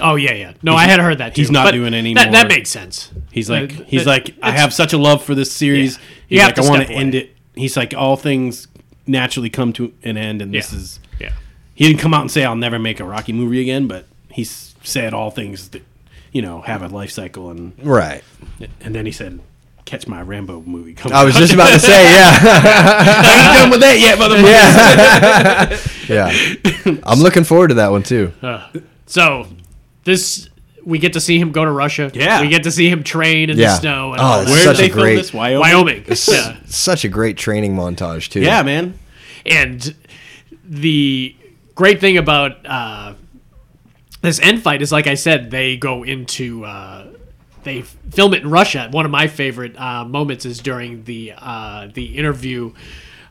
oh, yeah, yeah. No, I had heard that too.
he's not
But
doing any
That, that
more.
makes sense.
He's like,
Uh,
he's
that-
like, I have such a love for this series.
Yeah. You
He's
have
like,
to
I want to
step
end
away.
it. He's like, all things naturally come to an end, and this
Yeah.
is.
Yeah.
He didn't come out and say I'll never make a Rocky movie again, but he s- said all things that you know have a life cycle, and
right.
and then he said, "Catch my Rambo movie." Come
I was just about to say, yeah,
done with that yet, motherfucker.
yeah. I'm looking forward to that one too.
So this we get to see him go to Russia.
Yeah.
we get to see him train in
Yeah.
the snow. And
Oh,
all
that's
that.
Where
Such
did
a
they film
great-
this? Wyoming.
Wyoming. yeah.
Such a great training montage too.
Yeah, man.
And the great thing about uh, this end fight is, like I said, they go into. Uh, they f- film it in Russia. One of my favorite uh, moments is during the uh, the interview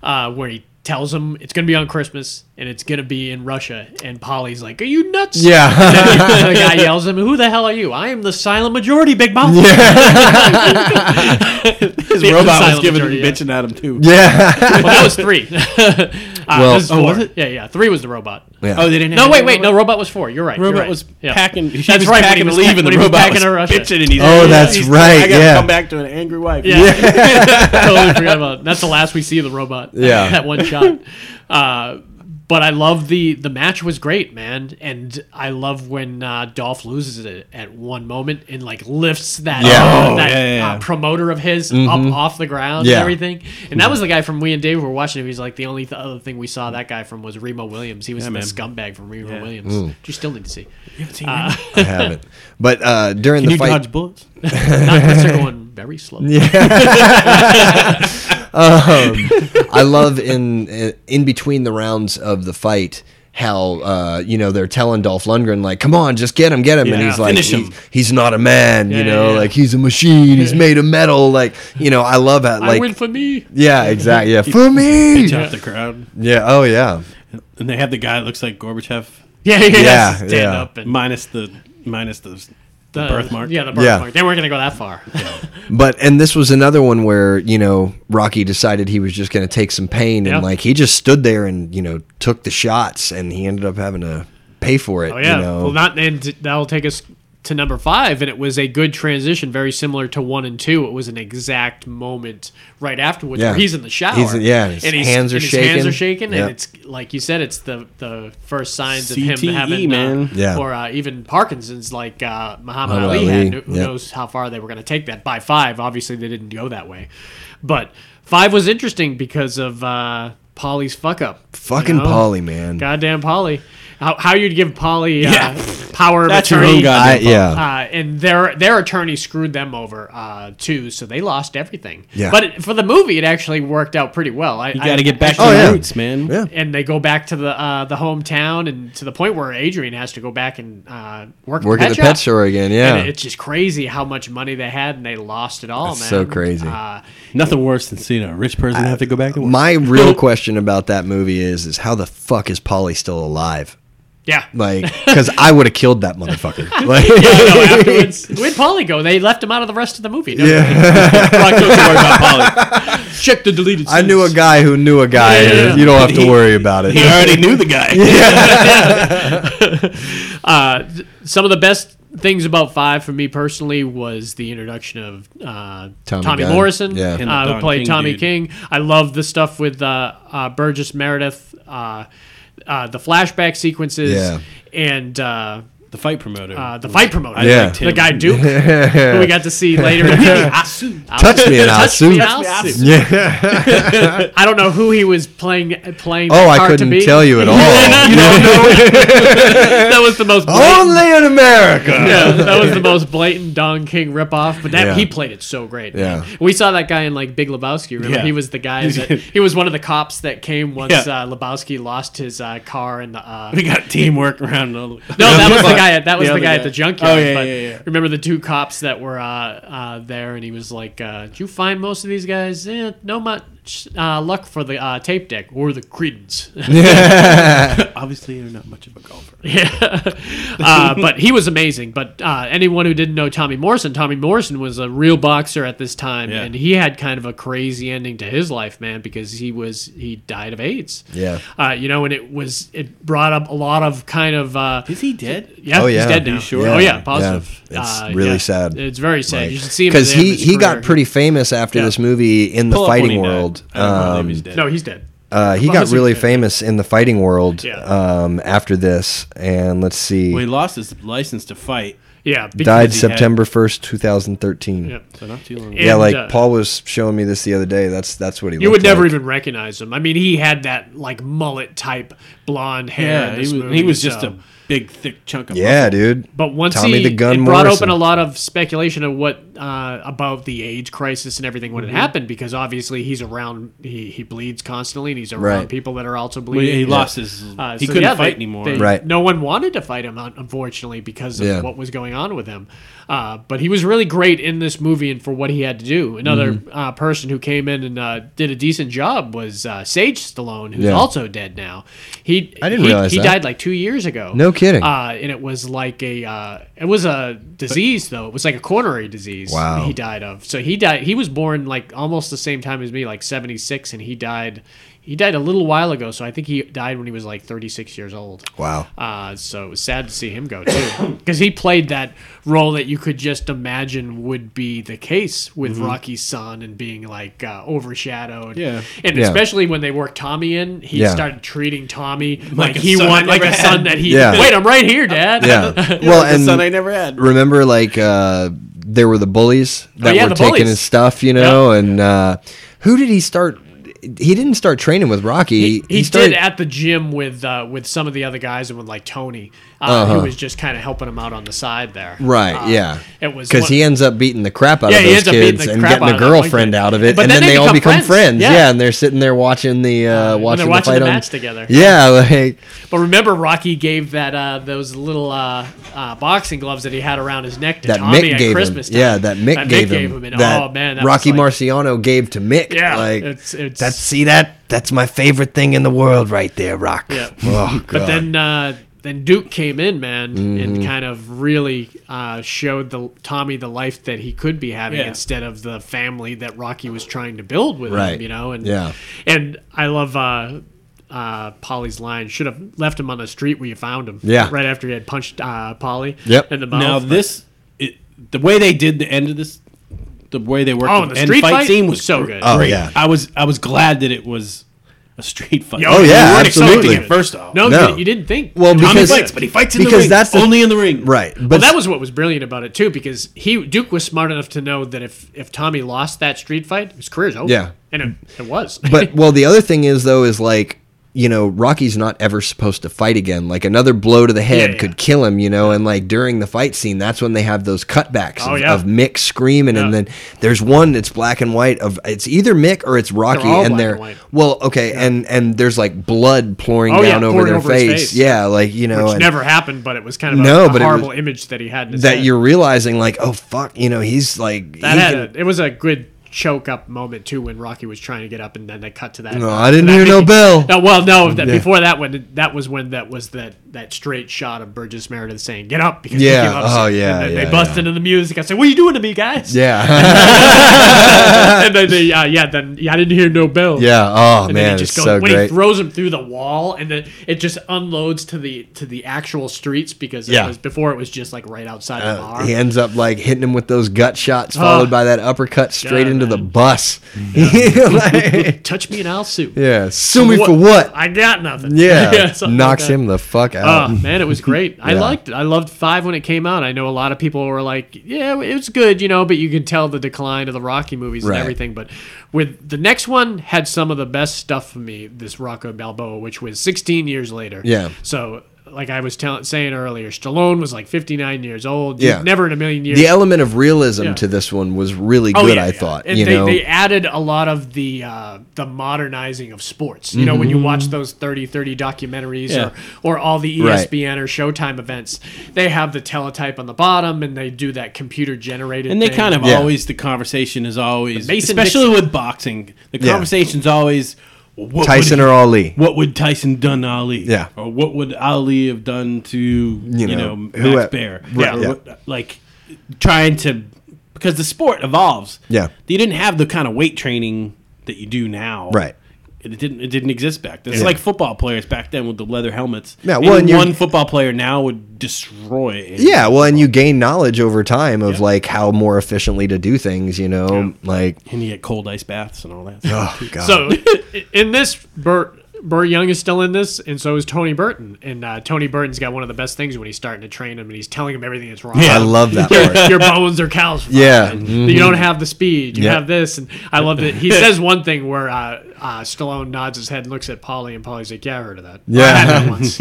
uh, where he tells him it's going to be on Christmas and it's going to be in Russia. And Polly's like, "Are you nuts?"
Yeah.
the guy yells at him, "Who the hell are you? I am the silent majority, Big Mouth."
His
The
robot was
silent
giving
majority,
him
yeah.
bitching at him too.
yeah.
Well, that was three. uh,
Well-
this is
Oh,
four.
was it?
Yeah, yeah. Three was the robot.
Yeah.
Oh, they didn't.
No,
have
wait,
a
wait. No,
robot?
robot was four. You're right.
robot
you're right.
was
Yeah.
packing. He
That's
was
right.
Packing
when
and
he was,
leaving.
when
The
he was
robot
packing
was
in Russia.
bitching, and he's
Oh,
like,
that's
he's-
right,
I gotta
yeah.
come back to an angry wife.
Yeah, totally forgot about. That's the last we see of the robot.
Yeah.
that one shot. Uh, but I love the the match was great, man, and I love when uh, Dolph loses it at one moment and like lifts that
Yeah.
uh, that
yeah, yeah, yeah.
Uh, promoter of his up off the ground
Yeah.
and everything. And that was the guy from We and Dave were watching. He's like the only th- other thing we saw that guy from was Remo Williams. He was the
man.
scumbag from Remo Williams. Which you still need to see. Uh,
I haven't. But uh, during
Can
the
you
fight,
dodge bullets?
Not unless they're going very slow.
I love in in between the rounds of the fight how uh, you know they're telling Dolph Lundgren like, "Come on, just get him, get him," and
Yeah,
he's like,
finish him.
He's, he's not a man, you
Yeah,
know,
yeah, yeah.
like he's a machine. He's made of metal." Like you know, I love that.
I
Like
win for me.
yeah, exactly. Yeah, for me.
Chop the crowd.
Yeah. Oh yeah.
And they have the guy that looks like Gorbachev
Yeah, yeah,
Yeah,
yeah. Stand
yeah.
up and
minus the minus the, the birthmark.
Yeah, the
Yeah.
birthmark. They weren't going to go that far.
But and this was another one where you know Rocky decided he was just going to take some pain
Yeah.
and like he just stood there and you know took the shots and he ended up having to pay for it.
Oh yeah.
you know?
Well, not and that'll take us to number five, and it was a good transition, very similar to one and two. It was an exact moment right afterwards
Yeah.
where he's in the shower.
He's- yeah, his hands are
and His hands
shaking.
are shaking,
Yeah.
and it's like you said, it's the the first signs of
CTE,
him having, uh,
E, man.
Yeah.
or uh, even Parkinson's, like uh, Muhammad
Muhammad
Ali,
Ali,
had. Who
yeah.
knows how far they were going to take that? By five, obviously they didn't go that way, but five was interesting because of. Uh, Polly's fuck up. you
Fucking
know?
Polly, man.
Goddamn Polly. How, how you'd give Polly uh,
Yeah.
power of
That's your
attorney.
own
I,
goddamn
yeah.
Uh, and their their attorney screwed them over uh, too, so they lost everything.
Yeah.
But it, for the movie, it actually worked out pretty well. I,
You got to get back to
Oh,
the
yeah.
roots, man.
Yeah.
And they go back to the uh, the hometown, and to the point where Adrian has to go back and uh, work
Work at the pet store again. Yeah.
And it's just crazy how much money they had, and they lost it all.
That's
man.
so crazy.
Uh,
Nothing worse than seeing a rich person have to go back to work.
My real question about that movie is is how the fuck is Polly still alive?
yeah.
Like, because I would have killed that motherfucker. Like,
No, afterwards, where'd Polly go? They left him out of the rest of the movie. Yeah.
Rock, don't you worry about Polly.
Check the deleted.
I knew a guy who knew a guy.
Yeah, yeah, yeah.
You don't have to worry about it.
He already knew the guy.
Uh, some of the best things about five for me personally was the introduction of uh,
Tommy
Tommy,
Gunn.
Morrison,
Yeah. And
the
uh,
Don
who played
King
Tommy
dude.
King. I love the stuff with uh, uh, Burgess Meredith, uh, uh, the flashback sequences,
Yeah.
and uh,
The fight promoter.
uh, the fight promoter.
Yeah.
liked him.
the guy Duke, who we got to see later. in the Asu.
Touch me and I'll
Touch me
sue.
and I'll sue. I don't know who he was playing playing.
Oh,
that
I
part to
couldn't
be.
tell you at all.
That was the most. blatant-
Only in America.
yeah, that was the most blatant Don King ripoff. But that
Yeah.
he played it so great. man.
Yeah.
we saw that guy in like Big Lebowski. Remember,
Yeah.
he was the guy that he was one of the cops that came once
Yeah.
uh, Lebowski lost his uh, car in the. Uh,
we got teamwork around all the way.
no, that was the guy. At, that was the,
The other
guy
guy.
at the junkyard.
Oh, yeah,
but
yeah, yeah.
Remember the two cops that were uh, uh, there, and he was like, uh, "Did you find most of these guys? Eh, no much uh, luck for the uh, tape deck or the credence."
Obviously, you're not much of a golfer.
uh, but he was amazing. But uh, anyone who didn't know Tommy Morrison, Tommy Morrison was a real boxer at this time,
Yeah.
and he had kind of a crazy ending to his life, man, because he was he died of AIDS.
Yeah.
uh, you know, and it was it brought up a lot of kind of uh,
Is he dead?
yeah,
Oh, yeah.
he's dead
Are you
now.
sure?
Oh
Yeah.
yeah, positive.
Yeah. It's
Uh,
really
yeah.
sad.
It's very sad. you should see him
Because
at the end
he,
of his
he got
career.
pretty famous after this movie in the
Pull up when he
fighting
died.
world.
I don't know if he's
Um,
dead.
No, he's dead.
uh, he got
Obviously
really
dead.
famous in the fighting world
Yeah.
um, after this. And let's see,
Well, he lost his license to fight,
Yeah, because
died
he had-
September first, two thousand thirteen.
Yep.
so not too long. ago.
Yeah,
And,
like
uh,
Paul was showing me this the other day. That's that's what he.
You would
looked
never
like.
even recognize him. I mean, he had that like mullet type blonde hair.
Yeah,
in
he
this
was,
movie,
he was just
so-
a big, thick chunk of
Yeah, dude.
But once
Tommy
he
the
it
Gun
brought open
Morrison.
a lot of speculation of what uh, about the AIDS crisis and everything when it
Mm-hmm.
happened, because obviously he's around, he, he bleeds constantly, and he's around
Right.
people that are also
Well,
bleeding.
yeah, he lost his.
Uh,
he
so,
couldn't
yeah,
fight
they-
anymore.
they-
Right.
No one wanted to fight him, un- unfortunately, because of
Yeah.
what was going on with him. Uh, but he was really great in this movie and for what he had to do. Another
Mm-hmm.
uh, person who came in and uh, did a decent job was uh, Sage Stallone, who's
Yeah.
also dead now. He
I didn't
he,
realize
he
that.
died like two years ago.
No kidding.
Uh, and it was like a uh, it was a disease though. It was like a coronary disease.
Wow.
He died of. So he died. He was born like almost the same time as me, like seventy six, and he died. He died a little while ago, so I think he died when he was like thirty six years old.
Wow.
Uh, so it was sad to see him go too, because he played that role that you could just imagine would be the case with Rocky's son and being like uh, overshadowed.
Mm-hmm. Yeah.
and
Yeah.
especially when they worked Tommy in, he
Yeah.
started treating Tommy
Like
like,
a
he
son I
wanted, like
never
a son
had.
that he.
Yeah.
Wait, I'm right here, Dad.
Yeah. well,
the
and
son I never had.
Remember, like uh, there were the bullies that
Oh, yeah,
were
the
taking
bullies.
his stuff, you know. And uh, who did he start? He didn't start training with Rocky.
He, he
started,
did at the gym with uh, with some of the other guys and with like Tony. uh, who was just kind of helping him out on the side there.
Uh-huh. Right,
Uh,
yeah.
It was
because
one-
he ends up beating the crap out
Yeah,
of
he
those
ends up beating
kids
the
and
crap
getting
out
a
of them, like
girlfriend
that.
out of it,
But
and
then
then,
they
they, all
become
become
friends,
friends.
yeah.
Yeah. and they're sitting there watching the uh, watching,
watching the
fight on-
match together.
Yeah, like
But remember, Rocky gave that uh, those little uh, uh, boxing gloves that he had around his neck to
that
Tommy
Mick
at
gave
Christmas
him.
time.
Yeah, that Mick, gave, him.
and oh man, that was
Rocky
like-
Marciano gave to Mick.
Yeah,
like
it's, it's
That's see that that's my favorite thing in the world right there, Rock.
yeah.
oh,
But
God. Mm-hmm.
then uh, then Duke came in, man, and kind of really uh, showed the Tommy the life that he could be having
Yeah.
instead of the family that Rocky was trying to build with him.
Right.
You know, and
Yeah.
and I love. Uh, uh, Polly's line should have left him on the street where you found him.
Yeah.
right after he had punched uh, Polly.
Yep.
in the mouth.
Now this, it, the way they did the end of this, the way they worked
oh,
the
the
end
street
fight,
fight
scene was
so
gr-
good.
oh yeah,
I was I was glad that it was a street fight.
Oh,
You
yeah,
weren't expecting
absolutely.
it, First off,
No,
No.
You, you didn't think.
Well,
Tommy
because-
fights,
but he fights in the
because
ring.
that's the-
only in the ring,
right. But
well, that was what was brilliant about it too, because he Duke was smart enough to know that if if Tommy lost that street fight, his career's over.
Yeah.
and it, it was.
but well, the other thing is though is like you know Rocky's not ever supposed to fight again. Like another blow to the head
Yeah, yeah.
could kill him. You know, and like during the fight scene, that's when they have those cutbacks
Oh,
of,
yeah.
of Mick screaming, and
Yeah.
then there's one that's black and white of it's either Mick or it's Rocky,
all
and
black
they're
and white.
well, okay, and and there's like blood pouring
Oh, yeah,
down over
pouring
their
over his
face.
face.
Yeah, like you know,
which
and-
never happened, but it was kind of
No,
a, a
but it was-
horrible image that he had. In his
that
head.
you're realizing like oh fuck, you know, he's like
that
he
had
can-
a, it was a good choke up moment too when Rocky was trying to get up, and then they cut to that.
No, Oh, I didn't
that
hear no
big-
bell.
No, well, no, that, before that one, that was when that was that that straight shot of Burgess Meredith saying "Get up" because
Yeah,
He came up,
oh,
and
yeah,
then
yeah,
they bust into the music. I said, "What are you doing to me, guys?"
yeah,
and then they, uh, yeah, then yeah, I didn't hear no bell.
yeah. Oh
And
man,
then he
it's
just goes
so
when he
great.
throws him through the wall, and then it just unloads to the to the actual streets because
Yeah. Uh,
it was before it was just like right outside the bar.
He ends up like hitting him with those gut shots, followed
Ah.
by that uppercut straight
God,
into the
man.
bus. Like,
Touch me and I'll sue.
yeah, sue me for what?
I got nothing.
Yeah,
something like
knocks
that.
him the fuck out.
Oh man, it was great. I
Yeah.
liked it. I loved five when it came out. I know a lot of people were like, "Yeah, it was good," you know, but you can tell the decline of the Rocky movies
Right.
and everything. But with the next one had some of the best stuff for me. This Rocco Balboa, which was 16 years later.
Yeah.
So, like I was tell- saying earlier, Stallone was like 59 years old.
Yeah.
Never in a million years.
the element of realism
Yeah.
to this one was really
Oh,
good.
yeah,
I
yeah.
thought
And
you
they,
know.
they added a lot of the uh, the modernizing of sports. You know, when
Mm-hmm.
you watch those 30 30 documentaries
Yeah.
or, or all the E
Right.
ESPN or Showtime events, they have the teletype on the bottom and they do that computer generated
and they kind of
Yeah.
always the conversation is always,
The Mason
especially with boxing, the conversation's always what
Tyson
would,
or Ali.
what would Tyson done to Ali?
Yeah.
or what would Ali have done to you,
know,
know,
who- e-
Max Bear?
Right,
Or
yeah.
what- like trying to because the sport evolves.
Yeah.
you didn't have the kind of weight training that you do now.
Right.
It didn't. It didn't exist back then. It's like football players back then with the leather helmets.
Yeah, well,
Any
and you're-
one football player now would destroy. a-
yeah, well, and you gain knowledge over time of like how more efficiently to do things. You know, like
and you get cold ice baths and all that.
oh god,
So in this, Burt Burt Young is still in this, and so is Tony Burton. And uh, Tony Burton's got one of the best things when he's starting to train him, and he's telling him everything that's wrong.
I love that part.
your bones are calcified.
Yeah. Mm-hmm.
You don't have the speed. You
Yeah.
have this. And I love that he says one thing where uh, uh, Stallone nods his head and looks at Polly, and Polly's like, Yeah, I heard of that. I had that once.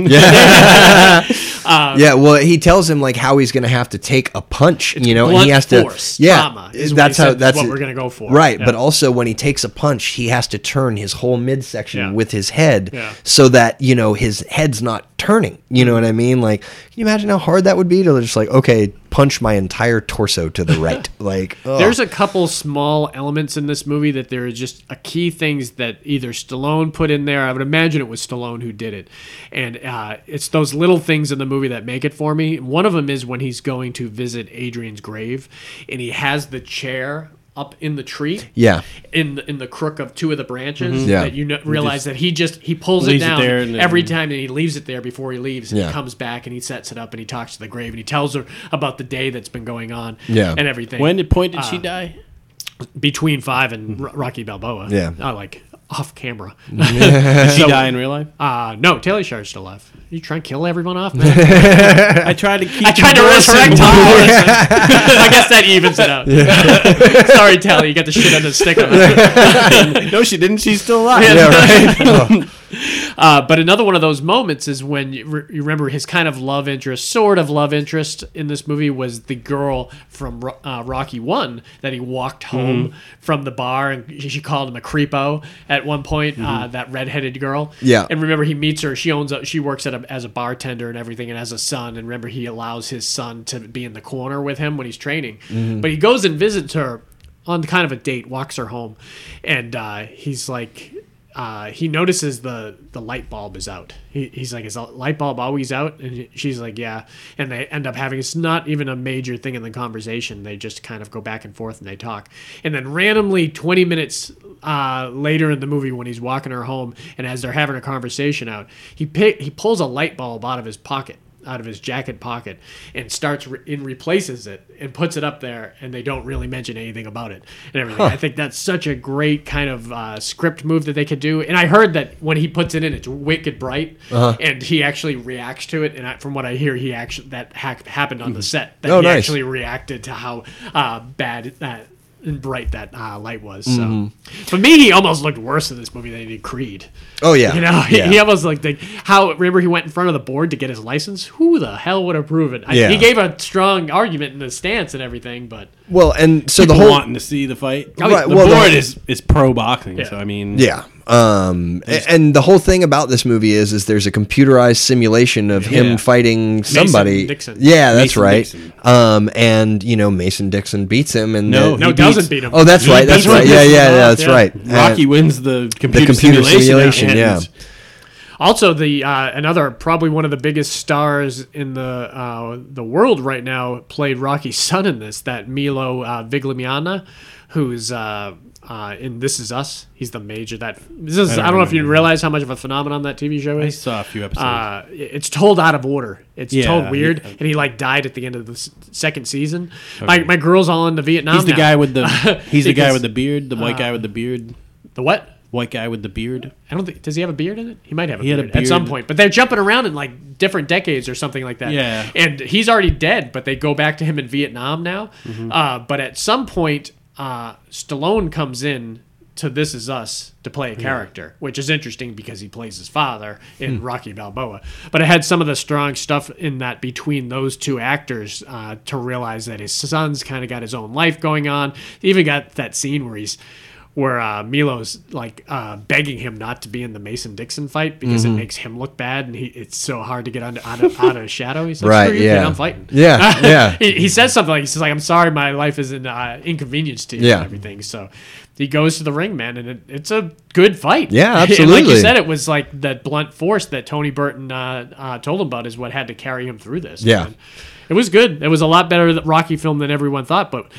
Um,
yeah, well, he tells him like how he's going to have to take a punch, you know, and he
blunt
has to
force
yeah,
trauma is what
that's
he
how
said,
that's
what we're gonna go for.
right?
Yeah.
But also when he takes a punch, he has to turn his whole midsection
Yeah.
with his head,
Yeah.
so that you know his head's not turning. You know what I mean? Like, can you imagine how hard that would be to just like okay, punch my entire torso to the right? like, ugh.
There's a couple small elements in this movie that there are just a key things that either Stallone put in there. I would imagine it was Stallone who did it, and uh, it's those little things in the movie that make it for me. One of them is when he's going to visit Adrian's grave, and he has the chair up in the tree.
yeah, Mm-hmm.
In the, in the crook of two of the branches
Yeah.
that you know, realize that he just he pulls it
leaves it
down
there and then-
every time and he leaves it there before he leaves and
Yeah.
he comes back and he sets it up and he talks to the grave and he tells her about the day that's been going on
Yeah.
and everything
When did point did she die?
between five and Ro- Rocky Balboa.
Mm-hmm. Yeah. Mm-hmm.
I like off camera.
Did she die in real life?
uh, no, Taylor Sharp's still alive. You trying to kill everyone off, man?
I tried to keep.
I tried to
Morrison
resurrect Tom
warm.
Morrison. I guess that evens it out. Sorry, Taylor, you got the shit on the stick on that.
no, she didn't. She's still alive.
yeah, right.
Uh, but another one of those moments is when you, re- you remember his kind of love interest, sort of love interest in this movie was the girl from Ro- uh, Rocky One that he walked
Mm-hmm.
home from the bar, and she she called him a creepo at one point. Uh, that redheaded girl.
Mm-hmm. Yeah.
And remember, he meets her. She owns. A, she works at a, as a bartender and everything, and has a son. And remember, he allows his son to be in the corner with him when he's training. But he goes and visits her on kind of a date, walks her home, and uh, he's like, uh, he notices the the light bulb is out. He, he's like, is the light bulb always out? And she's like, yeah. And they end up having it's not even a major thing in the conversation. They just kind of go back and forth and they talk. And then randomly, twenty minutes uh, later in the movie, when he's walking her home, and as they're having a conversation out, he pick, he pulls a light bulb out of his pocket out of his jacket pocket and starts re- and replaces it and puts it up there and they don't really mention anything about it and everything. I think that's such a great kind of uh, script move that they could do. And I heard that when he puts it in, it's wicked bright
Uh-huh.
and he actually reacts to it. And I, from what I hear, he actually that hack happened on the set that
Oh,
he
nice.
actually reacted to how uh, bad that. And bright that uh, light was. So for me, he almost looked worse in this movie than he did Creed.
Mm-hmm. Oh yeah,
You know, he-
yeah.
he almost like the, how remember he went in front of the board to get his license. Who the hell would approve it? I,
Yeah.
He gave a strong argument in the stance and everything, but
well, and so the
People
whole
wanting to see the fight.
Oh, yeah.
the
well, the-
board is is pro boxing, so I mean,
Yeah. Um, a- and the whole thing about this movie is, is there's a computerized simulation of
Yeah.
him fighting somebody.
Dixon.
Yeah, that's
Mason
right.
Dixon.
Um, and you know Mason Dixon beats him, and the-
No, he
no,
beats-
doesn't beat him.
oh, that's right, that's
beats
right.
him.
Yeah, yeah, yeah,
Yeah.
that's right.
Rocky
Uh,
wins the computer,
the computer
simulation.
simulation, yeah.
and-
Also, the uh, another probably one of the biggest stars in the uh, the world right now played Rocky's son in this. That Milo uh, Vigliana, who's uh, uh, in This Is Us. He's the major. That this is. I don't, know if you realize how much of a phenomenon that TV show
I
is.
saw a few episodes.
uh, it's told out of order. It's
Yeah, uh,
told weird,
yeah.
and he like died at the end of the s- second season. My, my girl's all into Vietnam.
he's the
now.
guy with the he's the guy
Because-
with the beard, the white guy with the beard,
the what?
white guy with the beard.
I don't think does he have a beard in it? He might have a,
had
beard,
a
at some
beard.
point. But they're jumping around in like different decades or something like that.
Yeah.
And he's already dead, but they go back to him in Vietnam now. Uh, but at some point, uh, Stallone comes in to This Is Us to play a character, which is interesting because he plays his father in Rocky Balboa. But it had some of the strong stuff in that between those two actors uh, to realize that his son's kind of got his own life going on. He even got that scene where he's where uh, Milo's like uh, begging him not to be in the Mason Dixon fight because it makes him look bad, and he, it's so hard to get under, out, of, out of his shadow. He's like,
Right,
"Screw you, kid,
yeah.
I'm fighting.
Yeah, yeah.
he, he says something like, "He's like, I'm sorry, my life is an uh, inconvenience to you
Yeah.
and everything." So he goes to the ring, man, and it, it's a good fight.
Yeah,
like you
absolutely.
said, it was like that blunt force that Tony Burton uh, uh, told him about is what had to carry him through this.
Yeah.
man. it was good. It was a lot better th- Rocky film than everyone thought, but.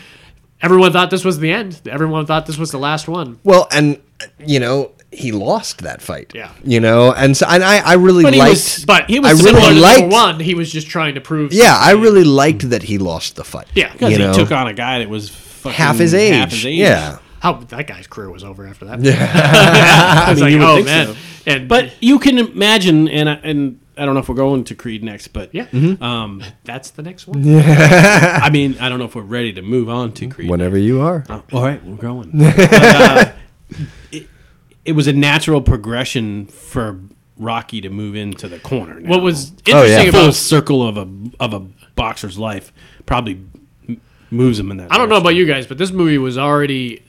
Everyone thought this was the end. Everyone thought this was the last one.
well, and you know he lost that fight.
Yeah.
You know, and so and I, I really
But he
liked.
was-
But he
I
was
really
similar to
liked-
number one. He was just trying to prove.
yeah, I
something.
really liked that he lost the fight.
Yeah.
Because
you
he
know,
took on a guy that was fucking
half his age.
half his age.
Yeah.
How that guy's career was over after that. I was
mean, you would
like, oh
think
man.
so.
And
But you can imagine, and I, and I don't know if we're going to Creed next, but
yeah,
um,
that's the next one.
I mean, I don't know if we're ready to move on
Hmm.
to Creed.
Whenever you are.
Uh, all right, we're going. But, uh, it, it was a natural progression for Rocky to move into the corner. now.
What was interesting
Oh, yeah.
full
about
circle of a of a boxer's life probably m- moves him in that.
I don't know
direction.
about you guys, but this movie was already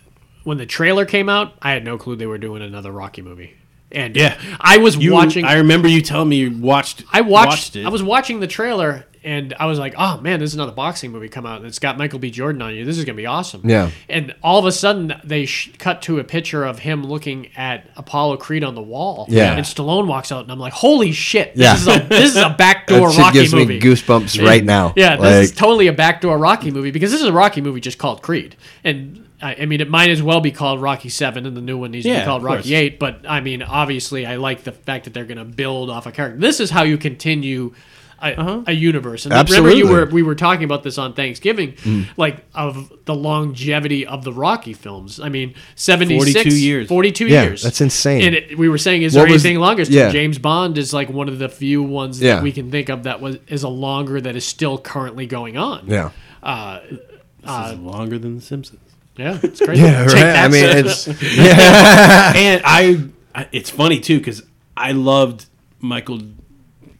when the trailer came out. I had no clue they were doing another Rocky movie. And
Yeah.
I was
You-
watching.
I remember you telling me you watched.
I watched,
it.
I was watching the trailer and I was like, "Oh man, there's another boxing movie come out and it's got Michael B. Jordan on you. This is gonna be awesome."
Yeah.
And all of a sudden, they sh- cut to a picture of him looking at Apollo Creed on the wall.
Yeah.
And Stallone walks out, and I'm like, "Holy shit! This
Yeah.
is a this is a
That
backdoor
shit
Rocky
gives
movie."
me goosebumps right now.
Yeah, this
like,
is totally a backdoor Rocky movie because this is a Rocky movie just called Creed, and I, I mean it might as well be called Rocky Seven, and the new one needs to
Yeah,
be called
of
Rocky
course.
Eight. But I mean, obviously, I like the fact that they're going to build off a character. This is how you continue. A, a universe, and remember, you
Uh-huh. Absolutely. Mm.
were we were talking about this on Thanksgiving, like of the longevity of the Rocky films. I mean, seventy six
42 years.
forty two
Yeah,
years.
that's insane.
And it, we were saying, is
What
there
was-
anything longer? So
yeah.
James Bond is like one of the few ones
Yeah.
that we can think of that was is a longer that is still currently going on.
yeah.
uh,
This is longer than The Simpsons.
yeah, it's crazy.
Yeah,
Take
right.
that,
I mean,
sir.
it's
and I, I, it's funny too because I loved Michael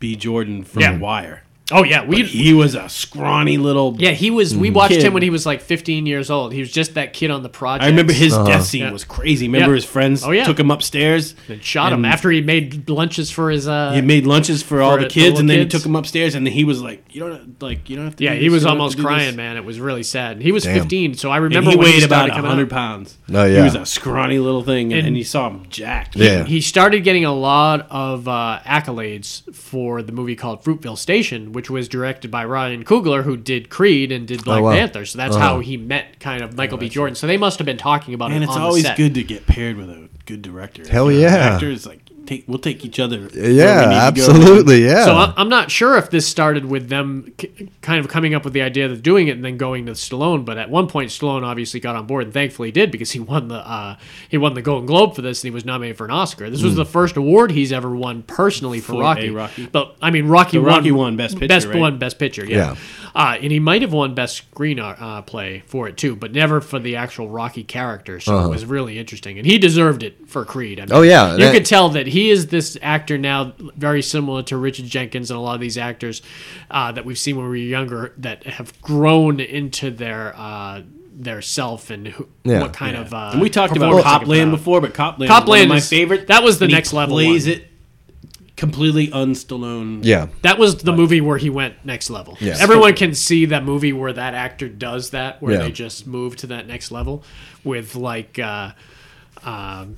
B. Jordan from
Yeah.
The Wire.
Oh yeah, we
He was a scrawny little.
yeah he was. We watched
Kid.
him when he was like 15 years old. He was just that kid on the project.
I remember his
Uh-huh.
death scene
Yeah.
was crazy. Remember
Yeah.
his friends
Oh, yeah.
took him upstairs.
and shot him after he made lunches for his. Uh,
He made lunches for, all
For
the
the
kids,
little
and then
kids.
he took him upstairs, and he was like, "You don't like, you don't have to."
yeah,
do
he
this,
was
you don't have
almost
to do this."
crying, man. It was really sad. And he was
Damn.
15, so I
And
remember
he
when
weighed
he
about
started
about
coming
hundred
out.
pounds.
Oh, yeah.
he was a scrawny little thing, and,
And-
and you saw him jacked.
Yeah.
He started getting a lot of uh, accolades for the movie called Fruitville Station, which was directed by Ryan Coogler, who did Creed and
Oh,
did Black
wow.
Panther. So that's how he met kind of Michael B. Jordan. So they must have been talking about
Uh-huh. and
it
it's
on
always
the set.
good to get paired with a good director. If
Hell
you're an
yeah.
actor is like take we'll take each other. where we
Yeah,
need to go.
absolutely. Yeah.
So I- I'm not sure if this started with them k- kind of coming up with the idea of doing it and then going to Stallone. But at one point, Stallone obviously got on board, and thankfully he did because he won the uh, he won the Golden Globe for this, and he was nominated for an Oscar. This was
Hmm.
the first award he's ever won personally for
For a
Rocky.
Rocky.
But I mean, Rocky
The
won,
Rocky won Best Picture,
best
right?
won Best Picture. Yeah, Uh, and he might have won Best Screen uh, Play for it too, but never for the actual Rocky character. So it was really interesting, and he deserved it for Creed. I mean,
Uh-huh. Oh, yeah,
you
that-
could tell that he is this actor now, very similar to Richard Jenkins and a lot of these actors uh, that we've seen when we were younger that have grown into their uh, their self and who,
Yeah.
what kind of. Uh,
And we talked about
performance they can put
Copland
out.
before, but Copland,
Copland
Copland one of my
is-
favorite.
that was the
and he
next level
Plays
one.
it completely un-Stallone.
yeah.
That was the movie where he went next level. Everyone can see that movie where that actor does that, where
Yeah.
they just move to that next level with like. Uh, um,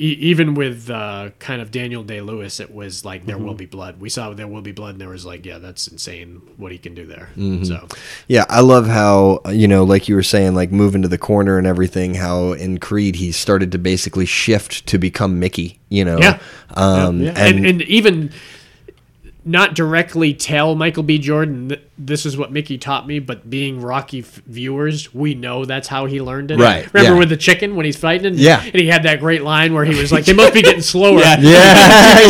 e- even with uh, kind of Daniel Day Lewis, it was like there will be blood. We saw there will be blood, and there was like, yeah, that's insane what he can do there. So
Yeah, I love how you know, like you were saying, like moving to the corner and everything. How in Creed he started to basically shift to become Mickey. You know,
Yeah.
um,
and,
and,
and even not directly tell Michael B. Jordan th- this is what Mickey taught me, but being Rocky f- viewers, we know that's how he learned it.
Right,
Remember
yeah.
with the chicken when he's fighting, and,
Yeah.
and he had that great line where he was like, "They must be getting slower."
Yeah.
yeah,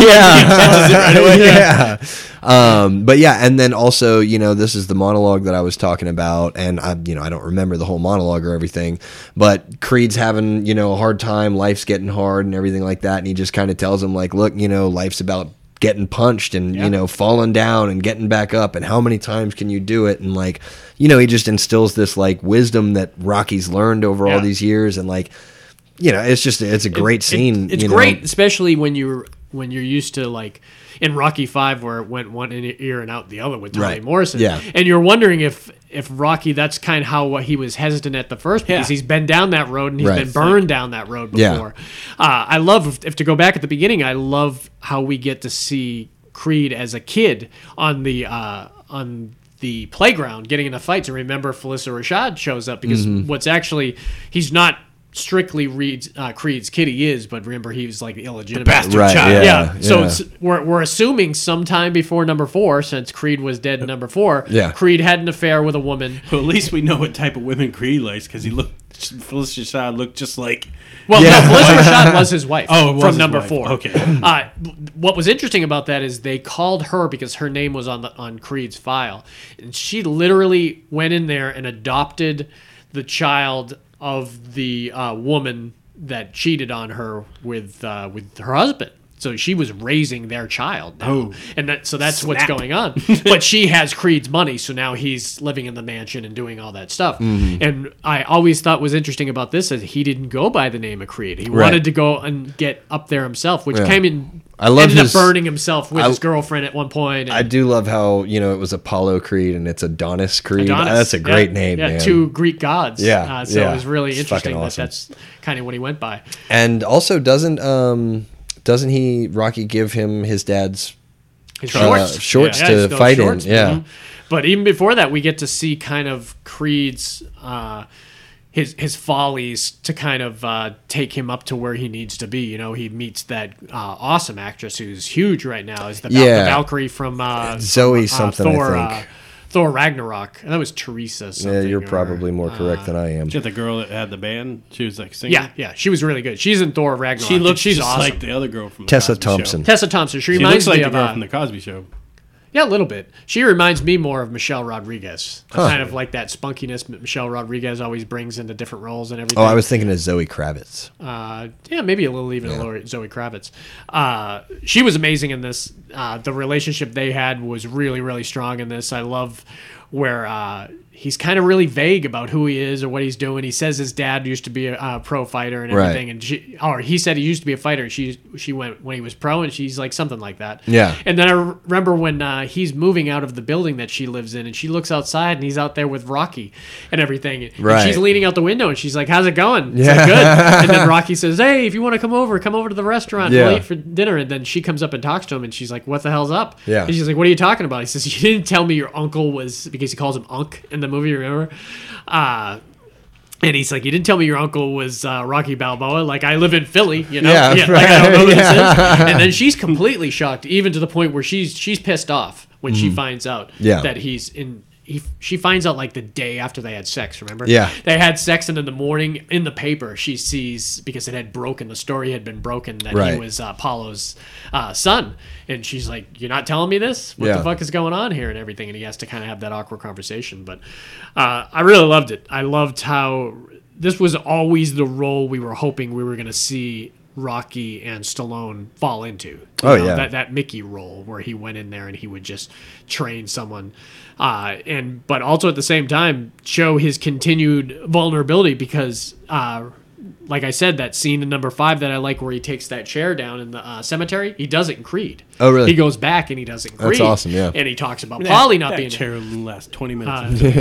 yeah, yeah. Um, but yeah, and then also, you know, this is the monologue that I was talking about, and I, you know, I don't remember the whole monologue or everything, but Creed's having, you know, a hard time, life's getting hard, and everything like that, and he just kind of tells him, like, look, you know, life's about getting punched and you know falling down and getting back up and how many times can you do it and like you know he just instills this like wisdom that Rocky's learned over all
Yeah.
these years and like you know it's just it's a great scene
It- it's
you know.
great, especially when you're when you're used to like in Rocky Five where it went one in ear and out the other with Tony
Right.
Morrison.
Yeah.
And you're wondering if if Rocky, that's kind of how what he was hesitant at the first because
Yeah.
he's been down that road and he's
Right.
been burned down that road
Yeah.
before. Uh, I love if, if to go back at the beginning. I love how we get to see Creed as a kid on the uh, on the playground getting into fights. And remember, Felissa Rashad shows up because
Mm-hmm.
what's actually he's not strictly Reed's, uh, Creed's kid. He is, but remember he was like illegitimate.
bastard
Right,
child.
yeah.
Yeah. So
yeah.
It's, we're, we're assuming sometime before number four, since Creed was dead in number four,
Yeah.
Creed had an affair with a woman.
But at least we know what type of women Creed likes because he looked. Felicity Shaw looked just like.
Well, no, Melissa Rashad was his wife
Oh, it was
from
his
number
wife.
four.
Okay.
Uh, what was interesting about that is they called her because her name was on the on Creed's file, and she literally went in there and adopted the child of the uh, woman that cheated on her with uh, with her husband. So she was raising their child. Now.
Oh.
and that so that's what's going on. but she has Creed's money, so now he's living in the mansion and doing all that stuff. And I always thought was interesting about this is he didn't go by the name of Creed. He wanted to go and get up there himself, which
Yeah.
came in.
I love
ended
his-
up burning himself with
I-
his girlfriend at one point. And
I do love how you know it was Apollo Creed and it's Adonis Creed.
Adonis.
That's a great
Yeah,
name,
yeah,
man.
Two Greek gods.
Yeah,
Uh, so
yeah.
it was really
It's
interesting
fucking awesome.
that that's kind of what he went by.
And also, doesn't um, doesn't he Rocky give him his dad's?
His
Uh, shorts to
those
fight in, yeah.
mhm. But even before that, we get to see kind of Creed's uh, his his follies to kind of uh, take him up to where he needs to be. You know, he meets that uh, awesome actress who's huge right now, is the, Val-
Yeah.
the Valkyrie from uh,
Zoe
from, uh,
something, I
Thor,
think.
Uh, Thor Ragnarok. And that was Teresa.
Yeah,
Something
you're
or-
probably more correct than I
Uh,
am.
She had the girl that had the band. She was like singing.
Yeah, yeah, she was really good. She's in Thor Ragnarok.
She
and
looked.
She's
just
awesome.
like the other girl from the
Tessa
Cosby Show.
Thompson.
Tessa Thompson. She
She
reminds
looks like
me
the
of
girl
uh,
from the Cosby Show.
Yeah, a little bit. She reminds me more of Michelle Rodriguez, kind of like that spunkiness that Michelle Rodriguez always brings into different roles and everything.
Oh, I was thinking of Zoe Kravitz.
uh, yeah, maybe a little even lower Zoe Kravitz. Uh, she was amazing in this. Uh, the relationship they had was really, really strong in this. I love where uh, he's kind of really vague about who he is or what he's doing. He says his dad used to be a, uh pro fighter and
Right.
everything, and she, or he said he used to be a fighter. And she, she went when he was pro, and she's like something like that.
Yeah.
And then I re- remember when uh, he's moving out of the building that she lives in, and she looks outside, and he's out there with Rocky and everything. And
Right.
she's leaning out the window, and she's like, "How's it going?" It's like, good. And then Rocky says, "Hey, if you want to come over, come over to the restaurant
Yeah.
late for dinner." And then she comes up and talks to him, and she's like, "What the hell's up?"
Yeah.
And she's like, "What are you talking about?" He says, "You didn't tell me your uncle was because he calls him Unc in the movie. Remember?" Uh, and he's like, "You didn't tell me your uncle was uh, Rocky Balboa. Like I live in Philly, you know.
Yeah,
like, I don't know who this
right.
is." And then she's completely shocked, even to the point where she's she's pissed off when she finds out
Mm. Yeah.
that he's in. He, she finds out like the day after they had sex. Remember?
Yeah.
They had sex, and in the morning, in the paper, she sees because it had broken. The story had been broken that he
Right.
was uh, Apollo's uh, son, and she's like, "You're not telling me this? What
Yeah.
the fuck is going on here?" And everything, and he has to kind of have that awkward conversation. But uh, I really loved it. I loved how this was always the role we were hoping we were going to see Rocky and Stallone fall into. You
Oh, yeah.
that that Mickey role where he went in there and he would just train someone, uh, and but also at the same time show his continued vulnerability because, uh, like I said, that scene in number five that I like where he takes that chair down in the uh, cemetery, he does it in Creed.
Oh, really?
He goes back and he does it. In Creed,
That's awesome, yeah.
and he talks about
That-
Polly not
that
being
chair will last twenty minutes.
Uh,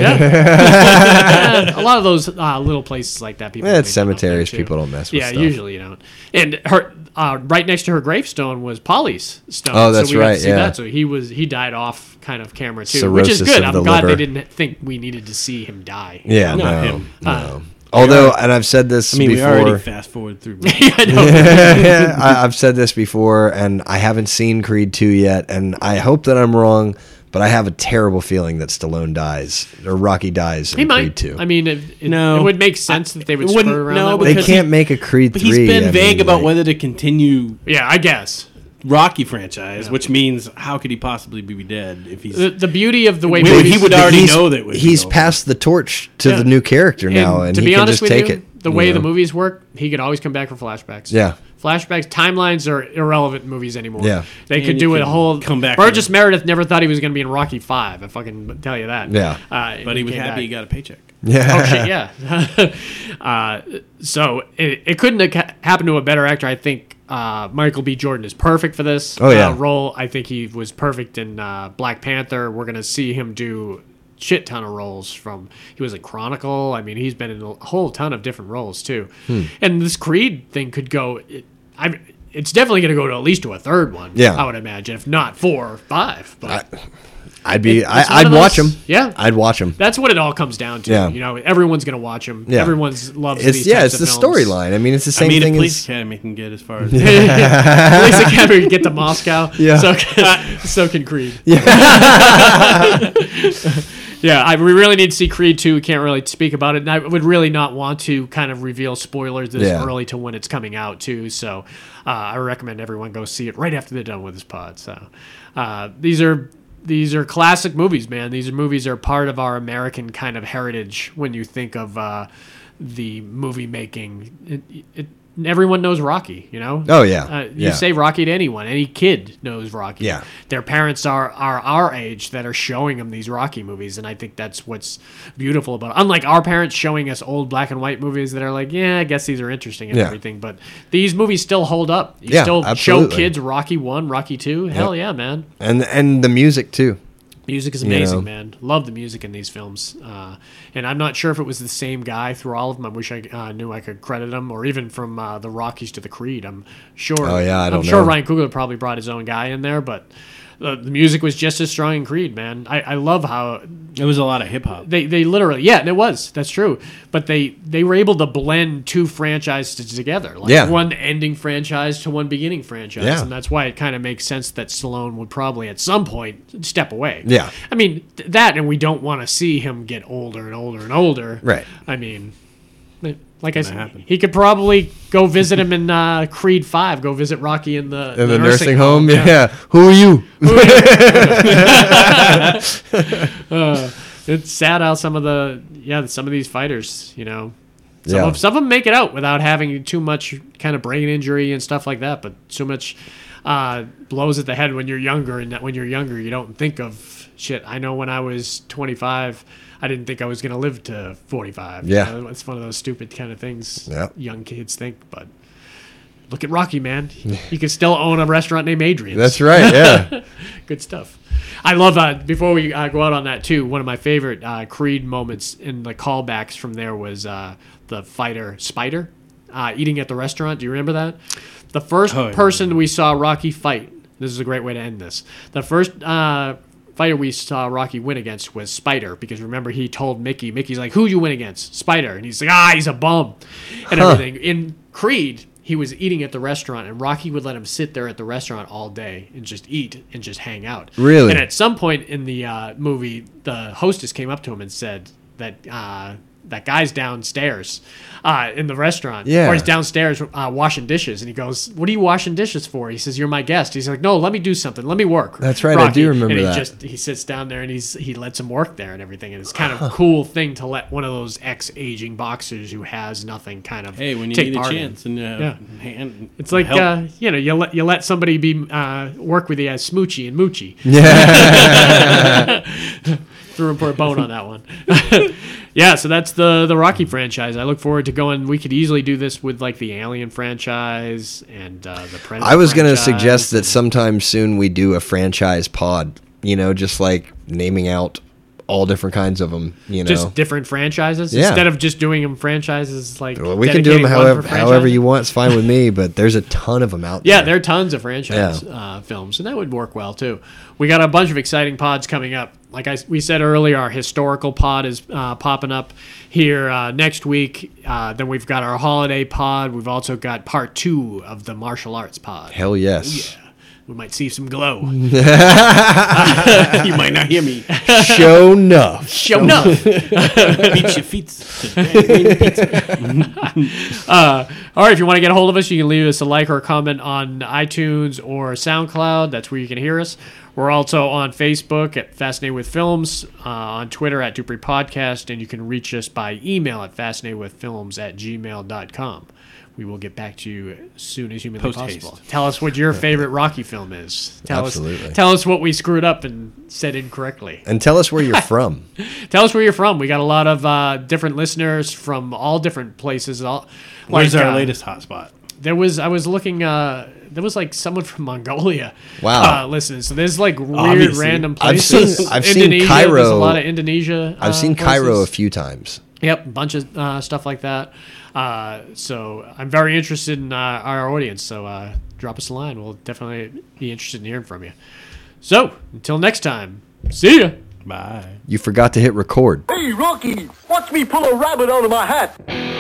yeah. a lot of those uh, little places like that. People
Yeah, it's
make fun of them,
cemeteries.
too.
People don't mess with
Yeah,
stuff.
usually you don't. And her uh, right next to her gravestone was Polly's stone.
Oh, that's
so we got
right,
To see
yeah.
that. So he was he died off kind of camera too, which is
Cirrhosis
good.
of
I'm
the
glad
liver.
they didn't think we needed to see him die.
Yeah,
Not
no,
him.
no.
Uh,
Although, and I've said this
I mean,
before.
we already fast forward through.
I know.
I, I've said this before, and I haven't seen Creed 2 yet, and I hope that I'm wrong, but I have a terrible feeling that Stallone dies or Rocky dies in
he might.
Creed 2.
I mean, it, it,
No.
it would make sense that they would
It wouldn't-
spur around.
no,
that way.
they
because
can't
he-
make a Creed 3.
He's been
I
vague
mean,
about
like-
whether to continue
yeah, I guess.
Rocky franchise, which means how could he possibly be dead if he's
The, the beauty of the way
Well,
movies-
he would
But
already
he's-
know that it was
he's
Stallone.
passed the torch to
Yeah.
the new character now, and,
to
he
be
can
honest
just
with
take
you,
it.
the
you
way
know?
the movies work, he could always come back for flashbacks.
Yeah.
Flashbacks, timelines are irrelevant in movies anymore.
Yeah.
They
And
could
you
do a
can
whole
come back
Burgess
and-
Meredith never thought he was going to be in Rocky 5. I fucking tell you that.
Yeah.
Uh,
but he was
came
happy
back.
he got a paycheck.
Oh shit, yeah. uh, so it, it couldn't have ca- happened to a better actor. I think uh, Michael B. Jordan is perfect for this
Oh, yeah.
uh, role. I think he was perfect in uh, Black Panther. We're gonna see him do shit ton of roles from he was in Chronicle. I mean, he's been in a whole ton of different roles too.
Hmm.
And this Creed thing could go. It, I. It's definitely going to go to at least to a third one.
Yeah.
I would imagine, if not four or five. But
I'd be,
it's one
I, I'd
of
watch him.
those- yeah.
I'd watch him.
that's what it all comes down to.
Yeah.
You know, everyone's going to watch him.
Yeah.
Everyone's loves
It's
these
yeah,
types
it's the
of films.
storyline. I mean, it's the
I
same
mean, a
thing
police
as
academy can get as far as
Police Academy can get to Moscow.
Yeah.
So can, so can Creed. Yeah. yeah. I, we really need to see Creed 2. We can't really speak about it. And I would really not want to kind of reveal spoilers this
Yeah.
early to when it's coming out, too. So uh, I recommend everyone go see it right after they're done with this pod. So uh, these are. These are classic movies, man. These movies are part of our American kind of heritage. When you think of uh, the movie making, it, it, everyone knows Rocky. You know,
Oh, yeah.
uh, you
Yeah.
say Rocky to anyone, any kid knows Rocky.
Yeah.
their parents are are our age that are showing them these Rocky movies, and I think that's what's beautiful about. It. Unlike our parents showing us old black and white movies that are like, yeah, I guess these are interesting and
Yeah.
everything, but these movies still hold up. You
Yeah,
still show
absolutely.
kids Rocky one, Rocky two. Hell yeah, man!
and and the music too.
Music is amazing,
know.
man. Love the music in these films. Uh, and I'm not sure if it was the same guy through all of them. I wish I uh, knew I could credit him, or even from uh, the Rockies to the Creed. I'm sure.
Oh, yeah, I
am
don't
sure
know.
Ryan Coogler probably brought his own guy in there, but uh, the music was just as strong in Creed, man. I, I love how
it was a lot of hip hop.
they, they literally yeah, and it was that's true. But they they were able to blend two franchises together, like
Yeah.
one ending franchise to one beginning franchise,
Yeah.
and that's why it kind of makes sense that Stallone would probably at some point step away.
Yeah.
I mean th- that, and we don't want to see him get older and older and older.
Right.
I mean, Like I said,
happen.
he could probably go visit him in uh, Creed Five. Go visit Rocky in the,
in the nursing home. Yeah. Who are you?
It's sad how some of the yeah some of these fighters, you know, some
Yeah.
of some of them make it out without having too much kind of brain injury and stuff like that. But too much uh, blows at the head when you're younger, and that when you're younger, you don't think of shit. I know when I was 25, I didn't think I was gonna live to 45. You
Yeah.
know, it's one of those stupid kind of things
Yeah.
young kids think, but. Look at Rocky, man. You can still own a restaurant named Adrian's
That's right. Yeah.
good stuff. I love uh, before we uh, go out on that too. One of my favorite uh, Creed moments in the callbacks from there was uh, the fighter Spider uh, eating at the restaurant. Do you remember that? The first
Oh, yeah.
person we saw Rocky fight. This is a great way to end this. The first uh, fighter we saw Rocky win against was Spider because remember he told Mickey. Mickey's like, "Who you win against?" Spider, and he's like, "Ah, he's a bum," and everything. In Creed, he was eating at the restaurant, and Rocky would let him sit there at the restaurant all day and just eat and just hang out.
Really?
And at some point in the uh, movie, the hostess came up to him and said that uh, that guy's downstairs uh, in the restaurant,
Yeah.
or he's downstairs uh, washing dishes. And he goes, "What are you washing dishes for?" He says, "You're my guest." He's like, "No, let me do something. Let me work."
That's right, I do remember
and he
that.
Just he sits down there and he's he lets him work there and everything. And it's kind of a cool thing to let one of those ex aging boxers who has nothing kind of
Hey, when you
take
need a
part in.
chance and uh,
Yeah.
hand,
It's like
help.
uh, you know, you let you let somebody be uh, work with you as Smoochie and Moochie.
Yeah.
Threw him for a bone on that one. yeah, so that's the the Rocky franchise. I look forward to going. We could easily do this with like the Alien franchise and uh, the Predator.
I was
going to
suggest that sometime soon we do a franchise pod, you know, just like naming out all different kinds of them, you know.
just different franchises
Yeah.
instead of just doing them franchises like
Well, we can do them
dedicating one for
however, however
franchise.
you want. It's fine with me, but there's a ton of them out
Yeah,
there.
there are tons of franchise
Yeah.
uh, films, and that would work well too. We got a bunch of exciting pods coming up. Like I, we said earlier, our historical pod is uh, popping up here uh, next week. Uh, then we've got our holiday pod. We've also got part two of the martial arts pod.
Hell yes.
We might see some glow.
you might not hear me.
Show enough.
Show up.
Beat your feet. today.
Or if you want to get a hold of us, you can leave us a like or a comment on iTunes or SoundCloud. That's where you can hear us. We're also on Facebook at Fascinated with Films, uh, on Twitter at Dupree Podcast, and you can reach us by email at fascinatedwithfilms at gmail.com. We will get back to you as soon as humanly
Post-haste.
possible. Tell us what your favorite Rocky film is. Tell
Absolutely.
us tell us what we screwed up and said incorrectly
And tell us where you're from.
tell us where you're from. We got a lot of uh, different listeners from all different places. All like,
Where's our
uh,
latest hotspot?
There was I was looking. Uh, there was like someone from Mongolia.
Wow.
Uh, listening. So there's like weird
Obviously.
random
I've
places.
seen- I've seen
Indonesia, There's a
Cairo.
lot of Indonesia. uh,
I've seen Cairo a
places.
few times.
Yep, a bunch of uh, stuff like that. Uh, so I'm very interested in uh, our audience. So uh, drop us a line. We'll definitely be interested in hearing from you. So until next time, see ya.
Bye.
You forgot to hit record.
Hey, Rocky, watch me pull a rabbit out of my hat.